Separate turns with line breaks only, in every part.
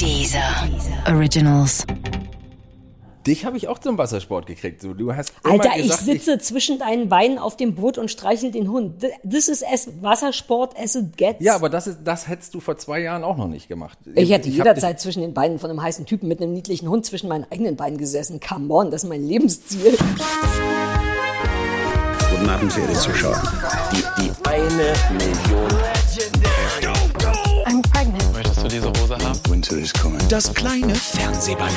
Dieser Originals.
Dich habe ich auch zum Wassersport gekriegt. So, Du hast immer
Alter, ich
gesagt,
sitze zwischen deinen Beinen auf dem Boot und streichel den Hund. Th- This is as Wassersport as it gets.
ja, aber das, ist, das hättest du vor zwei Jahren auch noch nicht gemacht.
ich hätte
hab
jederzeit zwischen den Beinen von einem heißen Typen mit einem niedlichen Hund zwischen meinen eigenen Beinen gesessen. Come on, das ist mein Lebensziel.
Guten Abend, verehrte Zuschauer.
Die, die eine Million.
I'm pregnant.
Möchtest du diese Hose haben?
Winter is coming.
Das kleine Fernsehballett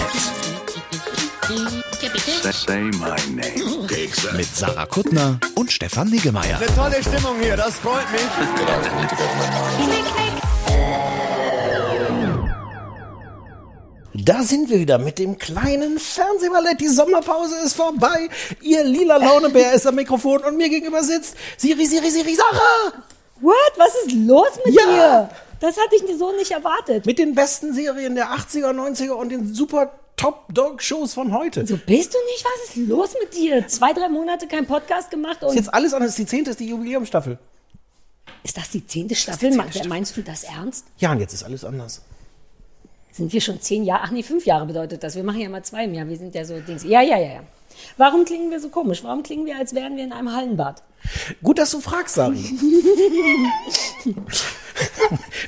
Say my name.
mit Sarah Kuttner und Stefan Niggemeier.
Da sind wir wieder mit dem kleinen Fernsehballett. Die Sommerpause ist vorbei. Ihr lila Launebär ist am Mikrofon und mir gegenüber sitzt Siri, Siri, Siri, Sarah!
What? Was ist los mit
Ja.
dir? Das hatte ich so nicht erwartet.
Mit den besten Serien der 80er, 90er und den super Top-Dog-Shows von heute.
So bist du nicht? Was ist los mit dir? Zwei, drei Monate kein Podcast gemacht und
Ist jetzt alles anders. Die zehnte ist die Jubiläumstaffel.
ist das die zehnte Staffel? Ma- Meinst du das ernst?
Ja, und jetzt ist alles anders.
Sind wir schon zehn Jahre? Ach nee, fünf Jahre bedeutet das. Wir machen ja mal zwei im Jahr. Wir sind ja so Dings. Ja, ja, ja, ja. Warum klingen wir so komisch? Warum klingen wir, als wären wir in einem Hallenbad?
Gut, dass du fragst, Sari.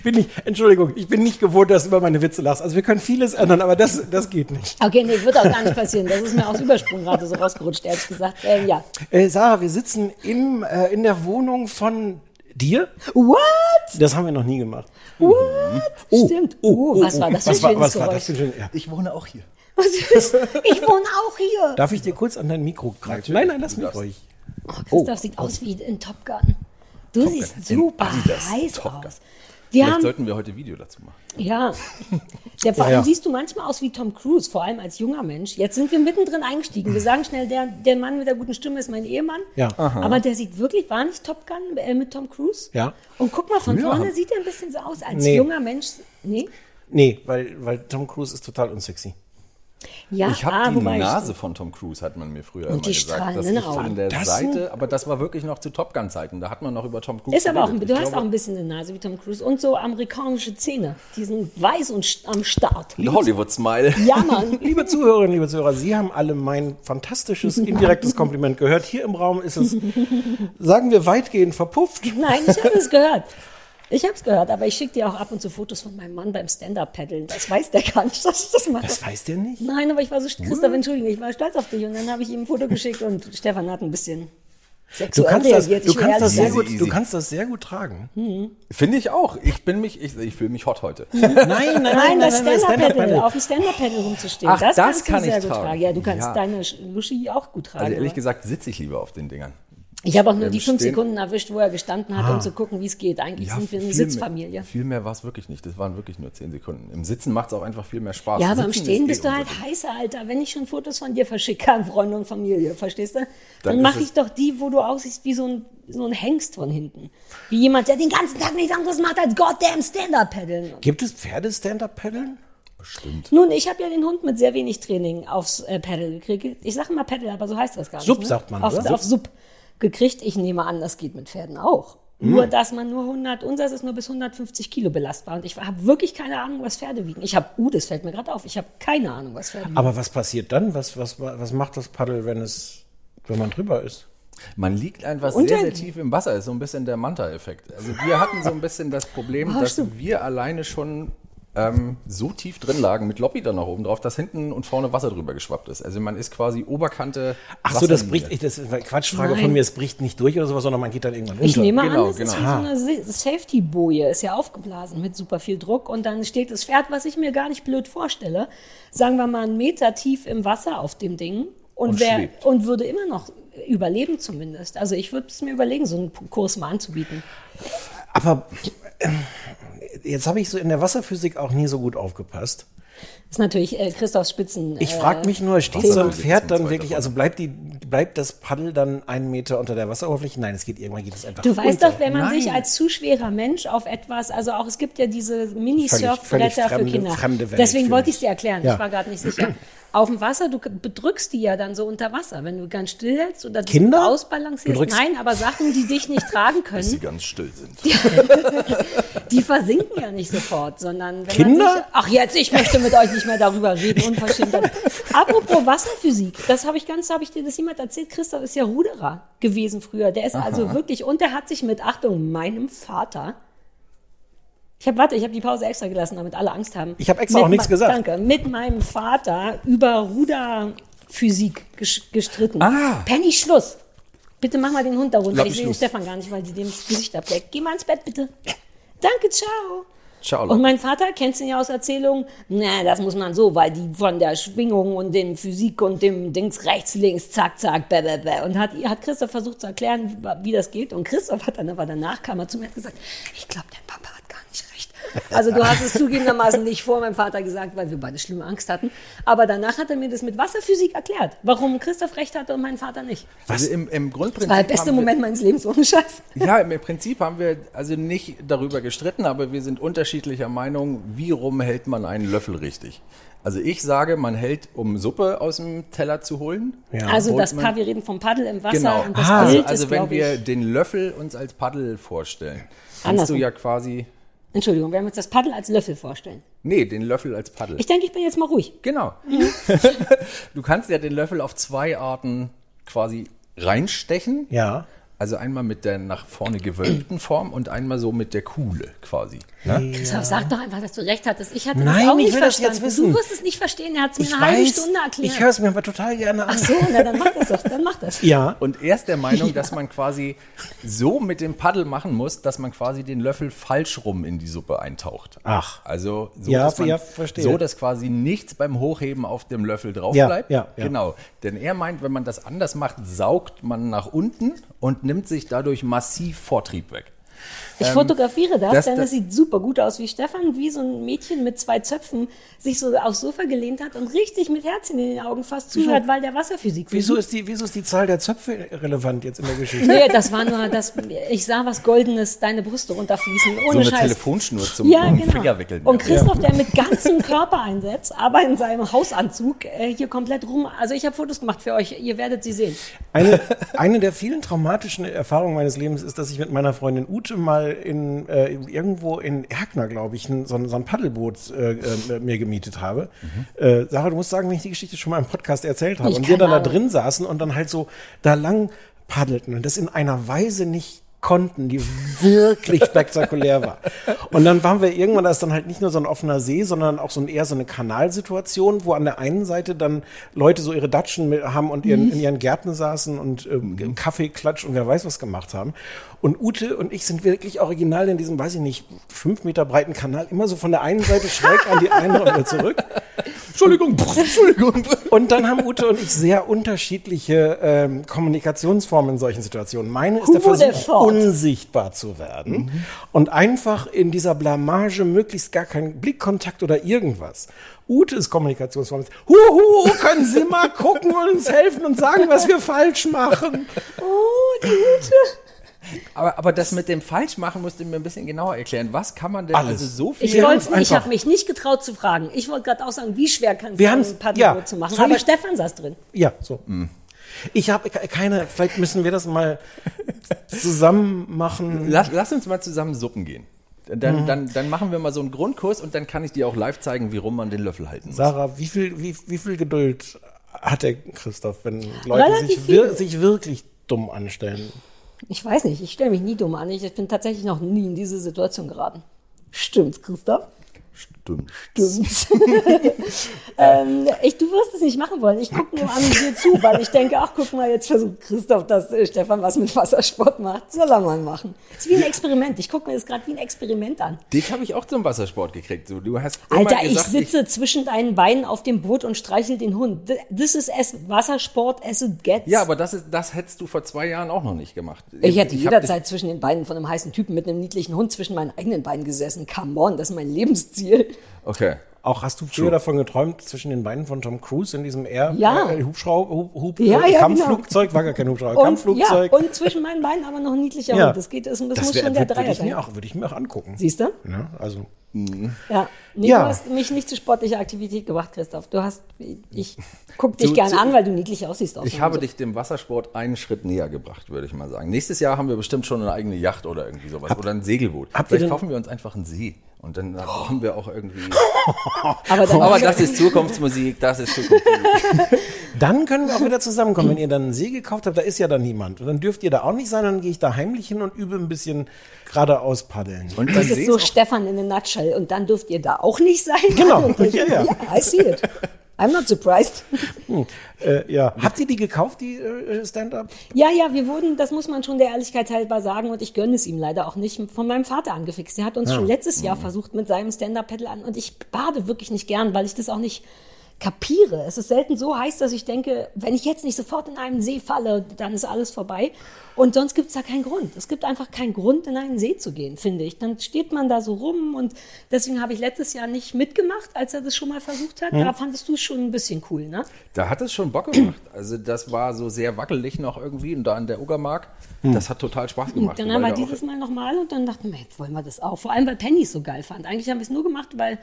bin nicht, Entschuldigung, ich bin nicht gewohnt, dass du über meine Witze lachst. Also wir können vieles ändern, aber das, das geht nicht.
Okay, nee, wird auch gar nicht passieren. Das ist mir aus Übersprungrate so rausgerutscht, ehrlich gesagt. Äh, ja.
Äh, Sarah, wir sitzen im, äh, in der Wohnung von dir.
What?
Das haben wir noch nie gemacht.
What?
Oh,
Stimmt.
oh,
Oh,
oh,
was war
oh.
das für ein schönes
was war, was war
Geräusch?
das für ein schönes ja.
Ich wohne auch hier.
Was ist? Ich wohne auch hier.
Darf ich dir kurz an dein Mikro greifen? Nein, nein, lass mich ruhig. Oh.
Christoph sieht aus wie in Top Gun. Du siehst super
Adidas
heiß
Top Gun.
aus. Die
Vielleicht
haben,
sollten wir heute Video dazu machen.
ja. Der, vor allem
Ja, ja.
siehst du manchmal aus wie Tom Cruise, vor allem als junger Mensch. Jetzt sind wir mittendrin eingestiegen. Wir sagen schnell, der, der Mann mit der guten Stimme ist mein Ehemann.
Ja. Aha.
Aber der sieht wirklich, war nicht Top Gun äh, mit Tom Cruise?
Ja.
Und guck mal, von
Früher
vorne
haben-
sieht er ein bisschen so aus, als
Nee.
junger Mensch. Nee?
Nee, weil, weil Tom Cruise ist total unsexy.
Ja,
Ich habe
ah,
die
wobei ich-
Nase von Tom Cruise, hat man mir früher immer
die
gesagt. Das
strahlenden
liegt an der
Das-
Seite, aber das war wirklich noch zu Top Gun-Zeiten. Da hat man noch über Tom Cruise
Ist aber auch, ein-
geredet.
du
Ich
hast auch
glaube,
ein bisschen eine Nase wie Tom Cruise und so amerikanische Zähne. Die sind weiß und st- am Start.
ein Hollywood-Smile.
Ja, Mann.
Liebe Zuhörerinnen, liebe Zuhörer, Sie haben alle mein fantastisches, indirektes Kompliment gehört. Hier im Raum ist es, sagen wir, weitgehend verpufft.
Nein, ich habe es gehört. Ich habe es gehört, aber ich schicke dir auch ab und zu Fotos von meinem Mann beim Stand-Up-Paddeln. Das weiß der gar nicht, dass ich das mache.
Das weiß der nicht.
Nein, aber ich war so, st- Christoph, entschuldige, ich war stolz auf dich. Und dann habe ich ihm ein Foto geschickt und Stefan hat ein bisschen
Du
sexuell
kannst, das,
reagiert.
du,
Ich will
kannst
ehrlich
das sehr
sein.
gut,
Easy,
du
easy.
kannst das sehr gut tragen.
Finde ich auch. Ich bin mich, ich, ich fühle mich hot heute. Also
Nein,
Nein, das
Stand-Up-Paddle.
Stand-Up-Paddle, auf dem Stand-Up-Paddle rumzustehen,
Ach,
das,
das
kannst
kann
du
ich
sehr gut
tragen.
tragen. Ja, du kannst
Ja.
deine Sch- Luschi auch gut tragen.
Also ehrlich
aber-
gesagt sitze ich lieber auf den Dingern.
Ich habe auch nur die
Stehen-
fünf Sekunden erwischt, wo er gestanden hat, um zu gucken, wie es geht. Eigentlich sind wir eine
viel
Sitzfamilie.
Mehr, viel mehr war es wirklich nicht. Das waren wirklich nur zehn Sekunden. Im Sitzen macht es auch einfach viel mehr Spaß.
Ja, aber im
Sitzen
Stehen
ist
bist
eh
du halt
unsinnig.
heißer, Alter. Wenn ich schon Fotos von dir verschicke an Freunde und Familie, verstehst du? Dann,
ist
mache
es-
ich doch die, wo du aussiehst wie so ein, so ein Hengst von hinten. Wie jemand, der den ganzen Tag nichts anderes macht als goddamn Stand-Up-Paddeln.
Gibt es Pferde-Stand-Up-Paddeln?
Nun, ich habe ja den Hund mit sehr wenig Training aufs äh, Paddle gekriegt. Ich sage mal Paddle, aber so heißt das gar nicht.
Sub
ne?
sagt man,
auf,
oder?
Auf Sub gekriegt. Ich nehme an, das geht mit Pferden auch. Nur, dass man nur 100, unseres ist nur bis 150 Kilo belastbar. Und ich habe wirklich keine Ahnung, was Pferde wiegen. Ich habe, uh, das fällt mir gerade auf, ich habe keine Ahnung, was Pferde wiegen.
Aber was passiert dann? Was, was, was macht das Paddel, wenn, es, wenn man drüber ist?
Man liegt einfach
Und
sehr,
dann-
sehr tief im Wasser. Ist so ein bisschen der Manta-Effekt. Also wir hatten so ein bisschen das Problem,
Ah,
dass
stimmt.
wir alleine schon ähm, so tief drin lagen mit Lobby dann noch oben drauf, dass hinten und vorne Wasser drüber geschwappt ist. Also man ist quasi Oberkante.
Ach so, das
Wasserlinie.
bricht, ich- das ist eine Quatschfrage
Nein.
von mir, es bricht nicht durch oder sowas, sondern man geht dann irgendwann runter.
Ich nehme
Genau,
an, es ist wie
genau.
so eine Se- Safety-Boje, ist ja aufgeblasen mit super viel Druck und dann steht das Pferd, was ich mir gar nicht blöd vorstelle, sagen wir mal einen Meter tief im Wasser auf dem Ding und,
Und
wär,
schwebt.
und würde immer noch überleben zumindest. Also ich würde es mir überlegen, so einen P- Kurs mal anzubieten.
äh, Aber ähm, jetzt habe ich so in der Wasserphysik auch nie so gut aufgepasst.
Ist natürlich äh, Christophs Spitzen.
Ich frage mich nur, steht so ein
Wasserhöhle
Pferd
gibt's
dann
und so
wirklich,
weiter.
also bleibt, die, bleibt das Paddel dann einen Meter unter der Wasseroberfläche? Nein, es geht irgendwann geht es einfach
Du weißt
unter.
doch, wenn man
Nein.
sich als zu schwerer Mensch auf etwas, also auch es gibt ja diese
völlig
Mini-Surfbretter für
fremde-
Kinder.
fremde Welt
Deswegen
für
wollte ich
mich.
es dir erklären.
Ja.
Ich war gerade nicht sicher. Auf dem Wasser, du bedrückst die ja dann so unter Wasser, wenn du ganz still hältst oder die
Kinder?
ausbalancierst.
Bedrückst-
Nein, aber Sachen, die dich nicht tragen
die
können,
ganz still sind.
die versinken ja nicht sofort, sondern wenn
Kinder?
Man sich, ach jetzt, ich möchte mit euch nicht mehr darüber reden, unverschämt. Apropos Wasserphysik, das habe ich ganz, habe ich dir das jemand erzählt. Christoph ist ja Ruderer gewesen früher. Der ist also wirklich und der hat sich mit Achtung meinem Vater. Ich habe warte, ich habe die Pause extra gelassen, damit alle Angst haben.
Ich habe extra
Mit
auch nichts
me-
gesagt.
Danke. Mit meinem Vater über Ruderphysik ges- gestritten.
Ah.
Penny Schluss. Bitte mach mal den Hund da runter.
Lapp
Ich
ich
sehe den
los.
Stefan gar nicht, weil die dem das Gesicht abdeckt. Geh mal ins Bett, bitte. Danke, ciao.
Ciao.
Und mein Vater, kennst du ihn ja aus Erzählungen? Na, das muss man so, weil die von der Schwingung und dem Physik und dem Dings rechts, links, zack, zack, bäh, bäh, bäh. Und hat, hat Christoph versucht zu erklären, wie- wie das geht. Und Christoph hat dann aber danach kam er zu mir und hat gesagt, ich glaube, dein Papa hat gar nicht recht. Also du hast es zugegebenermaßen nicht vor meinem Vater gesagt, weil wir beide schlimme Angst hatten. Aber danach hat er mir das mit Wasserphysik erklärt, warum Christoph recht hatte und mein Vater nicht.
Also im, im Grundprinzip.
War der beste
haben wir-
Moment meines Lebens ohne Scheiß.
Ja, im Prinzip haben wir also nicht darüber gestritten, aber wir sind unterschiedlicher Meinung, wie rum hält man einen Löffel richtig. Also ich sage, man hält, um Suppe aus dem Teller zu holen.
Ja.
Also
holt
das
man-
Paar, wir reden vom Paddel im Wasser
Genau.
und das
Ah.
Also,
Bild
also
ist,
wenn
glaube ich.
wir den Löffel uns als Paddel vorstellen, kannst du
Andersrum.
ja quasi.
Entschuldigung, wir haben uns das Paddel als Löffel vorstellen.
Nee, den Löffel als Paddel.
Ich Mhm. denke, ich bin jetzt mal ruhig.
Genau. du kannst ja den Löffel auf zwei Arten quasi reinstechen.
Ja.
Also einmal mit der nach vorne gewölbten Form und einmal so mit der Kuhle quasi. Ne?
Christoph, sag doch einfach, dass du recht hattest. Ich hatte
Nein,
das auch
ich
nicht
will das
verstanden.
jetzt wissen.
Du wirst es nicht verstehen. Er hat es mir
Ich
eine halbe
weiß,
Stunde erklärt.
ich höre es mir aber total gerne an.
Ach so, na, dann mach das doch. Dann mach das.
Ja.
Und er ist der Meinung, dass man quasi so mit dem Paddel machen muss, dass man quasi den Löffel falsch rum in die Suppe eintaucht.
Ach.
Also so,
Ja,
dass man,
ja, verstehe.
so, dass quasi nichts beim Hochheben auf dem Löffel drauf
Ja,
bleibt.
ja, ja.
Genau. Denn er meint, wenn man das anders macht, saugt man nach unten und nimmt sich dadurch massiv Vortrieb weg.
Ich fotografiere ähm, das,
das-
denn
das-
es sieht super gut aus, wie Stefan, wie so ein Mädchen mit zwei Zöpfen, sich so aufs Sofa gelehnt hat und richtig mit Herzen in den Augen fast zuhört, weil der Wasserphysik.
Wieso ist, die, wieso ist die Zahl der Zöpfe relevant jetzt in der Geschichte?
Nee, das war nur, das, ich sah was Goldenes, deine Brüste runterfließen. Ohne
So eine
Scheiß.
Telefonschnur zum
Ja,
um
genau.
Finger wickeln.
Und Christoph, der mit ganzem Körper einsetzt, aber in seinem Hausanzug äh, hier komplett rum. Also ich habe Fotos gemacht für euch, ihr werdet sie sehen.
Eine, eine der vielen traumatischen Erfahrungen meines Lebens ist, dass ich mit meiner Freundin Ute mal in äh, irgendwo in Erkner, glaube ich, ein, so, ein- so ein Paddelboot äh, äh, mir gemietet habe. Äh, Sarah, du musst sagen, wenn ich die Geschichte schon mal im Podcast erzählt habe
Ich
und wir dann
keine
da
Ahnung.
drin saßen und dann halt so da lang paddelten und das in einer Weise nicht konnten, die wirklich spektakulär war. Und dann waren wir irgendwann, da ist dann halt nicht nur so ein offener See, sondern auch so ein, eher so eine Kanalsituation, wo an der einen Seite dann Leute so ihre Datschen mit, haben und ihren, in ihren Gärten saßen und ähm, Kaffeeklatsch und wer weiß was gemacht haben. Und Ute und ich sind wirklich original in diesem, weiß ich nicht, fünf Meter breiten Kanal, immer so von der einen Seite schräg an die eine und wieder zurück.
Entschuldigung, pff, Entschuldigung.
Und dann haben Ute und ich sehr unterschiedliche ähm, Kommunikationsformen in solchen Situationen. Meine ist
Who
der
would have
Versuch,
thought?
unsichtbar zu werden und einfach in dieser Blamage möglichst gar keinen Blickkontakt oder irgendwas. Utes Kommunikationsform ist, huhu, können Sie mal gucken und uns helfen und sagen, was wir falsch machen.
Oh, die Ute.
Aber, aber das mit dem Falschmachen musst du mir ein bisschen genauer erklären. Was kann man denn
Alles.
also so viel?
Ich,
Wir haben
wollt's
es
nicht, ich
einfach-
habe mich nicht getraut zu fragen. Ich wollte gerade auch sagen, wie schwer kann es
Wir
sein,
haben's-
ein Paddleboot
ja,
zu machen.
völlig-
Aber Stefan saß drin.
Ja, so. Ich habe ke- keine, vielleicht müssen wir das mal zusammen machen.
Lass, lass uns mal zusammen Suppen gehen. Dann, dann, dann machen wir mal so einen Grundkurs und dann kann ich dir auch live zeigen, wie rum man den Löffel halten muss.
Sarah, wie viel, wie, wie viel Geduld hat der Christoph, wenn Leute
Relativ
sich, wir,
viel.
sich wirklich dumm anstellen?
Ich weiß nicht, ich stelle mich nie dumm an. Ich bin tatsächlich noch nie in diese Situation geraten. Stimmt's, Christoph?
Stimmt.
Stimmt's. ähm, ich, du wirst es nicht machen wollen. Ich gucke nur an dir zu, weil ich denke, ach guck mal, jetzt versucht Christoph, dass äh, Stefan was mit Wassersport macht. Soll er mal machen. Ist wie ein Experiment. Ich gucke mir das gerade wie ein Experiment an.
Dich habe ich auch zum Wassersport gekriegt. Du, du hast immer
Alter, ich
gesagt,
sitze zwischen deinen Beinen auf dem Boot und streichel den Hund. Th- This is as Wassersport as it gets.
ja, aber das, ist, das hättest du vor zwei Jahren auch noch nicht gemacht.
ich hätte
hab
jederzeit zwischen den Beinen von einem heißen Typen mit einem niedlichen Hund zwischen meinen eigenen Beinen gesessen. Come on, das ist mein Lebensziel.
Dich, okay.
Auch hast du früher davon geträumt, zwischen den Beinen von Tom Cruise in diesem Air
Ja.
äh, Hubschrauber, Hub, Hub,
Ja,
äh,
ja,
Kampfflugzeug, war gar kein Hubschrauber,
Und, ja,
Kampfflugzeug.
und zwischen meinen Beinen aber noch ein niedlicher
Ja.
Hund. Das geht, das muss
das
schon
wäre
der
würd, würd
Dreier
ich
sein.
mir auch, würde ich mir auch angucken.
Siehst du?
Ne? Also
Ja. Nee,
Ja.
du hast mich nicht zu sportlicher Aktivität gebracht, Christoph. Du hast, ich guck dich
Du-
gerne
du-
an, weil du niedlich aussiehst. Auch
Ich habe dich dem Wassersport einen Schritt näher gebracht, würde ich mal sagen. Nächstes Jahr haben wir bestimmt schon eine eigene Yacht oder irgendwie sowas. oder ein Segelboot.
habt ihr
Vielleicht
denn-
kaufen wir uns einfach einen See. Und dann haben wir auch irgendwie.
Aber, dann
Aber das ist Zukunftsmusik, das ist Zukunftsmusik.
dann können wir auch wieder zusammenkommen. Wenn ihr dann einen See gekauft habt, da ist ja dann niemand. Und dann dürft ihr da auch nicht sein, dann gehe ich da heimlich hin und übe ein bisschen geradeaus paddeln.
Und dann
das ist
sehe
so
ich
Stefan in a nutshell. Und dann dürft ihr da auch nicht sein.
Genau.
Und ich-
Ja, ja.
I see it. I'm not surprised.
Äh, ja. Habt ihr die gekauft, die äh, Stand-up?
Ja, ja, wir wurden, das muss man schon der Ehrlichkeit halber sagen, und ich gönne es ihm leider auch nicht, von meinem Vater angefixt. Der hat uns schon letztes Jahr versucht mit seinem Stand-Up-Pedal an und ich bade wirklich nicht gern, weil ich das auch nicht kapiere. Es ist selten so heiß, dass ich denke, wenn ich jetzt nicht sofort in einen See falle, dann ist alles vorbei. Und sonst gibt es da keinen Grund. Es gibt einfach keinen Grund, in einen See zu gehen, finde ich. Dann steht man da so rum und deswegen habe ich letztes Jahr nicht mitgemacht, als er das schon mal versucht hat. Da fandest du es schon ein bisschen cool, ne?
Da hat es schon Bock gemacht. Also das war so sehr wackelig noch irgendwie und da an der Uckermark. Das hat total Spaß gemacht.
Dann
wobei
haben wir
da auch-
dieses Mal nochmal und dann dachten wir, jetzt wollen wir das auch. Vor allem, weil Penny es so geil fand. Eigentlich haben wir es nur gemacht, weil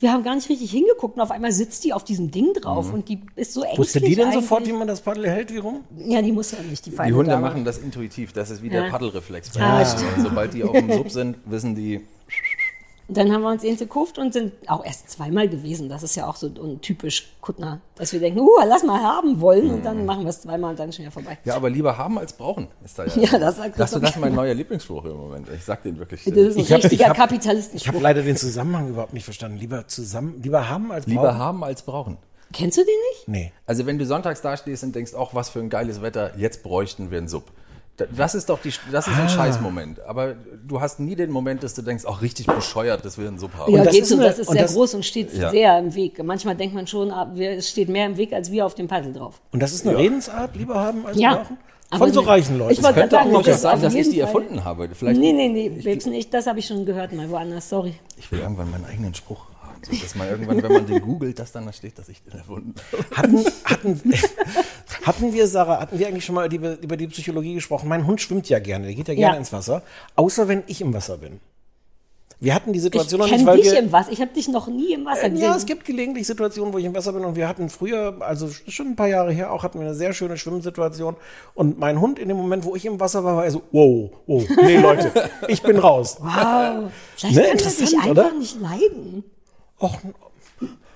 wir haben gar nicht richtig hingeguckt und auf einmal sitzt die auf diesem Ding drauf und die ist so ängstlich.
Mhm. Wusste die denn
eigentlich.
sofort, wie man das Paddel hält? Wie rum?
Ja, die muss ja nicht, die feine
die Hunde
Dame.
machen das intuitiv, das ist wie der
Ja.
Paddelreflex.
Ah,
Und sobald die auf dem Sub sind, wissen die,
Und Dann haben wir uns ihn gekauft und sind auch erst zweimal gewesen. Das ist ja auch so un- typisch Kuttner, dass wir denken, uh, lass mal haben wollen und
Mhm.
dann machen wir es zweimal und dann ist schon wieder vorbei.
ja, aber lieber haben als brauchen. Ist da ja,
Ja, das sagt
das,
Christoph
das ist mein neuer Lieblingsspruch im Moment. Ich sag den wirklich.
Das ist ein
Ich hab- ich
richtiger
hab-
Kapitalist.
Ich habe leider den Zusammenhang überhaupt nicht verstanden. Lieber zusammen, lieber haben als
lieber
brauchen?
haben als brauchen.
Kennst du den nicht?
Nee.
Also wenn du sonntags dastehst und denkst, auch was für ein geiles Wetter, jetzt bräuchten wir einen Sub. Da- Das ist doch die, das ist ein Scheißmoment. Aber du hast nie den Moment, dass du denkst, auch richtig bescheuert, dass wir einen Sub haben.
Ja,
das
geht
ist
so.
eine-
Das ist
und
sehr
das-
groß und steht
Ja.
sehr im Weg. Manchmal denkt man schon, ah, wir- es steht mehr im Weg, als wir auf dem Paddel drauf.
Und das ist eine Redensart, lieber haben als
Ja.
brauchen?
Aber
Von so
ne-
reichen Leuten.
Ich wollte
Könnte
sagen,
auch noch
das
das
ist
sein,
auf
dass ich
jeden
die
Fall-
erfunden habe. Vielleicht,
Nee, nee, nee, Babs nicht. Das habe ich schon gehört mal woanders, sorry.
Ich will irgendwann meinen eigenen Spruch haben. So, dass man irgendwann, wenn man den googelt, dass dann da steht, dass ich den erfunden habe.
Hatten, hatten, hatten wir, Sarah, hatten wir eigentlich schon mal über, über die Psychologie gesprochen? Mein Hund schwimmt ja gerne, der geht ja gerne
Ja.
ins Wasser, außer wenn ich im Wasser bin. Wir hatten die
Ich
Situation noch nicht,
kenne
weil
dich
wir,
im Wasser. Ich habe dich noch nie im Wasser gesehen.
Ja, es gibt gelegentlich Situationen, wo ich im Wasser bin und wir hatten früher, also schon ein paar Jahre her auch, hatten wir eine sehr schöne Schwimmsituation und mein Hund in dem Moment, wo ich im Wasser war, war er so, wow, wow, nee Leute, ich bin raus.
wow. Vielleicht
Ne,
kann er sich
interessant,
einfach
oder?
nicht leiden
Och,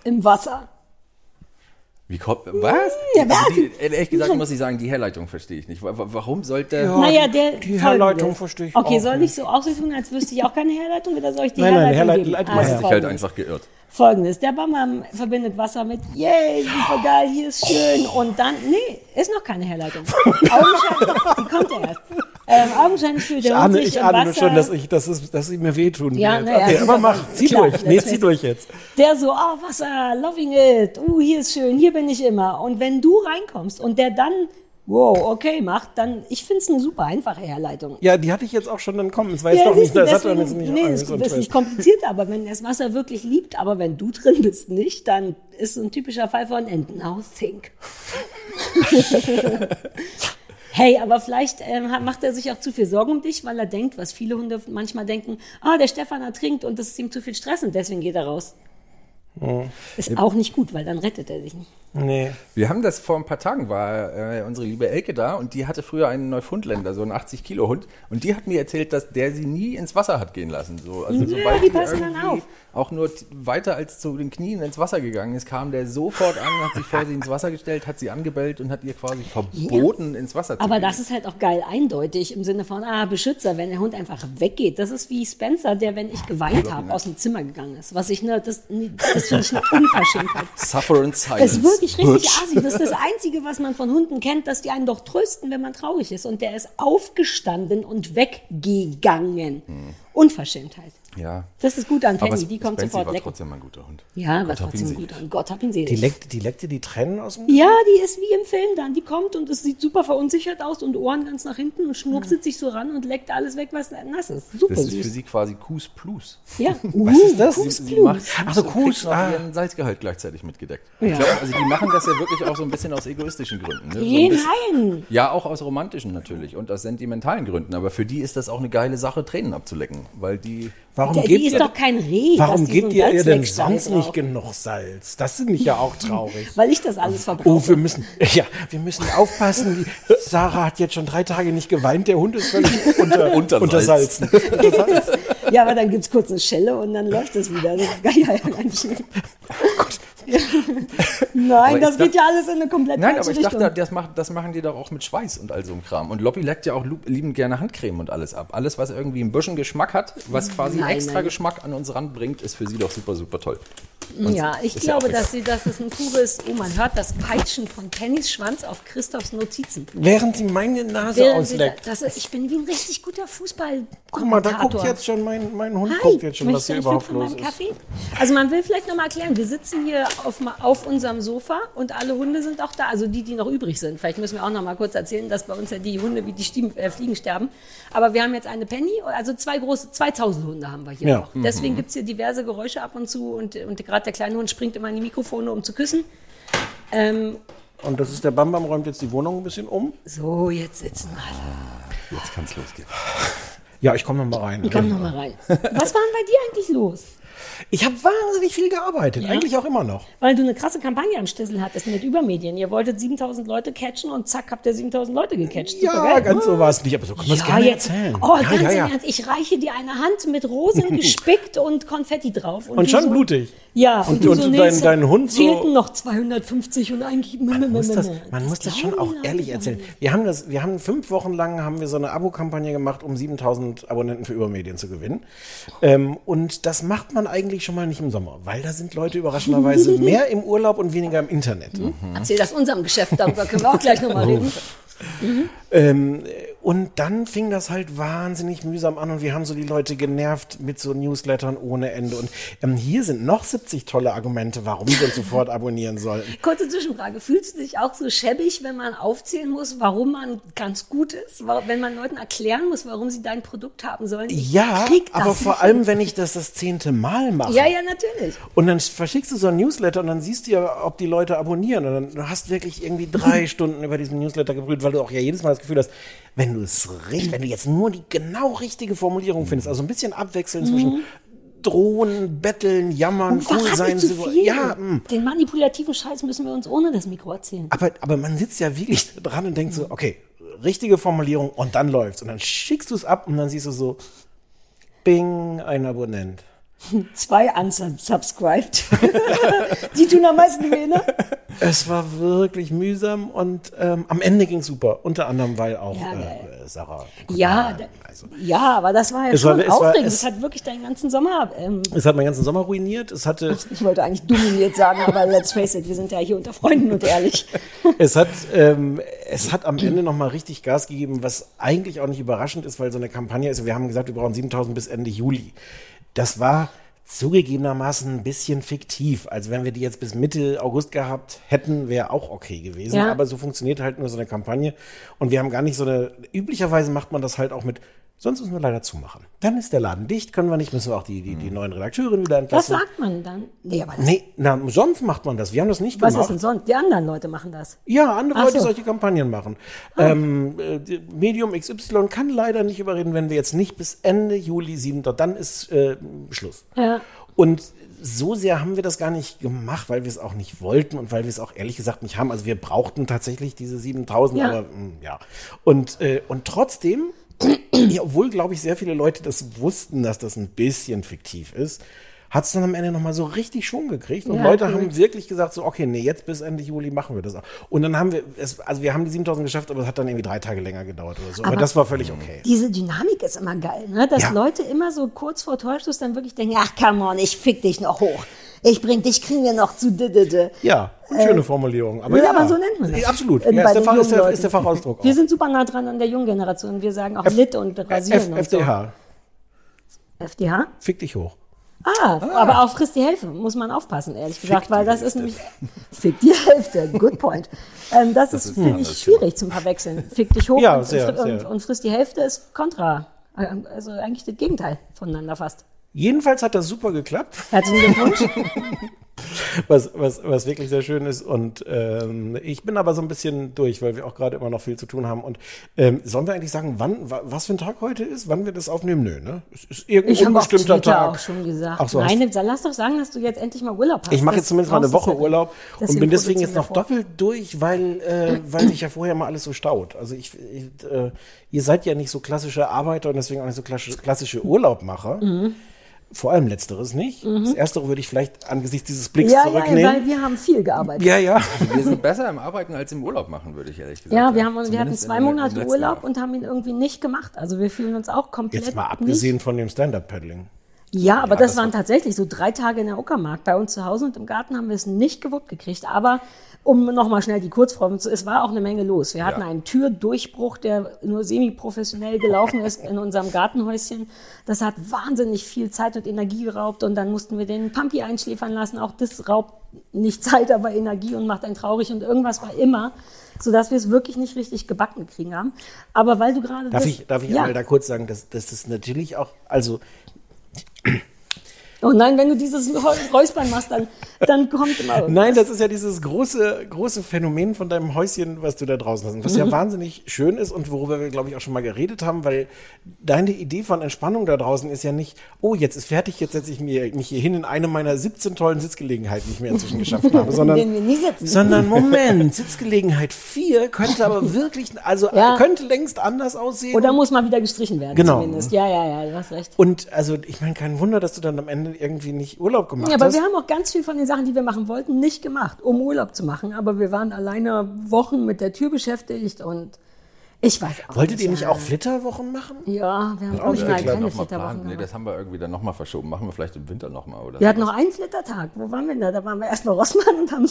im Wasser.
Wie kommt. Was?
Ja,
also
was?
die, ehrlich gesagt muss ich sagen, die Herleitung verstehe ich nicht. Wa- wa- Warum sollte.
naja, der
Oh, die
folgendes.
Herleitung verstehe ich
Okay,
auch
soll
nicht.
ich so aussehen, als wüsste ich auch keine Herleitung? Oder soll ich die
Nein, nein,
Herleitung
Herleit-
geben?
Leit-
Man
Ja.
hat sich halt
folgendes.
einfach geirrt.
Folgendes, der Bammer verbindet Wasser mit, yay, super geil, hier ist schön. Und dann, nee, ist noch keine Herleitung. Augenscheinlich, die kommt ja erst. Ähm, augenscheinlich fühlt
ich
der Hund
ahne,
sich
ich
im
ahne nur
Wasser-
schon, dass ich, dass es, dass sie mir wehtun
Ja,
wird.
na ja,
okay,
gut,
aber
aber
mach, zieh
klar,
durch, nee,
let's
zieh
face
durch jetzt.
Der so, oh, Wasser, loving it, uh, hier ist schön, hier bin ich immer. Und wenn du reinkommst und der dann, wow, okay, macht, dann, ich finde es eine super einfache Herleitung.
Ja, die hatte ich jetzt auch schon, dann kommen. Es war jetzt doch
siehst
nicht,
du,
das hat
deswegen-
man jetzt nicht.
nee,
alles
es
so ein
ist
Twist.
nicht kompliziert, aber wenn das Wasser wirklich liebt, aber wenn du drin bist nicht, dann ist so ein typischer Fall von and now think. hey, aber vielleicht ähm, hat- macht er sich auch zu viel Sorgen um dich, weil er denkt, was viele Hunde manchmal denken, ah, der Stefan ertrinkt und das ist ihm zu viel Stress und deswegen geht er raus. Ist auch nicht gut, weil dann rettet er sich nicht.
nee.
Wir haben das vor ein paar Tagen, war äh, unsere liebe Elke da und die hatte früher einen Neufundländer, so einen 80-Kilo-Hund. Und die hat mir erzählt, dass der sie nie ins Wasser hat gehen lassen. So, also sobald
die passen dann
irgendwie
auf.
Auch nur t- weiter als zu den Knien ins Wasser gegangen ist, kam der sofort an, hat sich vor sie ins Wasser gestellt, hat sie angebellt und hat ihr quasi verboten, ins Wasser zu
Aber
gehen.
das ist halt auch geil eindeutig im Sinne von, ah, Beschützer, wenn der Hund einfach weggeht. Das ist wie Spencer, der, wenn ich geweint habe, aus dem Zimmer gegangen ist. Was ich, ne, das, ne, das finde ich eine Unverschämtheit.
Suffer in Silence.
Das ist wirklich richtig
Bitch.
assi. Das ist das Einzige, was man von Hunden kennt, dass die einen doch trösten, wenn man Hm. traurig ist. Und der ist aufgestanden und weggegangen. Unverschämtheit.
Ja.
Das ist gut an Penny,
Sp-
die kommt
Spencer
sofort
war
lecker.
trotzdem ein guter Hund.
Ja, war
Gott hab ihn
trotzdem
selig.
gut an. Gott hab ihn selig.
Die leckte, die leckte die Tränen aus dem
Ja, die ist wie im Film dann. Die kommt und es sieht super verunsichert aus und Ohren ganz nach hinten und schnurzelt sich so ran und leckt alles weg, was nass ist. Super
Hm. Das ist für
süß.
sie quasi Kus plus.
Ja.
Was ist das?
Kus
Sie
Plus.
macht
Ach so,
und
Kus,
kriegt noch
ah.
ihren Salzgehalt gleichzeitig mitgedeckt.
Ja.
Ich glaube, also die machen das ja wirklich auch so ein bisschen aus egoistischen Gründen. Ne? So ein
Nee,
bisschen-
nein.
Ja, auch aus romantischen natürlich und aus sentimentalen Gründen. Aber für die ist das auch eine geile Sache, Tränen abzulecken, weil die
Warum
Der,
gebt
die ist
ihr,
doch kein Reh. dass
warum
die
gebt
so
ihr
einen
ihr denn
Salzleckstein
sonst nicht
braucht.
genug Salz? Das finde ich ja auch traurig.
Weil ich das alles
Oh,
verbrauche.
wir müssen, ja, wir müssen aufpassen. Die Sarah hat jetzt schon drei Tage nicht geweint. Der Hund ist völlig unter,
Untersalzen.
untersalzen.
Ja, aber dann gibt's kurz eine Schelle und dann läuft es wieder. Das ist geil.
Oh
Ja.
Aber
Nein,
ich
das
dach-
geht ja alles in eine komplett
Nein,
falsche
aber ich dachte,
Richtung.
das, macht, das machen die doch auch mit Schweiß und all so einem Kram. Und Loppi leckt ja auch lu- liebend gerne Handcreme und alles ab. Alles, was irgendwie ein bisschen Geschmack hat, was quasi
Nein,
extra
nein.
Geschmack an uns ranbringt, ist für sie doch super, super toll.
ja, ich
ist ja
glaube,
auch
dass sie, dass es ein pures. Oh, man hört das Peitschen von Pennys Schwanz auf Christophs Notizen.
Während sie meine Nase
Während sie da,
ausleckt.
das, ich bin wie ein richtig guter Fußball.
Guck mal, da guckt jetzt schon mein, mein Hund guckt jetzt schon,
möchtest
was
du
hier
nicht mit
überhaupt
von
los
meinem
ist.
Kaffee? Also man will vielleicht nochmal erklären, wir sitzen hier auf, ma- auf unserem Sofa und alle Hunde sind auch da, also die, die noch übrig sind. Vielleicht müssen wir auch nochmal kurz erzählen, dass bei uns ja die Hunde wie die Stieben, äh, Fliegen sterben. Aber wir haben jetzt eine Penny, also zwei große, 2000 Hunde haben wir hier
Ja.
noch. Deswegen gibt's hier diverse Geräusche ab und zu und, und gerade der kleine Hund springt immer in die Mikrofone, um zu küssen. Ähm,
Und das ist der Bambam räumt jetzt die Wohnung ein bisschen um.
so, jetzt sitzen alle.
Jetzt kann es losgehen.
Ja, ich komme nochmal rein.
Komm nochmal rein. Was war denn bei dir eigentlich los?
Ich habe wahnsinnig viel gearbeitet, eigentlich auch immer noch.
Weil du eine krasse Kampagne am Stissel hattest mit Übermedien. Ihr wolltet 7000 Leute catchen und zack, habt ihr 7000 Leute gecatcht.
Ja,
Supergeil.
ganz so war es nicht, aber so kann man es gerne
jetzt-
erzählen.
Oh,
ja,
ganz
ja,
im
ja.
Ernst. Ich reiche dir eine Hand mit Rosen gespickt und Konfetti drauf.
Und
du
schon
so-
blutig.
Ja,
Und-
du
und
so,
dein-
nee, es
dein Hund so-
Fehlten noch 250 und eigentlich. Man
muss das, man muss das schon auch ehrlich erzählen. Wir haben das, wir haben fünf Wochen lang haben wir so eine Abo-Kampagne gemacht, um 7000 Abonnenten für Übermedien zu gewinnen. Ähm, und das macht man eigentlich schon mal nicht im Sommer, weil da sind Leute überraschenderweise mehr im Urlaub und weniger im Internet.
Erzähl das unserem Geschäft, darüber können wir auch gleich
Oh.
nochmal reden.
Und dann fing das halt wahnsinnig mühsam an und wir haben so die Leute genervt mit so Newslettern ohne Ende. Und ähm, hier sind noch 70 tolle Argumente, warum wir uns sofort abonnieren sollten.
Kurze Zwischenfrage. Fühlst du dich auch so schäbig, wenn man aufzählen muss, warum man ganz gut ist? Wa- Wenn man Leuten erklären muss, warum sie dein Produkt haben sollen? Ich
Ja,
krieg das
aber vor
nicht
allem,
hin.
wenn ich das das zehnte Mal mache.
Ja, ja, natürlich.
Und dann verschickst du so ein Newsletter und dann siehst du ja, ob die Leute abonnieren. Und dann du hast wirklich irgendwie drei Stunden über diesen Newsletter gebrüht, weil du auch ja jedes Mal das Gefühl hast, wenn du es richtig, wenn du jetzt nur die genau richtige Formulierung findest,
Mhm.
also ein bisschen abwechseln zwischen drohen, betteln, jammern, Um cool
Verrat
sein,
nicht Mhm. zu
so-
viel.
ja, mm. mh.
Den manipulativen Scheiß müssen wir uns ohne das Mikro erzählen.
aber, aber man sitzt ja wirklich dran und denkt so, okay, richtige Formulierung und dann läuft's. Und dann schickst du es ab und dann siehst du so, bing, ein Abonnent.
Zwei unsubscribed. Die tun am meisten weh, ne?
Es war wirklich mühsam und ähm, am Ende ging super. Unter anderem, weil auch
Ja,
äh, äh, Sarah. Also,
Ja, da, ja, aber das war ja
Es war-
schon
es war-
aufregend.
es-
das hat wirklich deinen ganzen Sommer. Ähm,
Es hat meinen ganzen Sommer ruiniert. Es hatte,
ich wollte eigentlich dominiert sagen, aber let's face it, wir sind ja hier unter Freunden und ehrlich.
es hat, ähm, es hat am Ende nochmal richtig Gas gegeben, was eigentlich auch nicht überraschend ist, weil so eine Kampagne ist. Wir haben gesagt, wir brauchen 7000 bis Ende Juli. Das war zugegebenermaßen ein bisschen fiktiv. Also wenn wir die jetzt bis Mitte August gehabt hätten, wäre auch okay gewesen.
Ja.
Aber so funktioniert halt nur so eine Kampagne. Und wir haben gar nicht so eine, üblicherweise macht man das halt auch mit, sonst müssen wir leider zumachen. Dann ist der Laden dicht, können wir nicht, müssen wir auch die, die, die neuen Redakteure wieder
Hm. Was
entlassen.
sagt man dann? Nee, aber das,
Nee, na, sonst macht man das. Wir haben das nicht
was
gemacht.
ist denn sonst? Die anderen Leute machen das.
Ja, andere
Ach
Leute
so. Ah.
solche Kampagnen machen. Ähm, äh, die- Medium XY kann leider nicht überreden, wenn wir jetzt nicht bis Ende Juli 7. Dann ist äh, Schluss.
Ja.
Und so sehr haben wir das gar nicht gemacht, weil wir es auch nicht wollten und weil wir es auch ehrlich gesagt nicht haben. Also wir brauchten tatsächlich diese 7000,
Ja.
aber mh, ja. Und, äh, und trotzdem, ja, obwohl, glaube ich, sehr viele Leute das wussten, dass das ein bisschen fiktiv ist, hat es dann am Ende nochmal so richtig Schwung gekriegt. Und
Ja,
Leute
cool.
haben wirklich gesagt, so, okay, nee, jetzt bis Ende Juli machen wir das auch. Und dann haben wir, es, also wir haben die 7000 geschafft, aber es hat dann irgendwie drei Tage länger gedauert oder so. Aber,
Aber-
das war völlig okay.
Diese Dynamik ist immer geil, ne? dass
Ja.
Leute immer so kurz vor Torschluss dann wirklich denken, ach come on, ich fick dich noch hoch. Ich bring dich, kriegen wir noch zu. d- d- d."
Ja, schöne Formulierung. Aber
Äh, Ja,
ja,
aber so nennt man das.
Absolut.
Ähm,
Ja,
bei
ist, der
den
Fach,
jungen
ist, der,
Leuten.
ist der Fachausdruck
Wir
auch.
sind super nah dran an der jungen Generation. Wir sagen auch Lit und
F-
Rasieren und so.
FDH.
FDH?
Fick dich hoch.
Ah, aber auf Christi Hälfte muss man aufpassen, ehrlich gesagt, weil das ist nämlich. Fick die Hälfte, good point. Ähm, das, ist, finde ich, schwierig zum Verwechseln. Fick dich hoch
Ja,
und,
sehr,
und, und,
sehr.
und Christi Hälfte ist kontra. Ähm, Also eigentlich das Gegenteil voneinander fast.
Jedenfalls hat das super geklappt.
Herzlichen Glückwunsch.
was, was, was wirklich sehr schön ist. Und ähm, ich bin aber so ein bisschen durch, weil wir auch gerade immer noch viel zu tun haben. Und ähm, sollen wir eigentlich sagen, wann, wa- was für ein Tag heute ist, wann wir das aufnehmen? Nö, ne? Es ist irgendein
Ich habe auf
unbestimmter
Twitter
Tag.
auch schon gesagt.
Ach so, hast-
Nein, dann lass doch sagen, dass du jetzt endlich mal Urlaub hast.
ich mache
Das
jetzt zumindest mal eine
brauchst du
Woche
ja nicht.
Urlaub und
Deswegen
bin
produzieren
deswegen jetzt
wir
noch
vor.
doppelt durch, weil, äh, weil sich ja vorher mal alles so staut. Also ich, ich äh, ihr seid ja nicht so klassische Arbeiter und deswegen auch nicht so klassische, klassische Urlaubmacher.
Mhm.
Vor allem letzteres nicht. Das erstere würde ich vielleicht angesichts dieses Blicks
Ja, ja, weil
zurücknehmen.
wir haben viel gearbeitet.
Ja, ja.
Wir sind besser im Arbeiten als im Urlaub machen, würde ich ehrlich gesagt
Ja,
sagen.
wir, haben, wir hatten
Zumindest
zwei
in- im
Monate
letzten
Urlaub
Jahr.
und haben ihn irgendwie nicht gemacht. Also wir fühlen uns auch komplett
Jetzt mal
nicht
abgesehen von dem Stand-Up-Paddling.
Ja, aber das,
das
waren tatsächlich so drei Tage in der Uckermark. Bei uns zu Hause und im Garten haben wir es nicht gewuppt gekriegt. Aber um nochmal schnell die Kurzform zu, es war auch eine Menge los. Wir hatten
Ja.
einen Türdurchbruch, der nur semi-professionell gelaufen ist in unserem Gartenhäuschen. Das hat wahnsinnig viel Zeit und Energie geraubt und dann mussten wir den Pampi einschläfern lassen. Auch das raubt nicht Zeit, aber Energie und macht einen traurig und irgendwas war immer, sodass wir es wirklich nicht richtig gebacken kriegen haben. Aber weil du gerade
Darf
das-
ich, darf ich
ja.
einmal da kurz sagen, dass, dass das natürlich auch, also
Oh nein, wenn du dieses Räuspern machst, dann, dann kommt immer irgendwas.
Nein, das ist ja dieses große, große Phänomen von deinem Häuschen, was du da draußen hast. Und Was ja
Mhm.
wahnsinnig schön ist und worüber wir, glaube ich, auch schon mal geredet haben, weil deine Idee von Entspannung da draußen ist ja nicht, oh, jetzt ist fertig, jetzt setze ich mir, mich hier hin in eine meiner 17 tollen Sitzgelegenheiten, die ich mir inzwischen geschafft habe,
den wir
sondern,
nie sitzen.
sondern Moment, Sitzgelegenheit 4 könnte aber wirklich, also
Ja.
könnte längst anders aussehen.
Oder muss mal wieder gestrichen werden,
Genau.
zumindest. Ja, ja, ja, du hast recht.
und also, ich meine, kein Wunder, dass du dann am Ende irgendwie nicht Urlaub gemacht
Ja, aber
hast.
wir haben auch ganz viel von den Sachen, die wir machen wollten, nicht gemacht, um Urlaub zu machen. Aber wir waren alleine Wochen mit der Tür beschäftigt und ich weiß auch
Wolltet ihr nicht
ja.
auch Flitterwochen machen?
Ja, wir haben
Oh, das
original
können wir
keine
noch mal planen.
Flitterwochen
Nee,
gemacht.
das haben wir irgendwie dann nochmal verschoben. Machen wir vielleicht im Winter nochmal, oder?
Wir
so.
hatten noch einen Flittertag. Wo waren wir denn da? Da waren wir erst bei Rossmann und haben.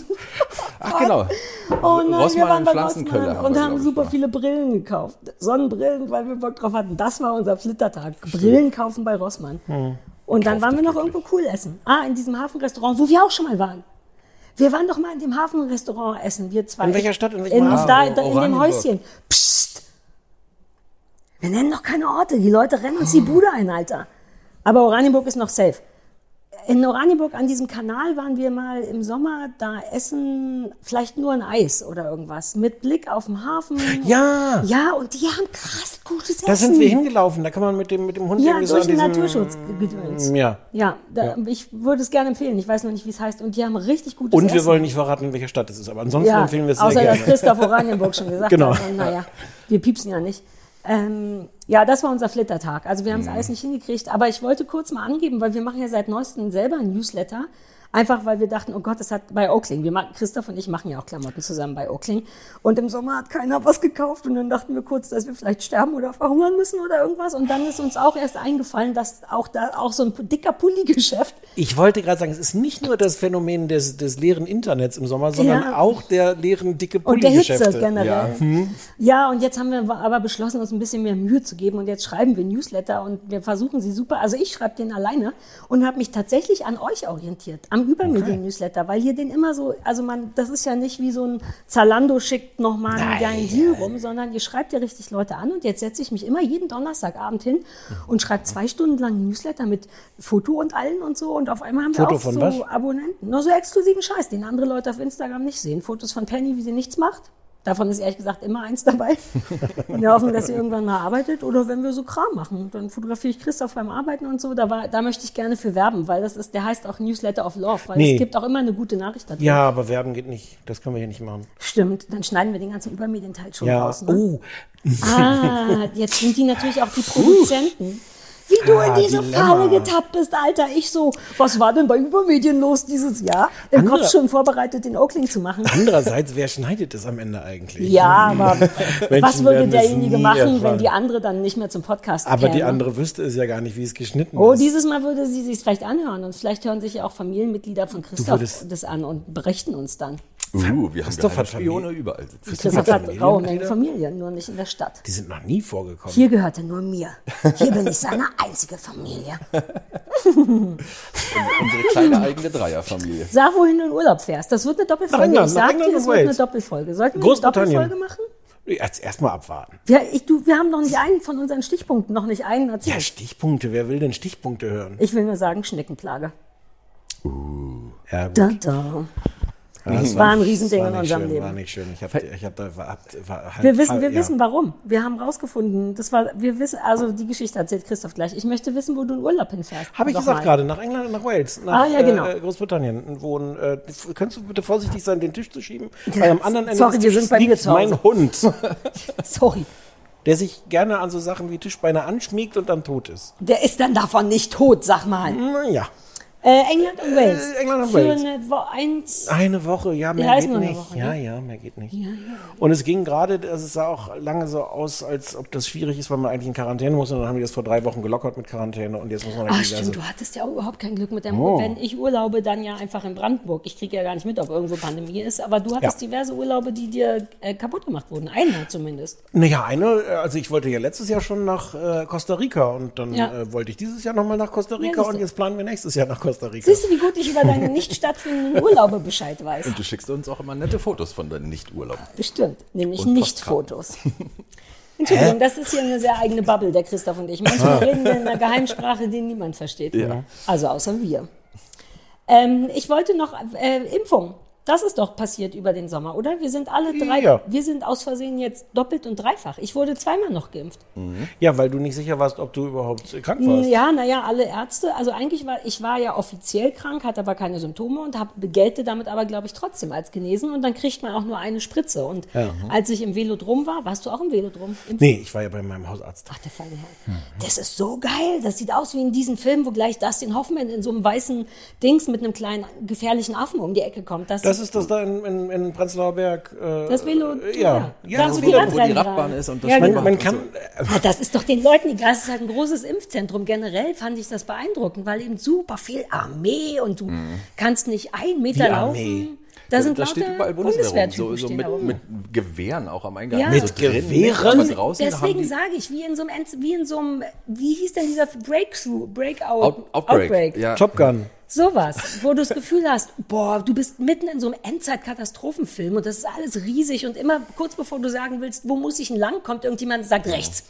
Ach, genau.
Oh nein, wir
Rossmann
waren
und
bei
Pflanzenköller
Rossmann
haben
und
wir,
haben
glaub ich,
super
gemacht.
viele Brillen gekauft. Sonnenbrillen, weil wir Bock drauf hatten. Das war unser Flittertag. Brillen kaufen bei Rossmann.
Hm.
Und dann waren wir noch irgendwo cool essen. Ah, in diesem Hafenrestaurant, wo wir auch schon mal waren. Wir waren doch mal in dem Hafenrestaurant essen, wir zwei.
In welcher Stadt, in
In,
welchem
in,
Hafen?
da, da, in dem
Ah, Oranienburg.
Häuschen. Psst. Wir nennen noch keine Orte. Die Leute rennen
Ah.
uns die Bude ein, Alter. Aber Oranienburg ist noch safe. In Oranienburg an diesem Kanal waren wir mal im Sommer da essen, vielleicht nur ein Eis oder irgendwas, mit Blick auf den Hafen.
Ja.
Ja, und die haben krass gutes Essen.
Da sind wir hingelaufen, da kann man mit dem, mit dem Hund
Ja,
irgendwie so
durch den
an diesem-
Naturschutz gedöns.
Ja.
Ja, da,
Ja.
ich würde es gerne empfehlen. Ich weiß noch nicht, wie es heißt. Und die haben richtig gutes
Und
Essen.
wir wollen nicht verraten, welche Stadt es ist, aber ansonsten
ja,
empfehlen wir es sehr
außer dass
gerne.
Christoph Oranienburg schon gesagt
Genau.
hat. Und naja, wir piepsen ja nicht. Ähm, ja, das war unser Flittertag. Also wir haben es
Mhm.
alles nicht hingekriegt. Aber ich wollte kurz mal angeben, weil wir machen ja seit neuestem selber ein Newsletter. Einfach, weil wir dachten, oh Gott, das hat bei Oakling, wir machen, Christoph und ich machen ja auch Klamotten zusammen bei Oakling. Und im Sommer hat keiner was gekauft und dann dachten wir kurz, dass wir vielleicht sterben oder verhungern müssen oder irgendwas. Und dann ist uns auch erst eingefallen, dass auch da auch so ein dicker Pulli-Geschäft
Ich wollte gerade sagen, es ist nicht nur das Phänomen des, des leeren Internets im Sommer, sondern
Ja.
auch der leeren dicke
Und der
Pulli-Geschäfte.
Hitze generell. Ja. und jetzt haben wir aber beschlossen, uns ein bisschen mehr Mühe zu geben. Und jetzt schreiben wir Newsletter und wir versuchen sie super. Also ich schreibe den alleine und habe mich tatsächlich an euch orientiert, am Übermedien-Newsletter, weil ihr den immer so, also man, das ist ja nicht wie so ein Zalando schickt nochmal einen geilen Deal rum, sondern ihr schreibt ja richtig Leute an. Und jetzt setze ich mich immer jeden Donnerstagabend hin und schreibe zwei Stunden lang Newsletter mit Foto und allen und so. Und auf einmal haben wir
Foto
auch
von
so
was?
Abonnenten, nur so exklusiven Scheiß, den andere Leute auf Instagram nicht sehen. Fotos von Penny, wie sie nichts macht. Davon ist ehrlich gesagt immer eins dabei. In der Hoffnung, dass sie irgendwann mal arbeitet. Oder wenn wir so Kram machen, dann fotografiere ich Christoph beim Arbeiten und so. Da, war, da möchte ich gerne für werben, weil das ist, der heißt auch Newsletter of Love, weil
Nee.
es gibt auch immer eine gute Nachricht da drin.
Ja, aber Werben geht nicht. Das können wir hier nicht machen.
Stimmt, dann schneiden wir den ganzen Übermedienteil schon
Ja.
raus. Ne?
Oh,
Ah, jetzt sind die natürlich auch die Produzenten. Wie du
Ah,
in diese
Dilemma.
Falle getappt bist, Alter. Ich so, was war denn bei Übermedien los dieses Jahr? Im
Andere-
Kopf schon vorbereitet, den Oakling zu machen.
andererseits, wer schneidet das am Ende eigentlich? Hm.
Ja, aber was
Menschen
würde
werden das
derjenige
nie
machen,
erfahren.
wenn die andere dann nicht mehr zum Podcast
Aber die
käme?
andere wüsste es ja gar nicht, wie es geschnitten
Oh,
ist.
dieses Mal würde sie sich vielleicht anhören und vielleicht hören sich ja auch Familienmitglieder von Christoph
würdest-
das an und berichten uns dann.
Uh, wir haben
Christoph
geheime
hat
Spione überall sitzen.
Christoph hat raue Mengen Familien, nur nicht in der Stadt.
Die sind noch nie vorgekommen.
Hier gehört er nur mir. Hier bin ich seine einzige Familie.
Unsere kleine eigene Dreierfamilie.
Sag, wohin du in Urlaub fährst. Das wird eine Doppelfolge.
England,
ich
nach
sag
England
dir,
und
es wird eine
Wales.
Doppelfolge. Sollten wir eine
Großbritannien.
Doppelfolge machen?
Jetzt erstmal abwarten.
Wir, ich, du, wir haben noch nicht einen von unseren Stichpunkten, noch nicht einen
Ja,
erzählt.
Stichpunkte. Wer will denn Stichpunkte hören?
Ich will nur sagen, Schneckenplage.
Ja, gut.
Da, da.
Das
war ein Riesending
war
in
nicht
unserem
schön,
Leben.
War nicht schön. Ich habe ich hab da. War, war halt,
Wir wissen, wir
ja.
wissen warum. Wir haben rausgefunden, das war, wir wissen, also die Geschichte erzählt Christoph gleich. Ich möchte wissen, wo du in Urlaub hinfährst.
Habe ich
Noch
gesagt
mal.
gerade, nach England und nach Wales, nach
Ah, ja, genau.
äh, Großbritannien. Wo ein, äh, f- könntest du bitte vorsichtig sein, den Tisch zu schieben? Weil am anderen Ende
Sorry,
des
wir
Tisches
sind bei mir
liegt
zu Hause.
mein Hund,
Sorry.
der sich gerne an so Sachen wie Tischbeine anschmiegt und dann tot ist.
Der ist dann davon nicht tot, sag mal.
Naja,
Äh, England und Wales.
Mhm. Äh, England und
Für
Wales.
eine Wo eins.
eine Woche, ja, mehr
Ja, ist
geht
nur eine
nicht.
Woche, ne?
ja, ja, mehr geht nicht. Und es ging gerade, also es sah auch lange so aus, als ob das schwierig ist, weil man eigentlich in Quarantäne muss. Und dann haben die das vor drei Wochen gelockert mit Quarantäne und jetzt muss man
Ach
eigentlich
Ah, stimmt, du hattest ja auch überhaupt kein Glück mit deinem
also Oh.
Wenn ich urlaube, dann ja einfach in Brandenburg. Ich kriege ja gar nicht mit, ob irgendwo Pandemie ist. Aber du hattest
Ja.
diverse Urlaube, die dir äh, kaputt gemacht wurden. Einer zumindest.
Naja, eine, äh, also ich wollte ja letztes Jahr schon nach äh, Costa Rica und dann
Ja.
äh, wollte ich dieses Jahr nochmal nach Costa Rica
siehst
und
du.
jetzt planen wir nächstes Jahr nach Costa Rica.
Siehst du, wie gut ich über deine nicht stattfindenden Urlaube Bescheid weiß?
Und du schickst uns auch immer nette Fotos von deinen Nichturlauben.
Bestimmt, nämlich
Und
nicht Fotos. Entschuldigung, das ist hier eine sehr eigene Bubble, der Christoph und ich. Manchmal reden wir in einer Geheimsprache, die niemand versteht. Also außer wir. Ähm, ich wollte noch äh, Impfung. Das ist doch passiert über den Sommer, oder? Wir sind alle drei,
Ja.
wir sind aus Versehen jetzt doppelt und dreifach. Ich wurde zweimal noch geimpft.
Ja, weil du nicht sicher warst, ob du überhaupt äh, krank warst.
Ja, naja, alle Ärzte. Also eigentlich war ich war ja offiziell krank, hatte aber keine Symptome und hab, gelte damit aber, glaube ich, trotzdem als genesen. Und dann kriegt man auch nur eine Spritze. Und als ich im Velodrom war, warst du auch im Velodrom? Im
Nee, ich war ja bei meinem Hausarzt.
Ach, der feine Herr. Das ist so geil. Das sieht aus wie in diesem Film, wo gleich Dustin Hoffman in so einem weißen Dings mit einem kleinen gefährlichen Affen um die Ecke kommt. Das,
Das ist das da in, in, in Prenzlauer Berg. Äh,
das Velo.
ja. Ja,
Da,
das
wo
ist
die
wieder-
Wo die
Radrennen
Radbahn
waren.
ist und das
ja,
man,
genau.
man kann, äh,
Ah, das ist doch den Leuten egal. Es ist halt ein großes Impfzentrum. Generell fand ich das beeindruckend, weil eben super viel Armee und du kannst nicht einen Meter
Wie
laufen.
Armee?
Da sind
da
lauter
steht überall Bundeswehr rum.
Bundeswehrtypen
So, so
stehen
mit,
da rum.
mit Gewehren auch am Eingang.
Ja.
Also
Mit
drinnen nicht,
Gewehren?
Aber draußen haben
Deswegen
die,
sage ich, wie in so einem, Ernst- wie in so einem, wie hieß denn dieser Breakthrough, Breakout,
Out, Outbreak. Ja.
Top Gun.
Sowas, wo du das Gefühl hast, boah, du bist mitten in so einem Endzeit-Katastrophenfilm und das ist alles riesig und immer kurz bevor du sagen willst, wo muss ich denn lang, kommt irgendjemand und sagt
Genau.
rechts.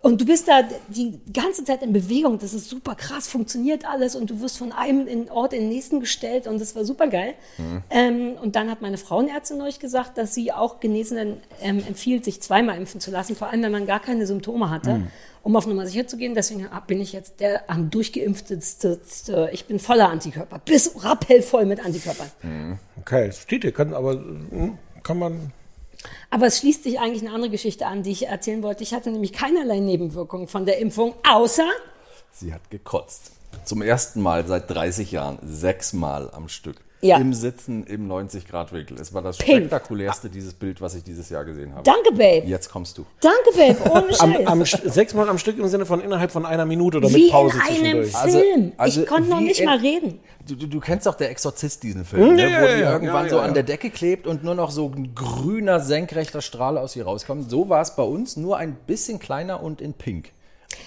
Und du bist da die ganze Zeit in Bewegung, das ist super krass, funktioniert alles und du wirst von einem in- Ort in den nächsten gestellt und das war super geil. Ähm, und dann hat meine Frauenärztin neulich gesagt, dass sie auch Genesenen ähm, empfiehlt, sich zweimal impfen zu lassen, vor allem wenn man gar keine Symptome hatte, um auf Nummer sicher zu gehen. Deswegen hab- bin ich jetzt der am durchgeimpftetste, ich bin voller Antikörper, bis rappellvoll mit Antikörpern.
Okay, es steht hier, kann, aber äh, kann man.
Aber es schließt sich eigentlich eine andere Geschichte an, die ich erzählen wollte. Ich hatte nämlich keinerlei Nebenwirkungen von der Impfung, außer...
Sie hat gekotzt. Zum ersten Mal seit 30 Jahren, sechsmal am Stück.
Ja.
Im Sitzen im 90-Grad-Winkel. Es war das
Pink.
spektakulärste dieses Bild, was ich dieses Jahr gesehen habe.
Danke, Babe.
Jetzt kommst du.
Danke, Babe, ohne
Am,
Scheiß.
am, St- sechsmal am Stück im Sinne von innerhalb von einer Minute oder
Wie
mit Pause
in einem
zwischendurch.
Also-
Film.
also
ich konnte noch
wie
nicht
in-
mal reden.
Du, du, du kennst doch der Exorzist diesen Film, ne?
ja,
wo
ja,
die
ja.
irgendwann
Ja, ja,
so an
ja.
der Decke klebt und nur noch so ein grüner, senkrechter Strahl aus ihr rauskommt. So war es bei uns, nur ein bisschen kleiner und in pink.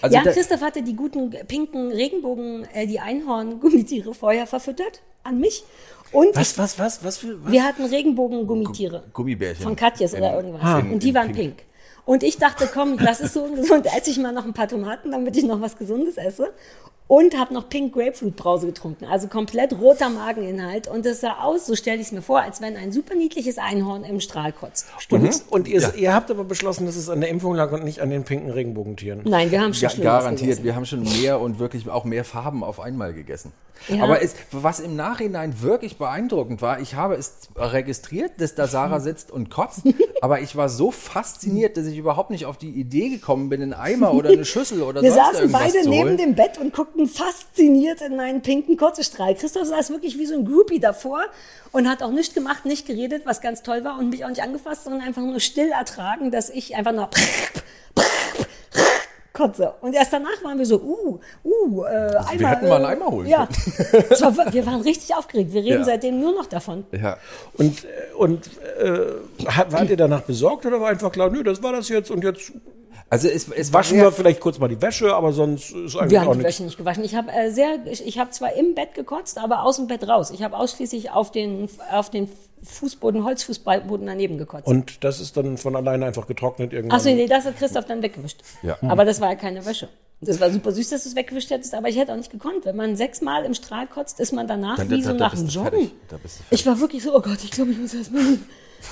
Also
ja,
da-
Christoph hatte die guten äh, pinken Regenbogen, äh, die Einhorn-Gummitiere vorher verfüttert an mich. Und
Was, was, was, was für. Was?
wir hatten Regenbogen-Gummitiere.
Gummibärchen.
Von Katjes oder irgendwas.
Ah.
in-
und die
in
waren
pink.
pink. Und ich dachte, komm, das ist so ungesund, esse ich mal noch ein paar Tomaten, damit ich noch was Gesundes esse. Und habe noch Pink Grapefruit Brause getrunken. Also komplett roter Mageninhalt. Und es sah aus, so stelle ich es mir vor, als wenn ein super niedliches Einhorn im Strahl kotzt.
Und, Mhm. und ihr, ihr habt aber beschlossen, dass es an der Impfung lag und nicht an den pinken Regenbogentieren.
Nein, wir haben schon
Ja,
Schlimmeres
garantiert.
gegessen.
Wir haben schon mehr und wirklich auch mehr Farben auf einmal gegessen.
Ja.
Aber es, was im Nachhinein wirklich beeindruckend war, ich habe es registriert, dass da Sarah sitzt und kotzt, aber ich war so fasziniert, dass ich überhaupt nicht auf die Idee gekommen bin, einen Eimer oder eine Schüssel oder
Wir
sonst
saßen
irgendwas
beide
zu
neben
holen.
dem Bett und guckten fasziniert in meinen pinken Kotzestrahl. Christoph saß wirklich wie so ein Groupie davor und hat auch nichts gemacht, nicht geredet, was ganz toll war und mich auch nicht angefasst, sondern einfach nur still ertragen, dass ich einfach nur Kotze. Und erst danach waren wir so, uh, uh, äh, Eimer.
wir hätten mal einen
äh,
Eimer holen
Ja. Es war wir- wir waren richtig aufgeregt. Wir reden
Ja.
seitdem nur noch davon.
Ja.
Und, äh, und äh, hat- wart ihr danach besorgt oder war einfach klar, nö, das war das jetzt und jetzt
Also es, es war
waschen
eher,
wir vielleicht kurz mal die Wäsche, aber sonst ist eigentlich
Wir
auch
haben die
nichts.
Wäsche nicht gewaschen. Ich habe äh, sehr, ich, ich habe zwar im Bett gekotzt, aber aus dem Bett raus. Ich habe ausschließlich auf den, auf den Fußboden, Holzfußboden daneben gekotzt.
Und das ist dann von alleine einfach getrocknet irgendwann.
Achso, nee, das hat Christoph dann weggewischt.
Ja.
Aber das war ja keine Wäsche. Das war super süß, dass du es weggewischt hättest, aber ich hätte auch nicht gekonnt. Wenn man sechsmal im Strahl kotzt, ist man danach
Dann-
wie
da-
so
da
nach
bist
dem
du
Joggen.
fertig. Da bist du
Ich war wirklich so, oh Gott, ich glaube, ich muss erst mal hin.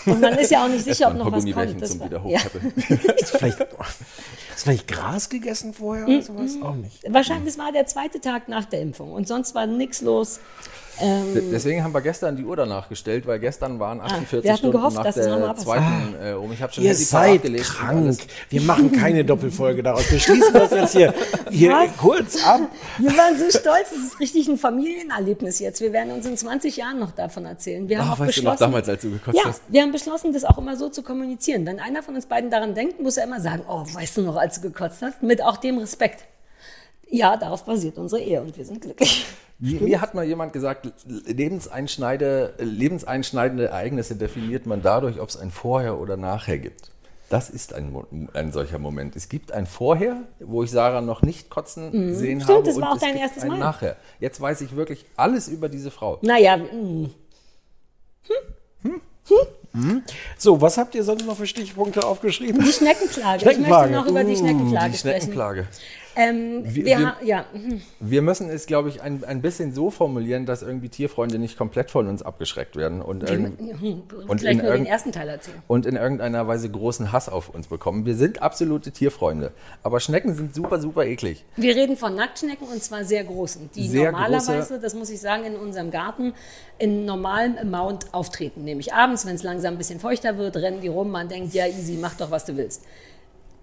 Und man ist ja auch nicht sicher, ob noch was kommt. Das
zum
war,
wieder
ja.
Ist vielleicht, ist vielleicht Gras gegessen vorher
Mhm.
oder sowas? Auch nicht.
Wahrscheinlich, es war der zweite Tag nach der Impfung und sonst war nichts los.
Deswegen haben wir gestern die Uhr danach gestellt, weil gestern waren 48
Ah, wir hatten
Stunden
gehofft,
nach
dass es nochmal
der
was-
zweiten äh, um. Ich habe schon
Ah. Ihr
Handy parat
seid
gelegt und
krank.
alles.
Wir machen keine Doppelfolge daraus. Wir schließen das jetzt hier, hier
Was?
kurz ab.
Wir waren so stolz, es ist richtig ein Familienerlebnis jetzt. Wir werden uns in 20 Jahren noch davon erzählen. Wir haben
Ach,
auch
Ah, weißt du
beschlossen,
noch damals, als du gekotzt
ja,
hast?
wir haben beschlossen, das auch immer so zu kommunizieren. Wenn einer von uns beiden daran denkt, muss er immer sagen, oh, weißt du noch, als du gekotzt hast, mit auch dem Respekt. Ja, darauf basiert unsere Ehe und wir sind glücklich.
Mir hat mal jemand gesagt, Lebenseinschneide, äh, lebenseinschneidende Ereignisse definiert man dadurch, ob es ein Vorher oder Nachher gibt. Das ist ein, Mo- ein solcher Moment. Es gibt ein Vorher, wo ich Sarah noch nicht kotzen sehen
Mhm. Stimmt,
habe.
das war auch
es
dein
gibt
erstes
ein
Mal.
Nachher. Jetzt weiß ich wirklich alles über diese Frau.
Naja, hm, mh.
So, was habt ihr sonst noch für Stichpunkte aufgeschrieben?
die Schneckenklage.
Schneckenklage.
Ich möchte noch über die Schneckenklage
Die
sprechen.
Schneckenplage.
Ähm, wir,
wir-
ha- ja, mhm.
Wir müssen es, glaube ich, ein, ein bisschen so formulieren, dass irgendwie Tierfreunde nicht komplett von uns abgeschreckt werden und, irgend-
und
in
vielleicht nur den
irgend-
ersten Teil erzählen.
und in irgendeiner Weise großen Hass auf uns bekommen. Wir sind absolute Tierfreunde. Aber Schnecken sind super, super eklig.
Wir reden von Nacktschnecken und zwar sehr großen, die
Sehr
normalerweise,
große-
das muss ich sagen, in unserem Garten in normalem Amount auftreten. Nämlich abends, wenn es langsam ein bisschen feuchter wird, rennen die rum, man denkt, ja easy, mach doch, was du willst.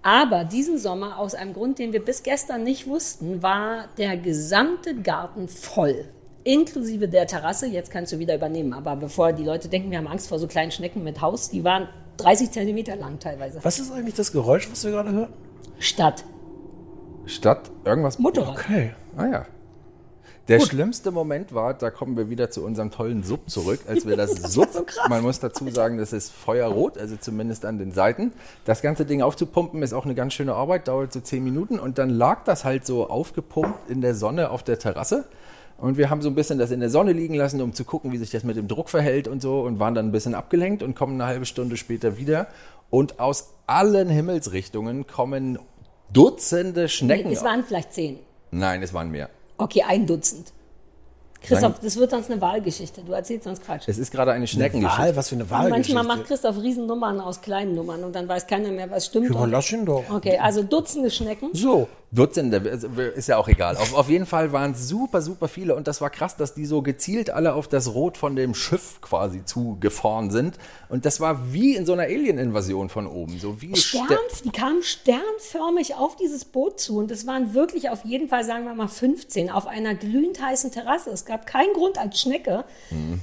Aber diesen Sommer, aus einem Grund, den wir bis gestern nicht wussten, war der gesamte Garten voll. Inklusive der Terrasse, jetzt kannst du wieder übernehmen. Aber bevor die Leute denken, wir haben Angst vor so kleinen Schnecken mit Haus, die waren 30 Zentimeter lang teilweise.
Was ist eigentlich das Geräusch, was wir gerade hören?
Statt
Statt irgendwas.
Motorrad.
Okay.
Ah ja. Der schlimmste Moment war, da kommen wir wieder zu unserem tollen Sub zurück, als wir das, Sub, man muss dazu sagen, das ist feuerrot, also zumindest an den Seiten. Das ganze Ding aufzupumpen ist auch eine ganz schöne Arbeit, dauert so zehn Minuten und dann lag das halt so aufgepumpt in der Sonne auf der Terrasse. Und wir haben so ein bisschen das in der Sonne liegen lassen, um zu gucken, wie sich das mit dem Druck verhält und so und waren dann ein bisschen abgelenkt und kommen eine halbe Stunde später wieder. Und aus allen Himmelsrichtungen kommen Dutzende Schnecken.
Es waren vielleicht zehn.
Nein, es waren mehr.
Okay, ein Dutzend. Christoph,
Dann-
das wird sonst eine Wahlgeschichte. Du erzählst sonst Quatsch.
Es ist gerade eine Schneckengeschichte.
Wahl, was für eine
Manchmal macht
Wahlgeschichte.
Christoph Riesennummern aus kleinen Nummern und dann weiß keiner mehr, was stimmt.
Ja, lass ihn doch.
Okay, also Dutzende Schnecken.
So,
Dutzende, also, ist ja auch egal. Auf, auf jeden Fall waren es super, super viele und das war krass, dass die so gezielt alle auf das Rot von dem Schiff quasi zugefahren sind. Und das war wie in so einer Alien-Invasion von oben. So wie
Stern,
Ste-
die kamen sternförmig auf dieses Boot zu und es waren wirklich auf jeden Fall, sagen wir mal, 15 auf einer glühend heißen Terrasse. Es gab keinen Grund als Schnecke,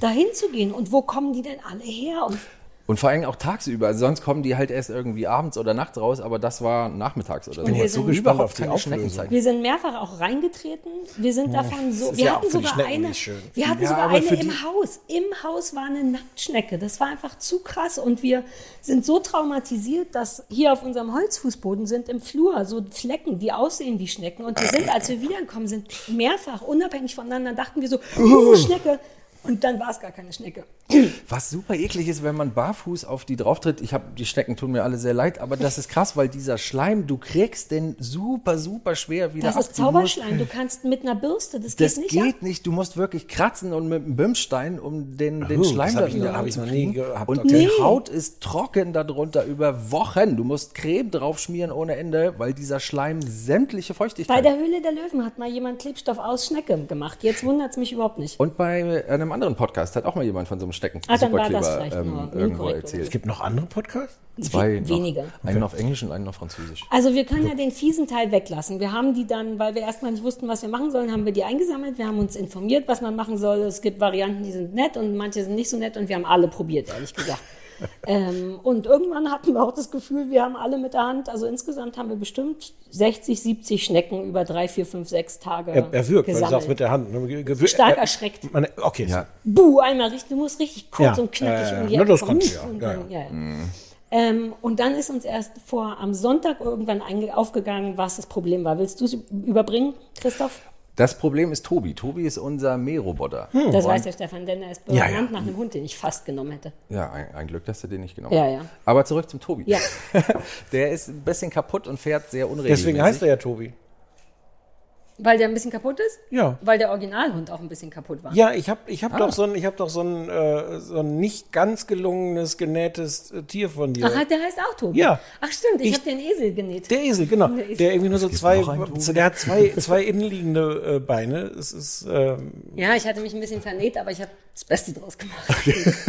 dahin zu gehen. Und wo kommen die denn alle her? Und
Und vor allem auch tagsüber. Also sonst kommen die halt erst irgendwie abends oder nachts raus, aber das war nachmittags oder so.
bin jetzt so
gespannt
Überhaupt
auf die
keine
Auflösung.
Schneckenzeit.
Wir sind mehrfach auch reingetreten. Wir sind davon so.
ist
Wir
ja
hatten
auch für die
sogar
Schnecken
eine.
nicht schön.
Wir hatten
Ja,
sogar
aber
eine
für
im
die-
Haus. Im Haus war eine Nacktschnecke. Das war einfach zu krass. Und wir sind so traumatisiert, dass hier auf unserem Holzfußboden sind im Flur so Flecken, die aussehen wie Schnecken. Und wir sind, als wir wiedergekommen sind, mehrfach unabhängig voneinander, dachten wir so, oh, Schnecke. Und dann war es gar keine Schnecke.
Was super eklig ist, wenn man barfuß auf die drauftritt. Ich habe die Schnecken tun mir alle sehr leid, aber das ist krass, weil dieser Schleim, du kriegst den super, super schwer wieder
Das
ab.
ist
Du musst-
Zauberschleim. Du kannst mit einer Bürste, das,
Das
geht nicht.
geht,
ab.
nicht, Du musst wirklich kratzen und mit einem Bimstein, um den, den
Oh,
Schleim
das
da
hab ich
wieder
noch- hab ich noch nie
abzukriegen.
gehabt,
Und
okay.
die Haut ist trocken darunter über Wochen. Du musst Creme draufschmieren ohne Ende, weil dieser Schleim sämtliche
Bei
Feuchtigkeit.
der Höhle der Löwen hat mal jemand Klebstoff aus Schnecke gemacht. Jetzt wundert es mich überhaupt nicht.
und bei einem anderen Podcast hat auch mal jemand von so einem Stecken
Ah, dann war das
Superkleber
vielleicht nur
ähm, irgendwo
inkorrekt
es
erzählt.
gibt noch andere Podcasts?
Zwei noch.
weniger.
Einen auf Englisch und einen auf Französisch.
Also wir können ja den fiesen Teil weglassen. Wir haben die dann, weil wir erstmal nicht wussten, was wir machen sollen, haben wir die eingesammelt. Wir haben uns informiert, was man machen soll. Es gibt Varianten, die sind nett und manche sind nicht so nett und wir haben alle probiert, ehrlich gesagt. Ähm, und irgendwann hatten wir auch das Gefühl, wir haben alle mit der Hand, also insgesamt haben wir bestimmt 60, 70 Schnecken über drei, vier, fünf, sechs Tage
Er, er wirkt, weil du
gesammelt.
sagst mit der Hand. ne? Ge- gewir-
Stark
er-
erschreckt.
Man, okay.
Ja.
Buh, einmal richtig, du musst richtig kurz
Ja,
und knackig
ja, ja,
um die
ja. Na, das
Ecke
kannst du
kommen.
ja,
Und
ja,
dann- ja, ja. Ähm, und dann ist uns erst vor am Sonntag irgendwann einge- aufgegangen, was das Problem war. Willst du es überbringen, Christoph?
Das Problem ist Tobi. Tobi ist unser Mähroboter.
Das weiß der Stefan, denn er ist
Oh, Ja,
benannt
ja.
nach einem Hund, den ich fast genommen hätte.
Ja, ein, ein Glück, dass du den nicht genommen
Ja,
hast.
ja.
Aber zurück zum Tobi.
Ja.
Der ist ein bisschen kaputt und fährt sehr unregelmäßig.
Deswegen heißt er ja Tobi.
Weil der ein bisschen kaputt ist?
Ja.
Weil der Originalhund auch ein bisschen kaputt war.
Ja, ich habe ich
Ah.
hab doch so ein, ich hab doch so ein, äh, so ein nicht ganz gelungenes, genähtes äh, Tier von dir.
Ach, der heißt auch Tobi.
Ja.
Ach stimmt, ich,
Ich-
habe den Esel genäht.
Der Esel, genau. Der,
Der Esel.
irgendwie nur so zwei,
noch einen Tobi.
der hat zwei, zwei innenliegende äh, Beine. Es ist, ähm,
ja, ich hatte mich ein bisschen vernäht, aber ich habe das Beste draus gemacht.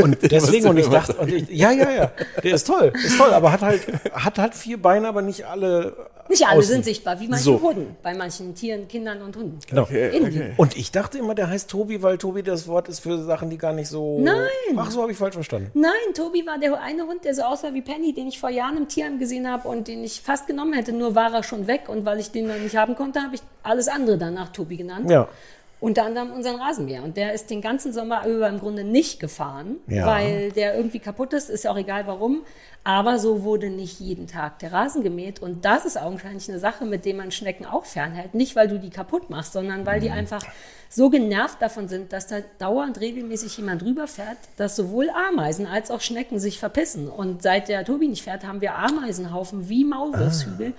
und deswegen, und ich dachte, und ich, ja, ja, ja, der ist toll, ist toll, aber hat halt, hat halt vier Beine, aber nicht alle.
Nicht alle
außen.
sind sichtbar, wie manche
So.
Hunden. Bei manchen Tieren, Kindern und Hunden.
Genau.
Irgendwie.
Und ich dachte immer, der heißt Tobi, weil Tobi das Wort ist für Sachen, die gar nicht so.
Nein.
Ach, so habe ich falsch verstanden.
Nein, Tobi war der eine Hund, der so aussah wie Penny, den ich vor Jahren im Tierheim gesehen habe und den ich fast genommen hätte, nur war er schon weg und weil ich den dann nicht haben konnte, habe ich alles andere danach Tobi genannt.
Ja.
Unter anderem unseren Rasenmäher. Und der ist den ganzen Sommer über im Grunde nicht gefahren,
Ja.
weil der irgendwie kaputt ist, ist ja auch egal warum. Aber so wurde nicht jeden Tag der Rasen gemäht. Und das ist augenscheinlich eine Sache, mit der man Schnecken auch fernhält. Nicht, weil du die kaputt machst, sondern weil die
Mhm.
einfach so genervt davon sind, dass da dauernd regelmäßig jemand rüberfährt, dass sowohl Ameisen als auch Schnecken sich verpissen. Und seit der Tobi nicht fährt, haben wir Ameisenhaufen wie Maulwurfshügel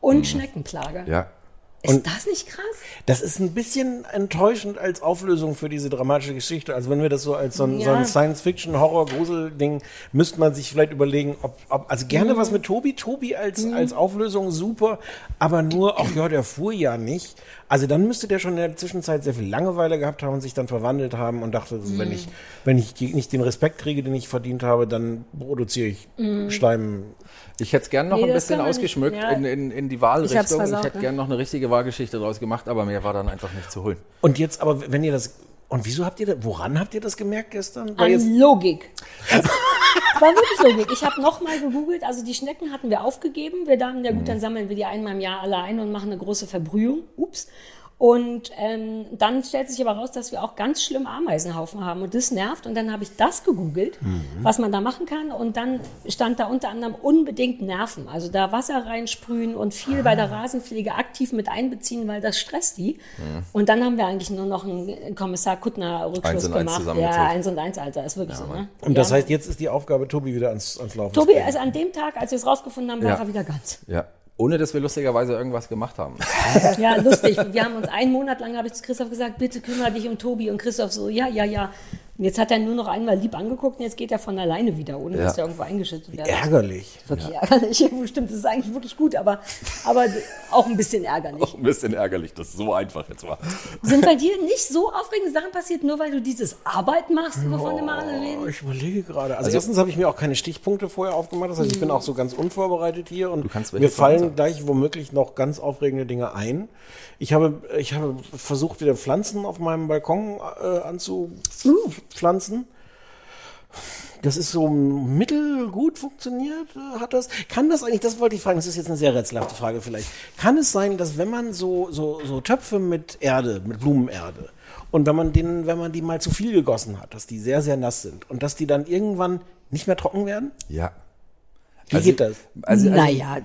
und Schneckenplage.
Ja.
Ist
Ah. Mhm. Und-
das nicht krass?
Das ist ein bisschen enttäuschend als Auflösung für diese dramatische Geschichte. Also wenn wir das so als so ein, so
Ja.
ein Science-Fiction-Horror-Grusel-Ding, müsste man sich vielleicht überlegen, ob, ob also gerne
Mhm.
was mit Tobi. Tobi als, als Auflösung super, aber nur, ach ja, der fuhr ja nicht. Also dann müsste der schon in der Zwischenzeit sehr viel Langeweile gehabt haben und sich dann verwandelt haben und dachte, so,
Mhm.
wenn ich, wenn ich ge- nicht den Respekt kriege, den ich verdient habe, dann produziere ich
Mhm.
Schleim.
Ich hätte es gern noch
Nee,
ein
das
bisschen
kann man nicht.
ausgeschmückt
Ja.
in, in, in die
Ich hab's
Wahlrichtung. Ich,
versaut,
hätte
ne?
gern noch eine richtige Wahlgeschichte draus gemacht, aber mehr war dann einfach nicht zu holen.
Und jetzt aber, wenn ihr das, und wieso habt ihr das, woran habt ihr das gemerkt gestern?
An
Weil jetzt,
Logik. Das war wirklich Logik. Ich habe nochmal gegoogelt. Also die Schnecken hatten wir aufgegeben. Wir dachten, ja
Mhm.
gut, dann sammeln wir die einmal im Jahr alle ein und machen eine große Verbrühung. Ups. Und ähm, dann stellt sich aber raus, dass wir auch ganz schlimm Ameisenhaufen haben. Und das nervt. Und dann habe ich das gegoogelt,
Mhm.
was man da machen kann. Und dann stand da unter anderem unbedingt Nerven. Also da Wasser reinsprühen und viel bei
Ah.
der Rasenpflege aktiv mit einbeziehen, weil das stresst die. Und dann haben wir eigentlich nur noch einen Kommissar
Eins
Kuttner-Rückschluss
und eins
gemacht.
zusammengezählt.
ja, eins und eins, Alter, ist wirklich so. Ne?
Und das
Ja.
heißt, jetzt ist die Aufgabe, Tobi wieder ans, ans Laufen
Tobi
zu bringen.
ist an dem Tag, als wir es rausgefunden haben, war
Ja.
er wieder ganz.
Ja. Ohne dass wir lustigerweise irgendwas gemacht haben.
Ja, lustig. Wir haben uns einen Monat lang, habe ich zu Christoph gesagt, bitte kümmere dich um Tobi. Und Christoph so, ja, ja, ja. Und jetzt hat er nur noch einmal lieb angeguckt und jetzt geht er von alleine wieder, ohne
Ja.
dass er irgendwo eingeschüttet wird.
Ärgerlich.
Wirklich ärgerlich. Stimmt, das ist eigentlich wirklich gut, aber, aber auch ein bisschen ärgerlich.
Ein bisschen ärgerlich, dass so einfach jetzt war.
Sind bei dir nicht so aufregende Sachen passiert, nur weil du dieses Arbeit machst, wovon immer alle reden?
Ich überlege gerade. Also, erstens habe ich mir auch keine Stichpunkte vorher aufgemacht. Das heißt, ich bin
Hm.
auch so ganz unvorbereitet hier und
kannst welche
mir fallen
sagen.
gleich womöglich noch ganz aufregende Dinge ein. Ich habe, ich habe versucht, wieder Pflanzen auf meinem Balkon äh, anzupflanzen. Das ist so mittelgut funktioniert, äh, hat das? Kann das eigentlich, das wollte ich fragen, das ist jetzt eine sehr rätselhafte Frage vielleicht. Kann es sein, dass wenn man so, so, so Töpfe mit Erde, mit Blumenerde, und wenn man den, wenn man die mal zu viel gegossen hat, dass die sehr, sehr nass sind und dass die dann irgendwann nicht mehr trocken werden?
Ja.
Wie geht das?
Also, also,
naja,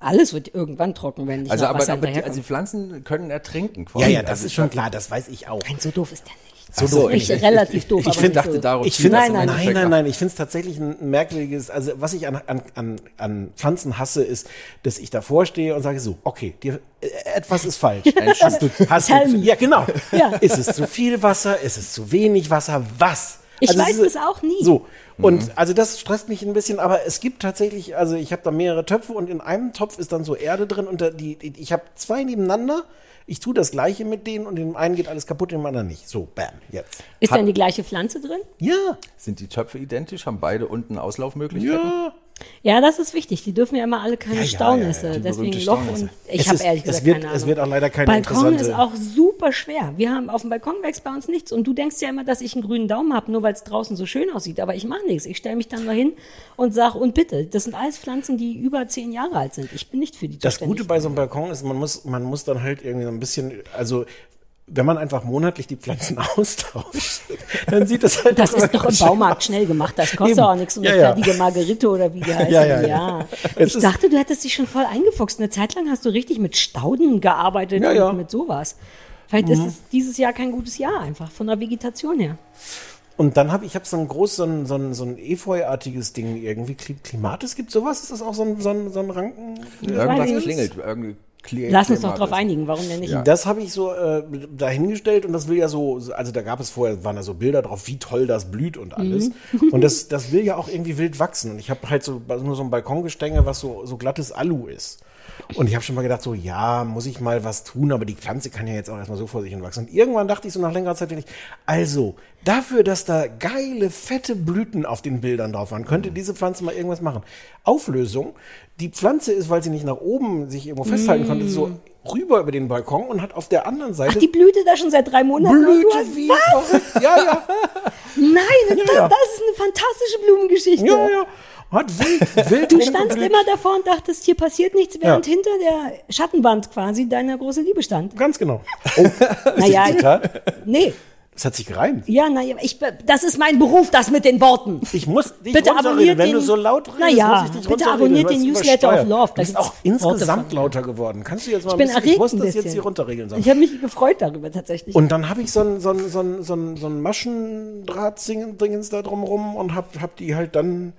alles wird irgendwann trocken, wenn nicht
also,
noch
aber,
Wasser
aber die,
hinterherkommt.
also die Pflanzen können ertrinken.
Ja,
quasi.
ja, das
Also
ist schon klar, das weiß ich auch.
Nein, so doof ist der nicht.
So doof
nicht
ist er nicht.
relativ doof.
Ich
aber
find-
nicht
dachte,
so.
darauf
Ich finde,
nein,
nein,
nein,
nein,
Effekt
nein,
hat.
nein, ich finde es tatsächlich ein merkwürdiges, also was ich an, an, an, an Pflanzen hasse, ist, dass ich davor stehe und sage so, okay, dir, äh, etwas ist falsch. hast du, hast
Tell
du,
me.
ja, genau.
Ja.
Ist es zu viel Wasser? Ist es zu wenig Wasser? Was?
Ich
Also
weiß es
ist-
auch nie.
So, und also das stresst mich ein bisschen, aber es gibt tatsächlich, also ich habe da mehrere Töpfe und in einem Topf ist dann so Erde drin und da, die, die- ich habe zwei nebeneinander. Ich tue das gleiche mit denen und in dem einen geht alles kaputt, in dem anderen nicht. So, bam, jetzt.
Ist dann die gleiche Pflanze drin?
Ja.
Sind die Töpfe identisch? Haben beide unten Auslaufmöglichkeiten?
Ja, das ist wichtig. Die dürfen ja immer alle keine
Ja, ja,
Staunässe.
ja, ja, die
Deswegen
berühmte
Loch
Staunässe.
und
Es
ich habe
ist-
ehrlich
es
gesagt
wird-
keine
es
Ahnung.
wird auch leider keine
Balkon
interessante-
ist auch super schwer. Wir haben auf dem Balkon wächst bei uns nichts und du denkst ja immer, dass ich einen grünen Daumen habe, nur weil es draußen so schön aussieht. Aber ich mache nichts. Ich stelle mich dann mal hin und sage und bitte. Das sind alles Pflanzen, die über zehn Jahre alt sind. Ich bin nicht für die
Das
zuständig.
Gute bei so einem Balkon ist, man muss, man muss dann halt irgendwie so ein bisschen, also wenn man einfach monatlich die Pflanzen austauscht, dann sieht das halt.
Das ist doch im Baumarkt schnell gemacht. Das kostet
Eben.
auch nichts. Und eine
Ja, ja.
fertige Margerite oder wie die heißt.
Ja,
Ja,
ja, ja. Es
Ich
ist-
dachte, du hättest dich schon voll eingefuchst. Eine Zeit lang hast du richtig mit Stauden gearbeitet
Ja,
und
ja. Mhm.
mit sowas. Vielleicht ist es dieses Jahr kein gutes Jahr einfach, von der Vegetation her.
Und dann habe ich hab so ein groß, so ein, so ein, so ein Efeu-artiges Ding irgendwie. Kli- Klimatis gibt sowas? Ist das auch so ein, so ein, so ein Ranken?
weiß ich
Irgendwas
nicht.
klingelt. Irgendwie kli-
Lass uns doch
klimmert
drauf
es.
einigen, warum denn nicht?
Das habe ich so äh, dahingestellt und das will ja so, also da gab es vorher, waren da so Bilder drauf, wie toll das blüht und alles. Und das, das will ja auch irgendwie wild wachsen. Und ich habe halt so nur so ein Balkongestänge, was so, so glattes Alu ist. Und ich habe schon mal gedacht, so, ja, muss ich mal was tun, aber die Pflanze kann ja jetzt auch erstmal so vor sich hin wachsen. Und irgendwann dachte ich so nach längerer Zeit wirklich, also, dafür, dass da geile, fette Blüten auf den Bildern drauf waren, könnte diese Pflanze mal irgendwas machen. Auflösung, die Pflanze ist, weil sie nicht nach oben sich irgendwo festhalten konnte, so rüber über den Balkon und hat auf der anderen Seite
Ach, die Blüte da schon seit drei Monaten. und
Blüte
du hast,
wie verrückt. Ja, ja,
Nein, das,
Ja, ja.
das ist eine fantastische Blumengeschichte.
ja, ja. Hat wild, wild
Du
rumgeblüht.
standst immer davor und dachtest, hier passiert nichts, während hinter der Schattenwand quasi deine große Liebe stand.
Ganz genau. Oh,
Naja,
Zitat?
nee,
Es hat sich gereimt.
Ja, naja, ich, be- das ist mein Beruf, das mit den Worten.
Ich muss dich
Bitte
runterreden.
abonniert
Wenn
den-
du so laut redest,
Naja,
muss ich dich
bitte
runterreden.
abonniert
Du hast
den Newsletter
übersteuert.
of Love.
Du
Da
bist
gibt's
auch
Worte
insgesamt
von.
lauter geworden. Kannst du jetzt mal
Ich
ein
bin
bisschen,
erregt
ich muss
ein
das
bisschen.
jetzt hier runterregeln. Sag.
Ich habe mich gefreut darüber tatsächlich.
Und dann habe ich so ein, so ein, so ein, so ein, so ein Maschendrahtdingens da drumrum und hab, hab die halt dann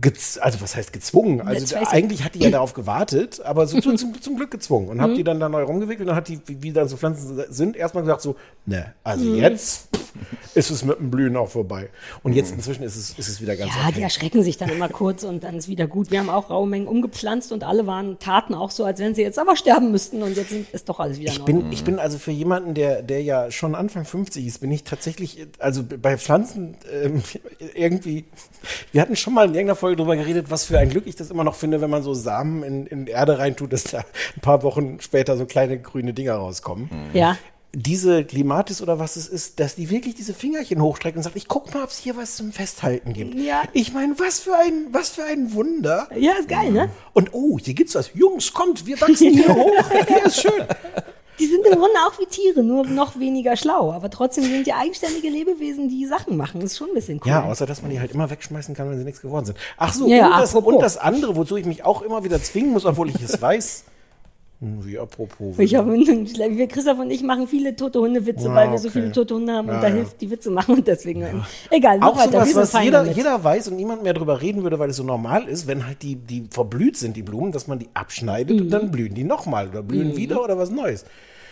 gez also was heißt gezwungen?
Jetzt
Also
weiß ich-
eigentlich hat die ja darauf gewartet, aber so zum, zum, zum Glück gezwungen und hab
Mhm.
die dann da neu rumgewickelt und hat die, wie, wie dann so Pflanzen sind, erstmal gesagt so, ne, also
Mhm.
jetzt ist es mit dem Blühen auch vorbei. Und jetzt inzwischen ist es, ist es wieder ganz
Mhm. ja, die
okay.
erschrecken sich dann immer kurz und dann ist wieder gut. Wir haben auch raue Mengen umgepflanzt und alle waren taten auch so, als wenn sie jetzt aber sterben müssten und jetzt sind- ist doch alles wieder in
Ich
Ordnung.
bin, ich bin also für jemanden, der, der ja schon Anfang 50 ist, bin ich tatsächlich, also bei Pflanzen ähm, irgendwie, wir hatten schon mal in irgendeiner Folge drüber geredet, was für ein Glück ich das immer noch finde, wenn man so Samen in, in Erde reintut, dass da ein paar Wochen später so kleine grüne Dinger rauskommen.
Ja.
Diese Klimatis oder was es ist, dass die wirklich diese Fingerchen hochstrecken und sagt, ich guck mal, ob es hier was zum Festhalten gibt.
Ja.
Ich meine, was für ein, was für ein Wunder.
ja, ist geil, ne?
Und oh, hier gibt's was. Jungs, kommt, wir wachsen hier hoch. Hier ist schön.
Die sind im Grunde auch wie Tiere, nur noch weniger schlau. Aber trotzdem sind die eigenständige Lebewesen, die Sachen machen. Das ist schon ein bisschen cool.
Ja, außer dass man die halt immer wegschmeißen kann, wenn sie nichts geworden sind. Ach so,
Ja,
und,
ja,
das,
apropos.
und das andere, wozu ich mich auch immer wieder zwingen muss, obwohl ich es weiß. Hm, Wie apropos.
Ich habe, wir Christoph und ich machen viele tote Hunde-Witze,
Ja,
weil wir so
okay.
viele tote Hunde haben
Ja,
und da
ja.
hilft die Witze machen und deswegen. Egal, mach
auch
weiter. wir
sowas,
sind
was
fein
jeder,
damit.
jeder weiß und niemand mehr drüber reden würde, weil es so normal ist, wenn halt die, die verblüht sind, die Blumen, dass man die abschneidet
Mhm.
und dann blühen die nochmal oder blühen wieder oder was Neues.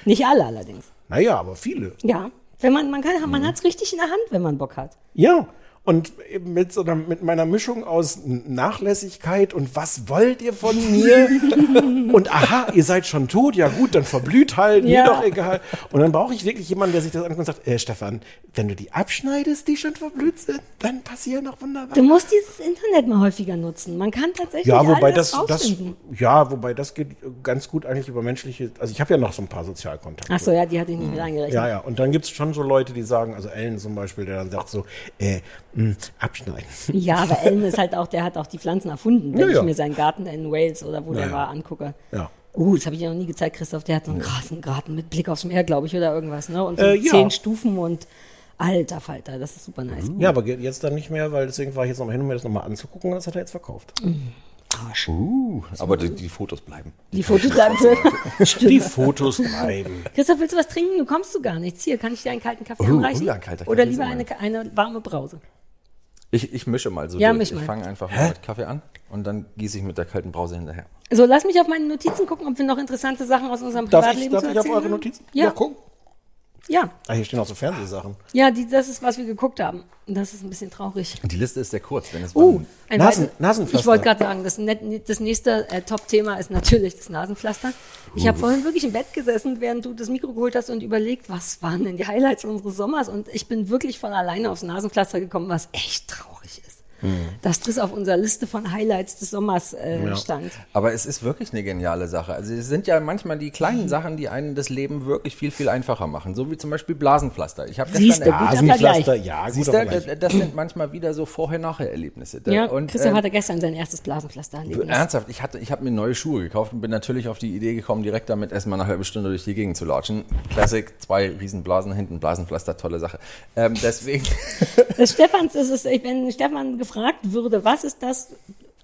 Nicht alle allerdings.
Naja, aber viele.
Ja. Wenn man, man kann,
Mhm.
man hat's richtig in der Hand, wenn man Bock hat.
Ja. Und eben mit, so einer, mit meiner Mischung aus N- Nachlässigkeit und was wollt ihr von mir? und aha, ihr seid schon tot, ja gut, dann verblüht halt, mir
Ja.
doch egal. Und dann brauche ich wirklich jemanden, der sich das anguckt und sagt, äh, Stefan, wenn du die abschneidest, die schon verblüht sind, dann passieren noch wunderbar.
Du musst dieses Internet mal häufiger nutzen. Man kann tatsächlich
Ja, wobei
alles
das, das,
rausfinden.
ja, wobei das geht ganz gut eigentlich über menschliche, also ich habe ja noch so ein paar Sozialkontakte.
Ach so, ja, die hatte ich nicht
Hm.
mit eingerechnet.
Ja, ja, und dann gibt's schon so Leute, die sagen, also Ellen zum Beispiel, der dann sagt so, äh, mh, abschneiden.
Ja, aber Ellen ist halt auch, der hat auch die Pflanzen erfunden, wenn
Ja, ja.
ich mir seinen Garten in Wales oder wo der
ja.
war angucke.
Ja.
Uh, das habe ich ja noch nie gezeigt, Christoph. Der hat so einen krassen Garten mit Blick aufs Meer, glaube ich, oder irgendwas, ne? Und so
Äh, ja.
zehn Stufen und alter Falter, das ist super nice.
Ja, aber geht jetzt dann nicht mehr, weil deswegen war ich jetzt nochmal hin, um mir das nochmal anzugucken und das hat er jetzt verkauft.
Arsch.
Uh, aber die, die Fotos bleiben.
Die Fotos bleiben für.
Die Fotos bleiben.
Christoph, willst du was trinken? Du kommst zu gar nichts. Hier, kann ich dir einen kalten Kaffee
Uh,
Oh,
anreichen?
oh ja, ein kalter
Oder
Kaffee
lieber
ist
eine,
immer-
eine warme Brause.
Ich, ich mische mal so
Ja,
durch.
misch
Ich
mal.
fange einfach mal mit Kaffee an und dann gieße ich mit der kalten Brause hinterher.
So, lass mich auf meine Notizen gucken, ob wir noch interessante Sachen aus unserem
Darf ich,
Privatleben
darf
zu
ich auf
erzählen
eure
haben.
Notizen
Ja,
mal gucken?
ja.
Ah, hier stehen auch so Fernsehsachen.
ja die, das ist, was wir geguckt haben. Und das ist ein bisschen traurig.
Die Liste ist sehr kurz, wenn es
Oh,
war.
ein
Nasen-
weiteres-
Nasenpflaster.
Ich wollte gerade sagen, das, net- das nächste äh, Top-Thema ist natürlich das Nasenpflaster. Ich habe vorhin wirklich im Bett gesessen, während du das Mikro geholt hast und überlegt, was waren denn die Highlights unseres Sommers? Und ich bin wirklich von alleine aufs Nasenpflaster gekommen, was echt traurig ist.
Hm.
dass das auf unserer Liste von Highlights des Sommers äh, stand.
Aber es ist wirklich eine geniale Sache. Also es sind ja manchmal die
Mhm.
kleinen Sachen, die einen das Leben wirklich viel, viel einfacher machen. So wie zum Beispiel Blasenpflaster. Ich habe
Siehst du,
gestern...
guter
Blasenpflaster,
Vergleich.
Ah, ja,
Siehst
guter
du,
Vergleich.
das- das sind manchmal wieder so Vorher-Nachher-Erlebnisse.
Äh,
Ja,
und,
Christian
ähm,
hatte gestern sein erstes Blasenpflastererlebnis.
Ernsthaft, ich, hatte- ich habe mir neue Schuhe gekauft und bin natürlich auf die Idee gekommen, direkt damit erstmal eine halbe Stunde durch die Gegend zu latschen. Classic, zwei Riesenblasen hinten, Blasenpflaster, tolle Sache. Ähm, deswegen,
Das Äh, Stefans ist es, ich- wenn Stefan gefragt würde, was ist das,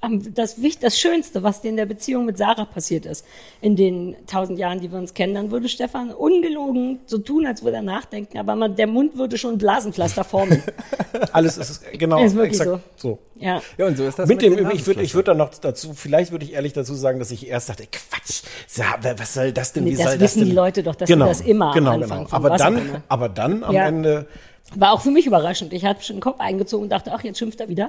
am- das, Wicht- das Schönste, was dir in der Beziehung mit Sarah passiert ist, in den tausend Jahren, die wir uns kennen, dann würde Stefan ungelogen so tun, als würde er nachdenken, aber man, der Mund würde schon Blasenpflaster formen.
Alles ist genau
Ist wirklich
exakt so.
ja.
ja, und so ist das
mit dem,
den
ich würde ich
Nasenflaschen.
würd da noch dazu, vielleicht würde ich ehrlich dazu sagen, dass ich erst dachte, Quatsch, sa- wa- was soll das denn?
Nee,
Wie
das
soll das
wissen
denn?
die Leute doch, dass
genau,
wir das immer am
genau,
Anfang
genau.
vom
Aber
Wasser
dann,
bringen.
aber dann am
Ja.
Ende,
War auch für mich überraschend. Ich hatte schon den Kopf eingezogen und dachte, ach, jetzt schimpft er wieder.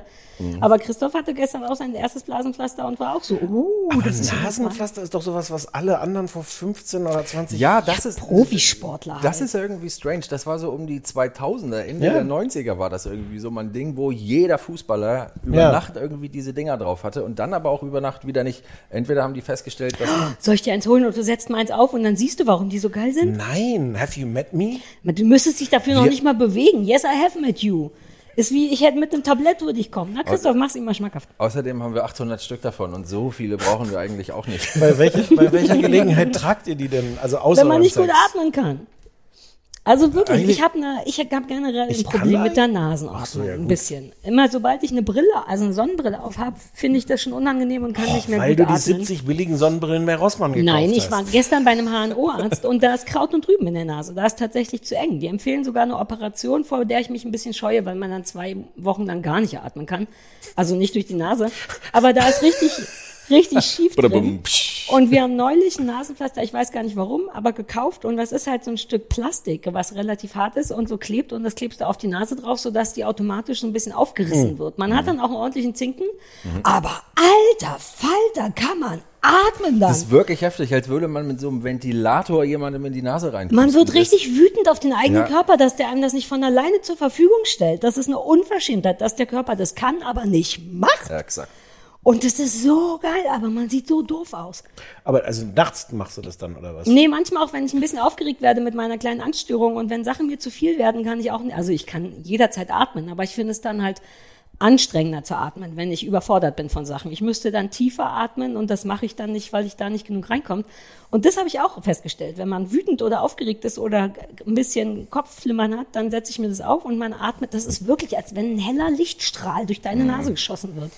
Aber Christoph hatte gestern auch sein erstes Blasenpflaster und war auch so, uh,
aber
das ist
Nasenpflaster ist doch sowas, was alle anderen vor 15 oder 20
Ja, das ist.
Profisportler.
Das
halt.
ist ja irgendwie strange. Das war so um die 2000er, Ende
Ja.
der 90er war das irgendwie so mal ein Ding, wo jeder Fußballer über
Ja.
Nacht irgendwie diese Dinger drauf hatte und dann aber auch über Nacht wieder nicht. Entweder haben die festgestellt, dass.
Soll ich dir eins holen und du setzt mir eins auf und dann siehst du, warum die so geil sind?
Nein, have you met me?
Man- Du müsstest dich dafür noch
Wir-
nicht mal bewegen. Yes, I have met you. Ist wie, ich hätte mit einem Tablett würde ich kommen. Na, Christoph, mach's ihm mal schmackhaft.
Außerdem haben wir 800 Stück davon und so viele brauchen wir eigentlich auch nicht.
Bei welcher, bei welcher Gelegenheit tragt ihr die denn? Also außer
Wenn man
beim
nicht gut
Sex?
atmen kann. Also wirklich,
Eigentlich-
ich habe ne, ich hab generell ein
Ich
Problem
kann
mit der
eigentlich-
Nasenatmung,
Ach so, ja,
ein
gut.
bisschen. Immer sobald ich eine Brille, also eine Sonnenbrille auf habe, finde ich das schon unangenehm und kann nicht mehr
Weil
gut
du die
atmen.
70 billigen Sonnenbrillen bei Rossmann gekauft
Nein, ich
hast.
war gestern bei einem HNO-Arzt und da ist Kraut und Rüben in der Nase. Da ist tatsächlich zu eng. Die empfehlen sogar eine Operation, vor der ich mich ein bisschen scheue, weil man dann zwei Wochen lang gar nicht atmen kann. Also nicht durch die Nase. Aber da ist richtig, richtig schief drin. Und wir haben neulich ein Nasenpflaster, ich weiß gar nicht warum, aber gekauft und das ist halt so ein Stück Plastik, was relativ hart ist und so klebt und das klebst du auf die Nase drauf, sodass die automatisch so ein bisschen aufgerissen wird. Man hat dann auch einen ordentlichen Zinken, aber alter Falter kann man atmen dann.
Das ist wirklich heftig, als würde man mit so einem Ventilator jemandem in die Nase rein.
Man wird richtig wütend auf den eigenen
Ja.
Körper, dass der einem das nicht von alleine zur Verfügung stellt. Das ist eine Unverschämtheit, dass der Körper das kann, aber nicht macht.
Ja, exakt.
Und das ist so geil, aber man sieht so doof aus.
Aber also nachts machst du das dann, oder was?
Nee, manchmal auch, wenn ich ein bisschen aufgeregt werde mit meiner kleinen Angststörung und wenn Sachen mir zu viel werden, kann ich auch, nicht- also ich kann jederzeit atmen, aber ich finde es dann halt anstrengender zu atmen, wenn ich überfordert bin von Sachen. Ich müsste dann tiefer atmen und das mache ich dann nicht, weil ich da nicht genug reinkomme. Und das habe ich auch festgestellt. Wenn man wütend oder aufgeregt ist oder ein bisschen Kopfflimmern hat, dann setze ich mir das auf und man atmet. Das ist wirklich, als wenn ein heller Lichtstrahl durch deine
Mhm.
Nase geschossen wird.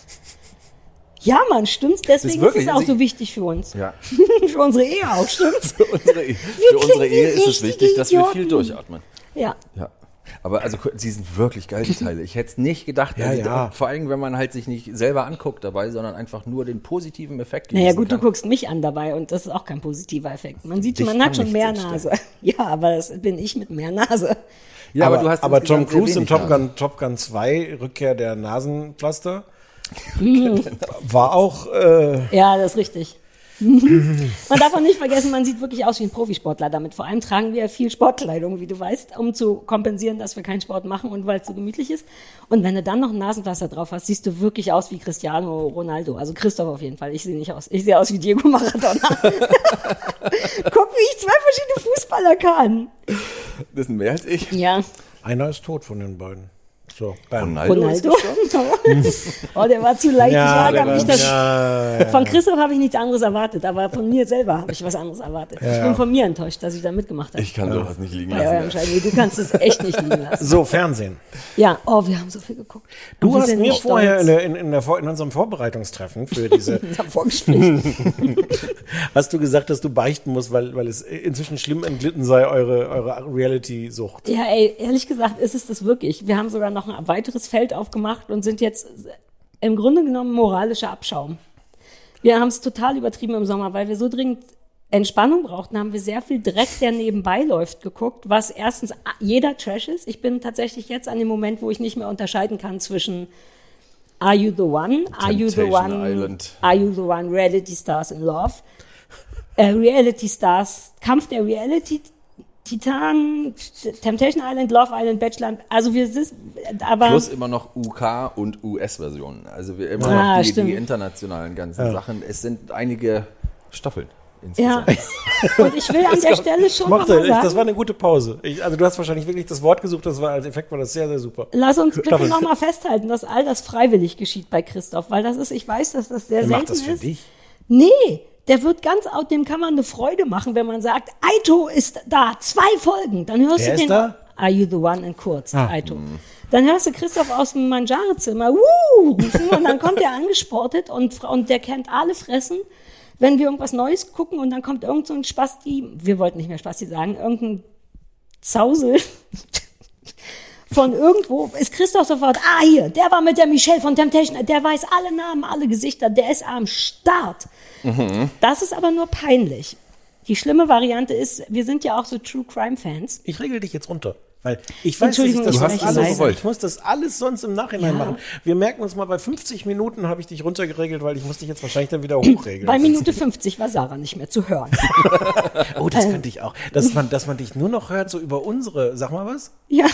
Ja, Mann, stimmt's. Deswegen ist,
wirklich-
es auch
also
so
ich-
wichtig für uns.
Ja.
für unsere Ehe auch, stimmt's?
Für unsere, Ehe- für unsere
klingen wie
Ehe ist es
richtige
wichtig, dass wir viel
Idioten.
durchatmen.
Ja.
Ja. Aber also sie sind wirklich geil, die Teile. Ich hätte es nicht gedacht.
Ja,
also,
ja.
Vor allem, wenn man halt sich nicht selber anguckt dabei, sondern einfach nur den positiven Effekt
Naja
genießen
gut, du
kann.
guckst mich an dabei und das ist auch kein positiver Effekt. Man sieht,
Dich
man hat
kann
schon
nichts
mehr
entstehen.
Nase. Ja, aber das bin ich mit mehr Nase.
Ja, aber, du hast
aber Tom
insgesamt sehr
Cruise in
wenig
Top
Nase.
Gun, Top Gun 2, Rückkehr der Nasenpflaster, war auch, äh,
Ja, das ist richtig. man darf auch nicht vergessen, man sieht wirklich aus wie ein Profisportler damit. Vor allem tragen wir viel Sportkleidung, wie du weißt, um zu kompensieren, dass wir keinen Sport machen und weil es so gemütlich ist. Und wenn du dann noch ein Nasenpflaster drauf hast, siehst du wirklich aus wie Cristiano Ronaldo. Also Christoph auf jeden Fall. Ich sehe nicht aus. Ich sehe aus wie Diego Maradona. Guck, wie ich zwei verschiedene Fußballer kann.
Das sind mehr als ich.
Ja.
einer ist tot von den beiden. So, bam.
Ronaldo.
Ronaldo. oh, der war zu leicht. ich
der
ärgere mich,
war-
dass
ja, ja.
Von Christoph habe ich nichts anderes erwartet, aber von mir selber habe ich was anderes erwartet. Ich bin von mir enttäuscht, dass ich da mitgemacht habe.
Ich kann sowas nicht liegen
bei eurem
lassen.
Schein. Nee, du kannst es echt nicht liegen lassen.
So, Fernsehen.
Ja, oh, wir haben so viel geguckt. Und
Du
wir
hast
sind
mir
stolz.
vorher in, der, in, in, der, Vor- in unserem Vorbereitungstreffen für diese hast du gesagt, dass du beichten musst, weil, weil es inzwischen schlimm entglitten sei, eure, eure Reality-Sucht.
Ja, ey, ehrlich gesagt ist es das wirklich. Wir haben sogar noch ein weiteres Feld aufgemacht und sind jetzt im Grunde genommen moralischer Abschaum. Wir haben es total übertrieben im Sommer, weil wir so dringend Entspannung brauchten, haben wir sehr viel Dreck, der nebenbei läuft, geguckt, was erstens jeder Trash ist. Ich bin tatsächlich jetzt an dem Moment, wo ich nicht mehr unterscheiden kann zwischen Are You the One, Are You the
Temptation
One,
Island.
Are You the One, Reality Stars in Love, äh, Reality Stars, Kampf der Reality Titan, Temptation Island, Love Island, Bachelor. Also wir sind, aber
Plus immer noch UK- und US-Versionen. Also wir immer
Ah,
noch die,
stimmt.
die internationalen ganzen Sachen. Es sind einige Staffeln
ja.
insgesamt.
Und ich will an der Stelle schon noch
Mochte,
mal
ich, das
sagen,
war eine gute Pause. Ich, also du hast wahrscheinlich wirklich das Wort gesucht, das war als Effekt war das sehr, sehr super.
lass uns bitte
Staffel.
nochmal festhalten, dass all das freiwillig geschieht bei Christoph, weil das ist, ich weiß, dass das sehr
Er
selten
macht das für
ist.
dich.
Nee, der wird ganz out, dem kann man eine Freude machen, wenn man sagt, Aito ist da, zwei Folgen. Dann hörst
Wer
du
ist
den.
da?
Are you the one in kurz,
Ah.
Aito. Dann hörst du Christoph aus dem Mangiare-Zimmer, wuh, rufen und dann kommt er angesportet und, und der kennt alle Fressen. Wenn wir irgendwas Neues gucken und dann kommt irgend so ein Spasti, wir wollten nicht mehr Spasti sagen, irgendein Zausel von irgendwo ist Christoph sofort, ah hier, der war mit der Michelle von Temptation, der weiß alle Namen, alle Gesichter, der ist am Start. Das ist aber nur peinlich. Die schlimme Variante ist, wir sind ja auch so True Crime Fans.
Ich regel dich jetzt runter. Weil ich weiß, dass ich
Entschuldigung,
das
ich
sonst
spreche
alles
leise.
Ich muss das alles sonst im Nachhinein machen. Wir merken uns mal, bei 50 Minuten habe ich dich runtergeregelt, weil ich muss dich jetzt wahrscheinlich dann wieder hochregeln.
Bei Minute 50 war Sarah nicht mehr zu hören.
oh, das kannte ich auch.
Äh.
Dass man, dass man dich nur noch hört, so über unsere, sag mal was?
ja.
Och,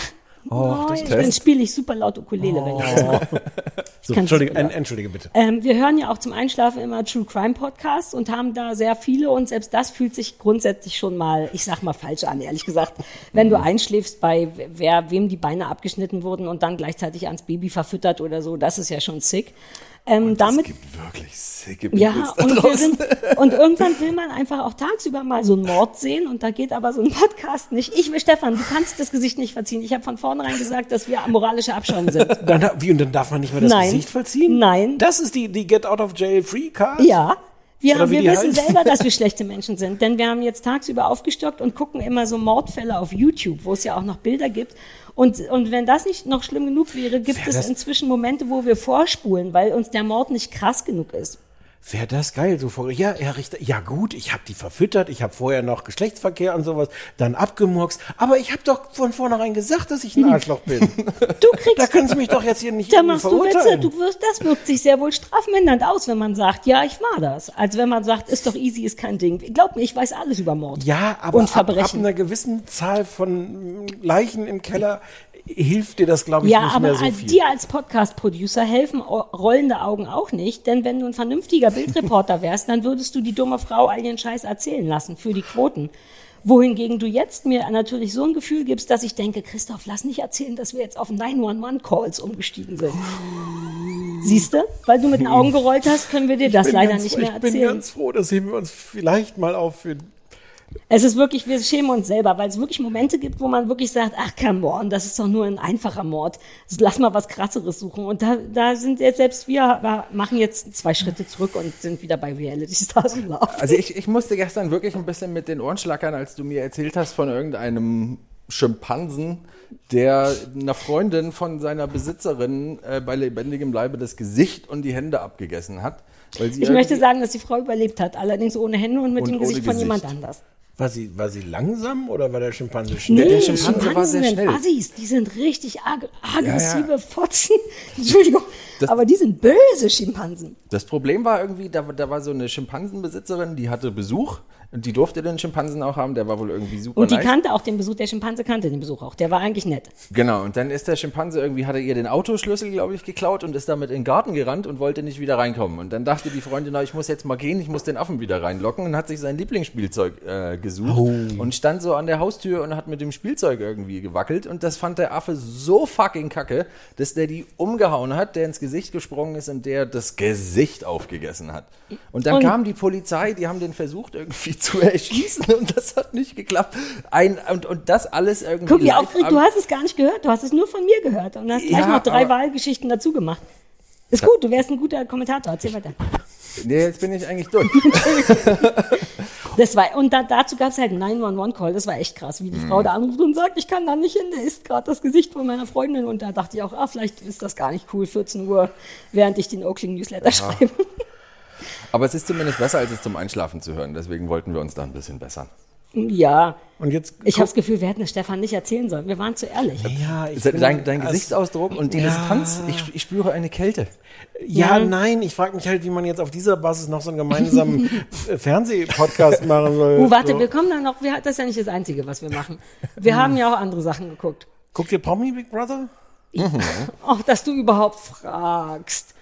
Oh, das
Nein,
ist
dann
Test. Oh.
spiele ich super laut Ukulele, wenn ich das mache.
So,
kann's
entschuldige,
wieder.
en- entschuldige bitte.
Ähm, wir hören ja auch zum Einschlafen immer True Crime Podcasts und haben da sehr viele und selbst das fühlt sich grundsätzlich schon mal, ich sag mal falsch an, ehrlich gesagt, wenn
Mhm.
du einschläfst bei wer, wem die Beine abgeschnitten wurden und dann gleichzeitig ans Baby verfüttert oder so, das ist ja schon sick. Ähm, damit
gibt wirklich sicke
ja, und, wir sind, und irgendwann will man einfach auch tagsüber mal so einen Mord sehen und da geht aber so ein Podcast nicht. Ich will Stefan, du kannst das Gesicht nicht verziehen. Ich habe von vornherein gesagt, dass wir moralische Abschaum sind.
Dann, wie, und dann darf man nicht mehr das
Nein.
Gesicht verziehen?
Nein.
Das ist die, die Get Out of Jail Free Card?
Ja. Wir,
Oder
haben,
wie
wir
die
wissen
heißen.
selber, dass wir schlechte Menschen sind, denn wir haben jetzt tagsüber aufgestockt und gucken immer so Mordfälle auf YouTube, wo es ja auch noch Bilder gibt. Und, und wenn das nicht noch schlimm genug wäre, gibt
Wäre
es
das-
inzwischen Momente, wo wir vorspulen, weil uns der Mord nicht krass genug ist.
Wäre das geil, so vor, ja, Herr Richter, ja gut, ich habe die verfüttert, ich habe vorher noch Geschlechtsverkehr und sowas, dann abgemurkst, aber ich habe doch von vornherein gesagt, dass ich ein Arschloch bin.
Du
da
kriegst,
können Sie mich doch jetzt hier nicht
Mhm. da machst du Witze,
verurteilen.
du wirst, das wirkt sich sehr wohl strafmindernd aus, wenn man sagt, ja, ich war das. Als wenn man sagt, ist doch easy, ist kein Ding. Glaub mir, ich weiß alles über Mord.
ja, aber
und
ab, ab
Verbrechen.
einer gewissen Zahl von mm, Leichen im Keller hilft dir das, glaube ich,
Ja,
nicht
aber
mehr so
als-
viel.
dir als Podcast-Producer helfen o- rollende Augen auch nicht, denn wenn du ein vernünftiger Bildreporter wärst, dann würdest du die dumme Frau all den Scheiß erzählen lassen für die Quoten. Wohingegen du jetzt mir natürlich so ein Gefühl gibst, dass ich denke, Christoph, lass nicht erzählen, dass wir jetzt auf 911-Calls umgestiegen sind. Siehst du? Weil du mit den Augen gerollt hast, können wir dir das
Oh. bin
leider
ganz
nicht
froh-
mehr
Ich bin
erzählen.
ganz froh, das heben wir uns vielleicht mal auf für
Es ist wirklich, wir schämen uns selber, weil es wirklich Momente gibt, wo man wirklich sagt, ach come on, das ist doch nur ein einfacher Mord. Lass mal was krasseres suchen. Und da, da sind jetzt selbst wir, aber machen jetzt zwei Schritte zurück und sind wieder bei Reality Stars und Love.
Also ich, ich musste gestern wirklich ein bisschen mit den Ohren schlackern, als du mir erzählt hast von irgendeinem Schimpansen, der einer Freundin von seiner Besitzerin äh, bei lebendigem Leibe das Gesicht und die Hände abgegessen hat. Weil sie
ich möchte
irgendwie-
sagen, dass die Frau überlebt hat, allerdings ohne Hände und mit
Und
dem
ohne
Gesicht von
Gesicht.
jemand anders.
War sie, war sie langsam oder war der Schimpanse
Nee,
schnell?
der Schimpanse war sehr
sind
schnell.
Assis, die sind richtig ag aggressive Fotzen. Entschuldigung, aber die sind böse Schimpansen.
Das Problem war irgendwie, da, da war so eine Schimpansenbesitzerin, die hatte Besuch und die durfte den Schimpansen auch haben, der war wohl irgendwie super
Und die
nice.
kannte auch den Besuch, der Schimpanse kannte den Besuch auch. Der war eigentlich nett.
Genau, und dann ist der Schimpanse irgendwie, hat er ihr den Autoschlüssel, glaube ich, geklaut und ist damit in den Garten gerannt und wollte nicht wieder reinkommen. Und dann dachte die Freundin, na, ich muss jetzt mal gehen, ich muss den Affen wieder reinlocken und hat sich sein Lieblingsspielzeug äh, gesucht und stand so an der Haustür und hat mit dem Spielzeug irgendwie gewackelt. Und das fand der Affe so fucking kacke, dass der die umgehauen hat, der ins Gesicht gesprungen ist und der das Gesicht aufgegessen hat. Und dann
Und-
kam die Polizei, die haben den versucht irgendwie zu erschießen und das hat nicht geklappt. Ein, und, und das alles irgendwie.
Guck, wie
live
aufgeregt,
am-
du hast es gar nicht gehört, du hast es nur von mir gehört und hast gleich
Ja,
noch drei
aber-
Wahlgeschichten dazu gemacht. Ist gut, du wärst ein guter Kommentator, erzähl weiter.
Nee, jetzt bin ich eigentlich durch.
Das war, und da, dazu gab es halt einen 911-Call, das war echt krass, wie die
Mhm.
Frau da anruft und sagt, ich kann da nicht hin, der ist gerade das Gesicht von meiner Freundin und da dachte ich auch, ah, vielleicht ist das gar nicht cool, 14 Uhr, während ich den Oakling-Newsletter schreibe.
Aber es ist zumindest besser, als es zum Einschlafen zu hören. Deswegen wollten wir uns da ein bisschen bessern.
Ja.
Und jetzt
Ich habe das Gefühl, wir hätten es Stefan nicht erzählen sollen. Wir waren zu ehrlich.
ja, ich bin-
Dein, dein
also-
Gesichtsausdruck und die Distanz, ich, ich spüre eine Kälte.
Ja, nein, ich frage mich halt, wie man jetzt auf dieser Basis noch so einen gemeinsamen äh, Fernsehpodcast machen soll.
Oh, warte,
so.
wir kommen dann noch. Wir, das ist ja nicht das Einzige, was wir machen. Wir haben ja auch andere Sachen geguckt.
Guckt ihr Promi Big Brother?
Auch, dass du überhaupt fragst.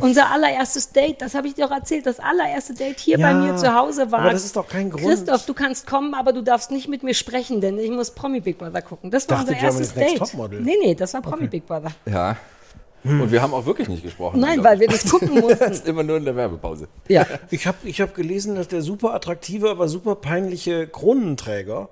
Unser allererstes Date, das habe ich dir auch erzählt, das allererste Date hier
Ja,
bei mir zu Hause war.
aber das ist doch kein Grund.
Christoph, du kannst kommen, aber du darfst nicht mit mir sprechen, denn ich muss Promi Big Brother gucken. Das war
Dachte,
unser
Germany's
erstes
Next
Date.
Topmodel.
Nee, nee, das war Promi Big Brother.
Ja. Hm. Und wir haben auch wirklich nicht gesprochen.
Nein,
glaub
weil
ich.
wir das gucken mussten.
Das ist immer nur in der Werbepause.
ja.
Ich habe ich hab gelesen, dass der super attraktive, aber super peinliche Kronenträger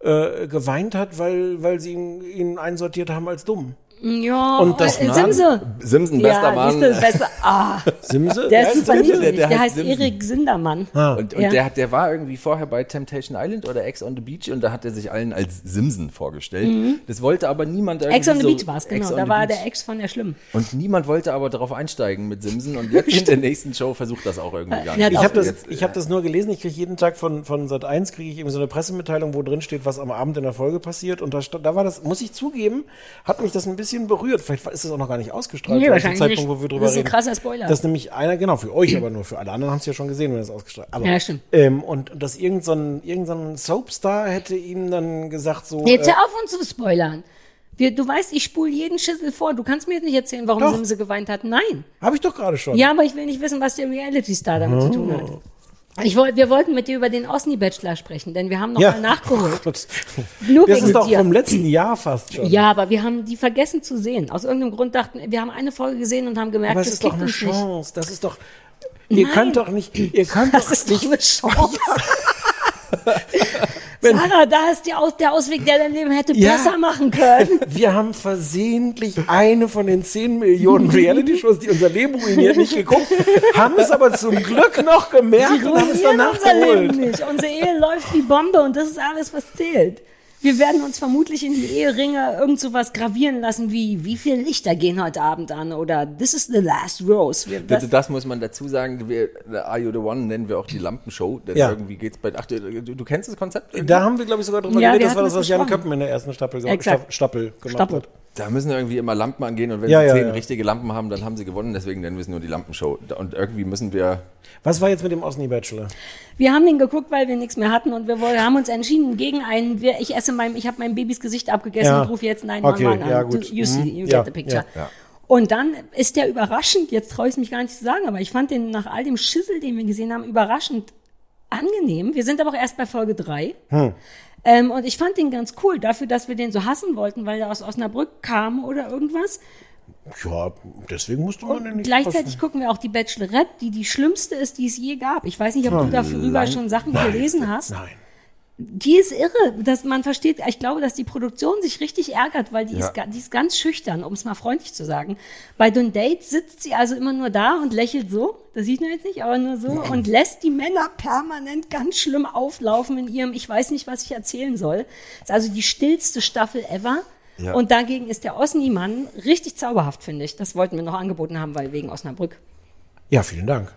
äh, geweint hat, weil, weil sie ihn, ihn einsortiert haben als dumm.
Ja,
Und das
äh,
Mann-
Simse.
Simsen, bester
Ja,
Mann.
siehste, besser. Ah,
Simse?
der ist super
Simse,
niedlich.
der
Der,
heißt
heißt
Simsen.
Erik Sindermann.
Ah.
Und, und
Ja.
der, hat, der war irgendwie vorher bei Temptation Island oder Ex on the Beach und da hat er sich allen als Simsen vorgestellt. Das wollte aber niemand irgendwie
Mhm. Ex on the
so-
Beach war es,
Ex
genau.
on
Da
the
war
Beach.
der Ex von der Schlimm.
Und niemand wollte aber darauf einsteigen mit Simsen und jetzt in der nächsten Show versucht das auch irgendwie gar
Ja,
nicht. Also
Ich habe das,
Jetzt-
ich hab das nur gelesen, ich kriege jeden Tag von, von Sat 1 kriege ich eben so eine Pressemitteilung, wo drin steht, was am Abend in der Folge passiert. Und da, stand- da war das, muss ich zugeben, hat mich das ein bisschen berührt. Vielleicht war- ist das auch noch gar nicht ausgestrahlt,
Nee,
weil
wahrscheinlich
Zeitpunkt,
nicht.
wo wir drüber
Das ist ein
reden.
krasser Spoiler.
Das ist nämlich einer, genau, für euch, aber nur für alle anderen haben es ja schon gesehen, wenn es ausgestrahlt aber,
Ja, stimmt.
Ähm, und dass irgendein, so ein- irgend so ein Soapstar hätte ihm dann gesagt, so.
Jetzt
äh,
hör auf, uns zu spoilern. Wir, du weißt, ich spule jeden Schüssel vor. Du kannst mir jetzt nicht erzählen, warum
Doch.
Simse geweint hat. Nein.
habe äh, ich doch gerade schon.
Ja, aber ich will nicht wissen, was der Reality-Star damit zu tun
Oh.
hat. Ich wollt, wir wollten mit dir über den Osni-Bachelor sprechen, denn wir haben nochmal
Ja.
mal nachgeholt.
Gott.
Nur
Das
wegen
ist doch
dir.
vom letzten Jahr fast schon.
Ja, aber wir haben die vergessen zu sehen. Aus irgendeinem Grund dachten wir haben eine Folge gesehen und haben gemerkt,
Aber es
das
ist doch
kickt
eine
uns nicht.
Chance. Das ist doch. Ihr könnt doch nicht. Ihr könnt
Das
doch
ist doch eine Chance. Sarah, da ist die Aus der Ausweg, der dein Leben hätte
Ja.
besser machen können.
Wir haben versehentlich eine von den 10 Millionen Reality-Shows, die unser Leben ruiniert, nicht geguckt, haben es aber zum Glück noch gemerkt und haben es
Wir
danach
unser Leben
geholt.
nicht. Unsere Ehe läuft wie Bombe und das ist alles, was zählt. Wir werden uns vermutlich in die Eheringe irgend so was gravieren lassen wie wie viel Lichter gehen heute Abend an oder This is the last rose. Wir,
Das,
das,
das muss man dazu sagen, wir, äh, Are You The One nennen wir auch die Lampenshow, denn
Ja.
irgendwie geht's bei, ach, du, du du kennst das Konzept?
Da haben wir, glaube ich, sogar drüber
Ja, wir
geredet. Das war
hatten
das,
das
was Jan
besprochen.
Köppen in der ersten Staffel, ge-
Exakt.
Staff- Staffel gemacht
Staffel.
hat.
Da müssen irgendwie immer Lampen angehen und wenn
Ja,
sie
ja,
zehn
ja.
richtige Lampen haben, dann haben sie gewonnen, deswegen nennen wir es nur die Lampenshow. Da- Und irgendwie müssen wir,
Was war jetzt mit dem Osni-Bachelor?
wir haben den geguckt, weil wir nichts mehr hatten und wir woll- haben uns entschieden gegen einen. Wir, ich esse mein, ich habe mein Babys Gesicht abgegessen
Ja.
und rufe jetzt nein,
Okay,
Mann, Mann
ja,
an.
gut. Mhm.
Du, you see, you
Ja,
get the picture.
ja,
Und dann ist der überraschend, jetzt traue ich es mich gar nicht zu sagen, aber ich fand den nach all dem Schissel, den wir gesehen haben, überraschend angenehm. Wir sind aber auch erst bei Folge drei.
Hm.
Ähm, und ich fand den ganz cool, dafür, dass wir den so hassen wollten, weil er aus Osnabrück kam oder irgendwas.
Ja, deswegen musste man den nicht.
Gleichzeitig gucken wir auch die Bachelorette, die die schlimmste ist, die es je gab. Ich weiß nicht, ob du darüber schon Sachen gelesen hast.
Hm. Nein.
Die ist irre, dass man versteht. Ich glaube, dass die Produktion sich richtig ärgert, weil die, ist, ga- die ist ganz schüchtern, um es mal freundlich zu sagen. Bei den Dates sitzt sie also immer nur da und lächelt so. Das sieht man jetzt nicht, aber nur so. Und lässt die Männer permanent ganz schlimm auflaufen in ihrem, ich weiß nicht, was ich erzählen soll. Ist also die stillste Staffel ever. Und dagegen ist der Osni-Mann richtig zauberhaft, finde ich. Das wollten wir noch angeboten haben, weil wegen Osnabrück.
Ja, vielen Dank.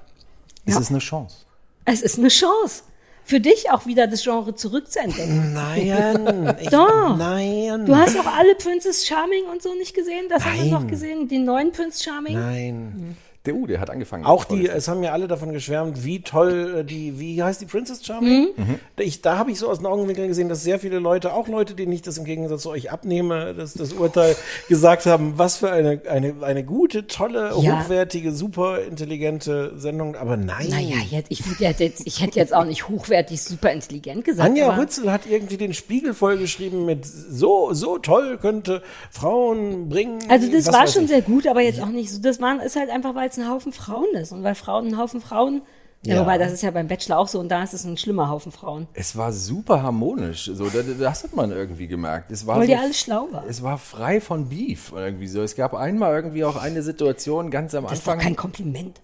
es ist eine Chance.
Es ist eine Chance. Für dich auch wieder das Genre zurückzuentdecken.
Nein. Ich,
Doch.
Nein.
Du hast auch alle Princess Charming und so nicht gesehen? Das haben wir
Hm. Nein.
noch gesehen, den neuen Prince Charming?
Nein.
Der U, der hat angefangen.
Auch die, äh, es haben ja alle davon geschwärmt, wie toll äh, die, wie heißt die Princess Charming?
Mhm.
Da Ich, da habe ich so aus den Augenwinkeln gesehen, dass sehr viele Leute, auch Leute, denen ich das im Gegensatz zu euch abnehme, das, das Urteil gesagt haben, was für eine, eine, eine gute, tolle,
Ja.
hochwertige, super intelligente Sendung. Aber nein.
Naja, jetzt, ich, würd jetzt- jetzt, ich hätte jetzt auch nicht hochwertig super intelligent gesagt.
Anja
aber-
Rützel hat irgendwie den Spiegel vollgeschrieben mit so, so toll könnte Frauen bringen.
also das
was
war
weiß
schon
ich.
sehr gut, aber jetzt auch nicht so. Das waren, ist halt einfach, weil es ein Haufen Frauen ist und weil Frauen ein Haufen Frauen. Ja.
Ja.
Wobei, das ist ja beim Bachelor auch so und da ist es ein schlimmer Haufen Frauen.
Es war super harmonisch, so, das, das hat man irgendwie gemerkt. Es war
Weil
so,
die alle schlau waren.
Es war frei von Beef irgendwie so. Es gab einmal irgendwie auch eine Situation ganz am
Das ist doch
Anfang.
kein Kompliment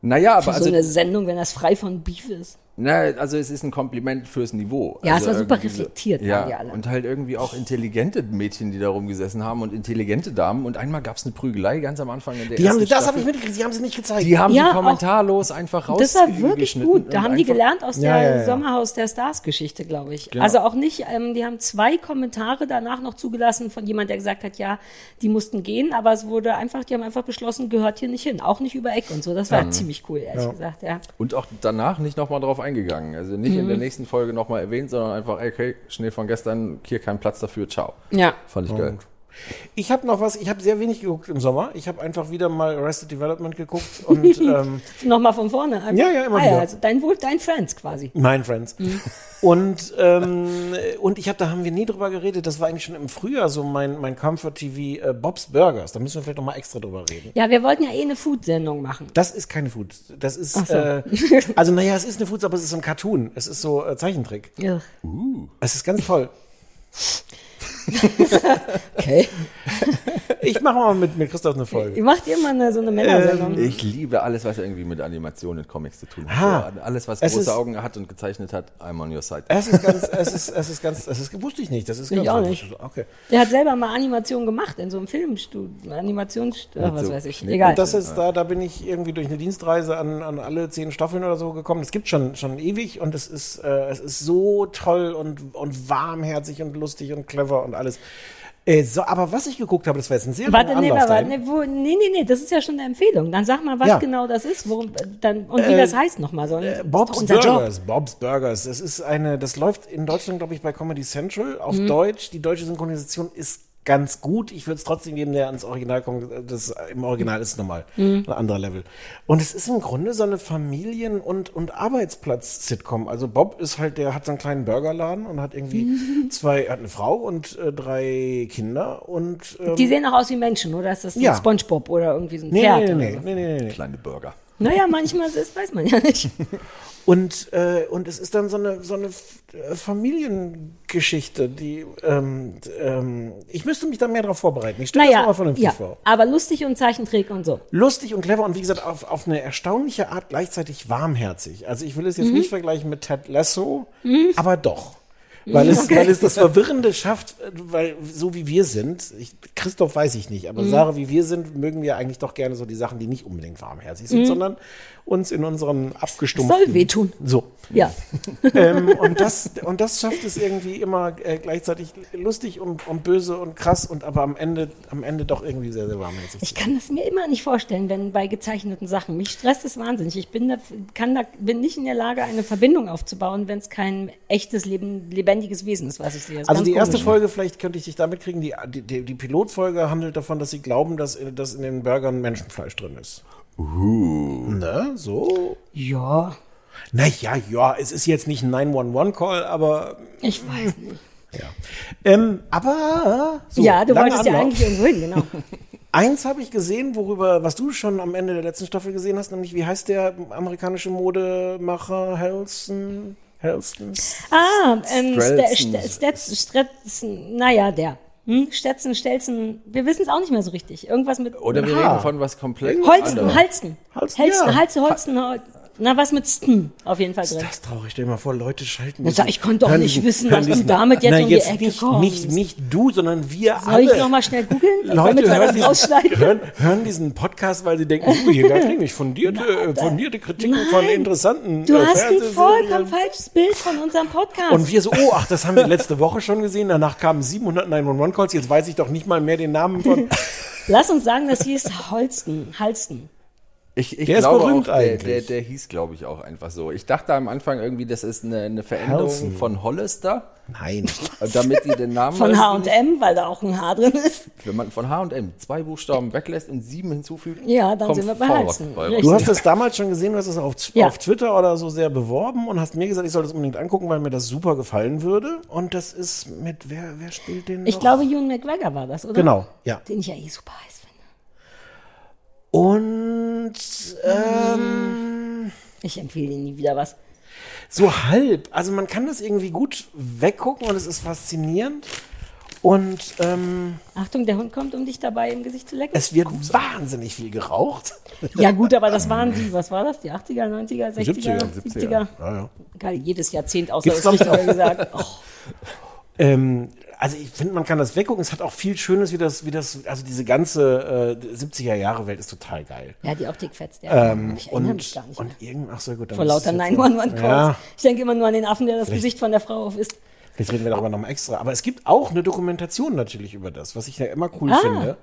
naja,
für
aber also
so eine Sendung, wenn das frei von Beef ist.
Na, also es ist ein Kompliment fürs Niveau.
Ja, es
also
war super
irgendwie so-
reflektiert, waren
ja,
die alle.
Und halt irgendwie auch intelligente Mädchen, die da rumgesessen haben und intelligente Damen. Und einmal gab es eine Prügelei ganz am Anfang in der
Die haben,
ersten
das habe
Staffel.
ich mitgekriegt, die haben sie nicht gezeigt.
Die haben
Ja,
die kommentarlos einfach raus.
Das war wirklich gut. Da haben die gelernt aus
Ja,
der
ja, Genau. ja.
Sommerhaus der Stars-Geschichte, glaube ich. Also auch nicht, ähm, die haben zwei Kommentare danach noch zugelassen von jemand, der gesagt hat, ja, die mussten gehen, aber es wurde einfach, die haben einfach beschlossen, gehört hier nicht hin, auch nicht über Eck und so. Das war ziemlich cool, ehrlich gesagt, ja.
Und auch danach nicht nochmal drauf eingegangen. Also nicht
Mhm.
in der nächsten Folge nochmal erwähnt, sondern einfach, ey, okay, Schnee von gestern, hier kein Platz dafür, ciao.
Ja.
Fand ich geil.
Ich habe noch was, ich habe sehr wenig geguckt im Sommer. Ich habe einfach wieder mal Arrested Development geguckt und ähm,
Nochmal von vorne. Einfach-
Ja, ja, immer wieder.
also dein Wohl, dein Friends quasi.
Nein, Friends.
Mhm.
Und, ähm, und ich habe, da haben wir nie drüber geredet, das war eigentlich schon im Frühjahr so mein, mein Comfort TV äh, Bob's Burgers. Da müssen wir vielleicht nochmal extra drüber reden.
Ja, wir wollten ja eh eine Food-Sendung machen.
Das ist keine Food. Das ist, äh, also naja, es ist eine Food, aber es ist ein Cartoon. Es ist so äh, Zeichentrick.
Ja.
Es ist ganz toll.
Okay.
Ich mache mal mit, mit Christoph eine Folge.
Ihr macht immer eine, so eine
Ähm.
Männersendung.
Ich liebe alles, was irgendwie mit Animationen und Comics zu tun
Ah,
hat. alles, was
es ist-
große Augen hat und gezeichnet hat, I'm on your side.
Es ist ganz, es ist, es ist ganz, es ist, wusste ich nicht. Das ist ganz
auch nicht.
Okay.
Der hat selber mal Animation gemacht in so einem Filmstudio, Animationsstudio, ach, was
so
weiß ich,
Schnitt-
egal.
Und das ist da, da bin ich irgendwie durch eine Dienstreise an, an alle zehn Staffeln oder so gekommen. Es gibt schon schon ewig und es ist äh, es ist so toll und und warmherzig und lustig und clever und alles. Äh, so, aber was ich geguckt habe, das war jetzt ein sehr
warte,
langer
nee,
Anlauf
warte,
dahin.
nee, wo, nee, nee, nee, das ist ja schon eine Empfehlung. Dann sag mal, was
Ja.
genau das ist worum, dann, und wie das heißt nochmal. So, äh,
Bob's Burgers, Bob's Burgers. Das ist eine, das läuft in Deutschland, glaube ich, bei Comedy Central auf Deutsch. Die deutsche Synchronisation ist ganz gut. Ich würde es trotzdem jedem, der ans Original kommt, das im Original ist es nochmal ein anderer Level. Und es ist im Grunde so eine Familien- und, und Arbeitsplatz-Sitcom. Also Bob ist halt, der hat so einen kleinen Burgerladen und hat irgendwie zwei, hat eine Frau und äh, drei Kinder und, ähm,
Die sehen auch aus wie Menschen, oder ist das
Ja.
ein Spongebob oder irgendwie so ein
nee,
Pferd?
nee,
oder
nee,
so?
nee, nee, nee, nee.
Kleine Burger.
Naja, manchmal ist, es, weiß man ja nicht.
Und, äh, und es ist dann so eine, so eine F- äh, Familiengeschichte, die ähm, d- ähm, ich müsste mich da mehr darauf vorbereiten. Ich stelle das
Naja,
mal vernünftig
ja,
vor.
aber lustig und Zeichentrick und so.
Lustig und clever und wie gesagt, auf, auf eine erstaunliche Art gleichzeitig warmherzig. Also ich will
Mhm.
es jetzt nicht vergleichen mit Ted Lasso, aber doch. Weil es, weil es das Verwirrende schafft, äh, weil so wie wir sind, ich, Christoph weiß ich nicht, aber
Mhm.
Sarah, wie wir sind, mögen wir eigentlich doch gerne so die Sachen, die nicht unbedingt warmherzig sind, sondern uns in unseren abgestumpften...
Mhm. Soll wehtun.
So.
Ja.
ähm, und, das, und das schafft es irgendwie immer äh, gleichzeitig lustig und, und böse und krass und aber am Ende, am Ende doch irgendwie sehr, sehr warmherzig.
Ich kann das mir immer nicht vorstellen, wenn bei gezeichneten Sachen. Mich stresst es wahnsinnig. Ich bin, da, kann da, bin nicht in der Lage, eine Verbindung aufzubauen, wenn es kein echtes, leben, lebendiges Wesen ist, was ich sehe. Das ist
Also
ganz
die erste
komisch.
Folge, vielleicht könnte ich dich damit kriegen, die, die- die, die Pilotfolge handelt davon, dass sie glauben, dass, in- dass in den Burgern Menschenfleisch drin ist. Uh. Ne? So?
Ja,
Naja, ja, es ist jetzt nicht ein 911-Call, aber.
ich weiß nicht.
Ja. Ähm, aber. so,
ja, du
lange
wolltest ja
Anlauf.
eigentlich irgendwo hin, genau.
Eins habe ich gesehen, worüber, was du schon am Ende der letzten Staffel gesehen hast, nämlich wie heißt der amerikanische Modemacher Helson? Helson?
Ah, ähm,
Strelzen.
Ste- Ste- Stetz- Stretzen, naja, der. Hm? Stetzen, Stelzen, wir wissen es auch nicht mehr so richtig. Irgendwas mit
Oder wir
Aha.
reden von was komplett
Holzen,
anderem.
Halzen.
Halzen,
Halzen, Halzen,
ja.
Halze, Holzen, Hol- na, was mit Sten auf jeden Fall drin.
Das traurig, stell dir mal vor, Leute schalten.
Ich sag, ich konnte doch
Hören
nicht
diesen-
wissen,
hören
dass du
diesen-
damit jetzt um die Ecke
nicht,
kommst.
Nicht, nicht du, sondern wir
Soll
alle.
ich nochmal schnell googeln, damit
Leute
wir
hören
das
diesen,
rausschneiden?
hören, hören diesen Podcast, weil sie denken, oh, hier gab es nämlich fundierte, äh, fundierte Kritiken von
Nein.
interessanten
Du
äh,
hast ein
Fernsehserien.
vollkommen falsches Bild von unserem Podcast.
Und wir so, oh, ach, das haben wir letzte Woche schon gesehen. Danach kamen 700 911-Calls. Jetzt weiß ich doch nicht mal mehr den Namen von.
Lass uns sagen, das hieß Holsten, Halsten.
Ich, ich
Der ist
glaube
berühmt
auch, der, der,
eigentlich.
der hieß, glaube ich, auch einfach so. Ich dachte am Anfang irgendwie, das ist eine, eine Veränderung
Helsen.
von Hollister, äh,
Nein.
damit die den Namen
Von
lassen.
H&M, weil da auch ein H drin ist.
Wenn man von H&M zwei Buchstaben weglässt und sieben hinzufügt,
Ja, dann
kommt
sind wir bei
Fahrrad
Halsen.
bei raus.
Richtig.
Du hast das damals schon gesehen, du hast das auf,
Ja.
auf Twitter oder so sehr beworben und hast mir gesagt, ich soll das unbedingt angucken, weil mir das super gefallen würde. Und das ist mit, wer, wer spielt den?
Ich
noch?
glaube, Ewan McGregor war das, oder?
Genau, ja.
Den ich ja eh super heiß finde.
Und ähm,
Ich empfehle dir nie wieder was.
so halb. Also man kann das irgendwie gut weggucken und es ist faszinierend. Und ähm,
Achtung, der Hund kommt, um dich dabei im Gesicht zu lecken.
es wird wahnsinnig viel geraucht.
Ja, gut, aber das waren die, was war das? Die 80er, 90er, 60er,
70er.
70er.
Ja, ja.
Geil, jedes Jahrzehnt außer
Gibt's
das Richtige gesagt. Och,
Ähm, also ich finde, man kann das weggucken. Es hat auch viel Schönes, wie das, wie das, also diese ganze äh, 70er Jahre Welt ist total geil.
ja, die Optik fetzt, ja. ich erinnere
Ähm, und,
mich gar nicht. mehr.
und irgend, ach so gut. dann
Vor
ist es
lauter
jetzt-
911 Calls.
Ja,
Ich denke immer nur an den Affen, der das Gesicht von der Frau auf ist.
vielleicht reden wir
Ah.
darüber nochmal extra. Aber es gibt auch eine Dokumentation natürlich über das, was ich ja immer
Ah.
cool finde.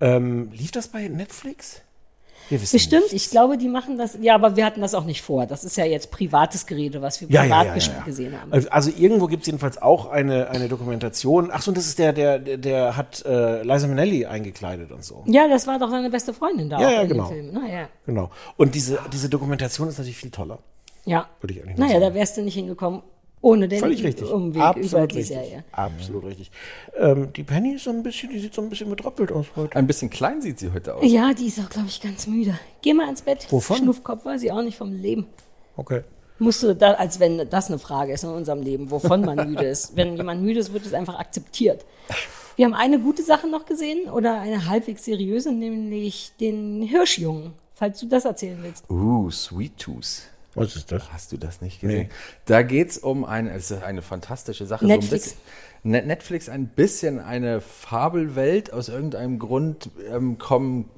Ähm, lief das bei Netflix? Wir wissen
Bestimmt, ich glaube, die machen das. Ja, aber wir hatten das auch nicht vor. Das ist ja jetzt privates Gerede, was wir
Ja,
privat
ja, ja, ja,
ges-
ja.
gesehen haben.
Also- Also irgendwo gibt es jedenfalls auch eine, eine Dokumentation. Ach so, und das ist der, der, der, der hat äh, Liza Minnelli eingekleidet und so.
Ja, das war doch seine beste Freundin da
Ja,
auch
ja,
in
genau.
dem Film. Naja,
Genau. Und diese, diese Dokumentation ist natürlich viel toller.
ja.
Würde ich eigentlich noch
naja
sagen.
da wärst du nicht hingekommen ohne den
Völlig richtig.
Umweg über die
richtig.
Serie.
Absolut richtig. Ähm, die Penny ist so ein bisschen, die sieht so ein bisschen betröppelt aus heute.
Ein bisschen klein sieht sie heute aus.
Ja, die ist auch, glaube ich, ganz müde. Geh mal ins Bett.
Wovon?
Schnuffkopf war sie auch nicht vom Leben.
Okay.
Musst du da, als wenn das eine Frage ist in unserem Leben, wovon man müde ist. Wenn jemand müde ist, wird es einfach akzeptiert. Wir haben eine gute Sache noch gesehen oder eine halbwegs seriöse, nämlich den Hirschjungen, falls du das erzählen willst.
Uh, Sweet Tooth.
Was ist das?
Hast du das nicht gesehen? Da geht's um eine, es ist eine fantastische Sache.
Netflix.
So ein bisschen, Ne- Netflix ein bisschen eine Fabelwelt. Aus irgendeinem Grund ähm, kommen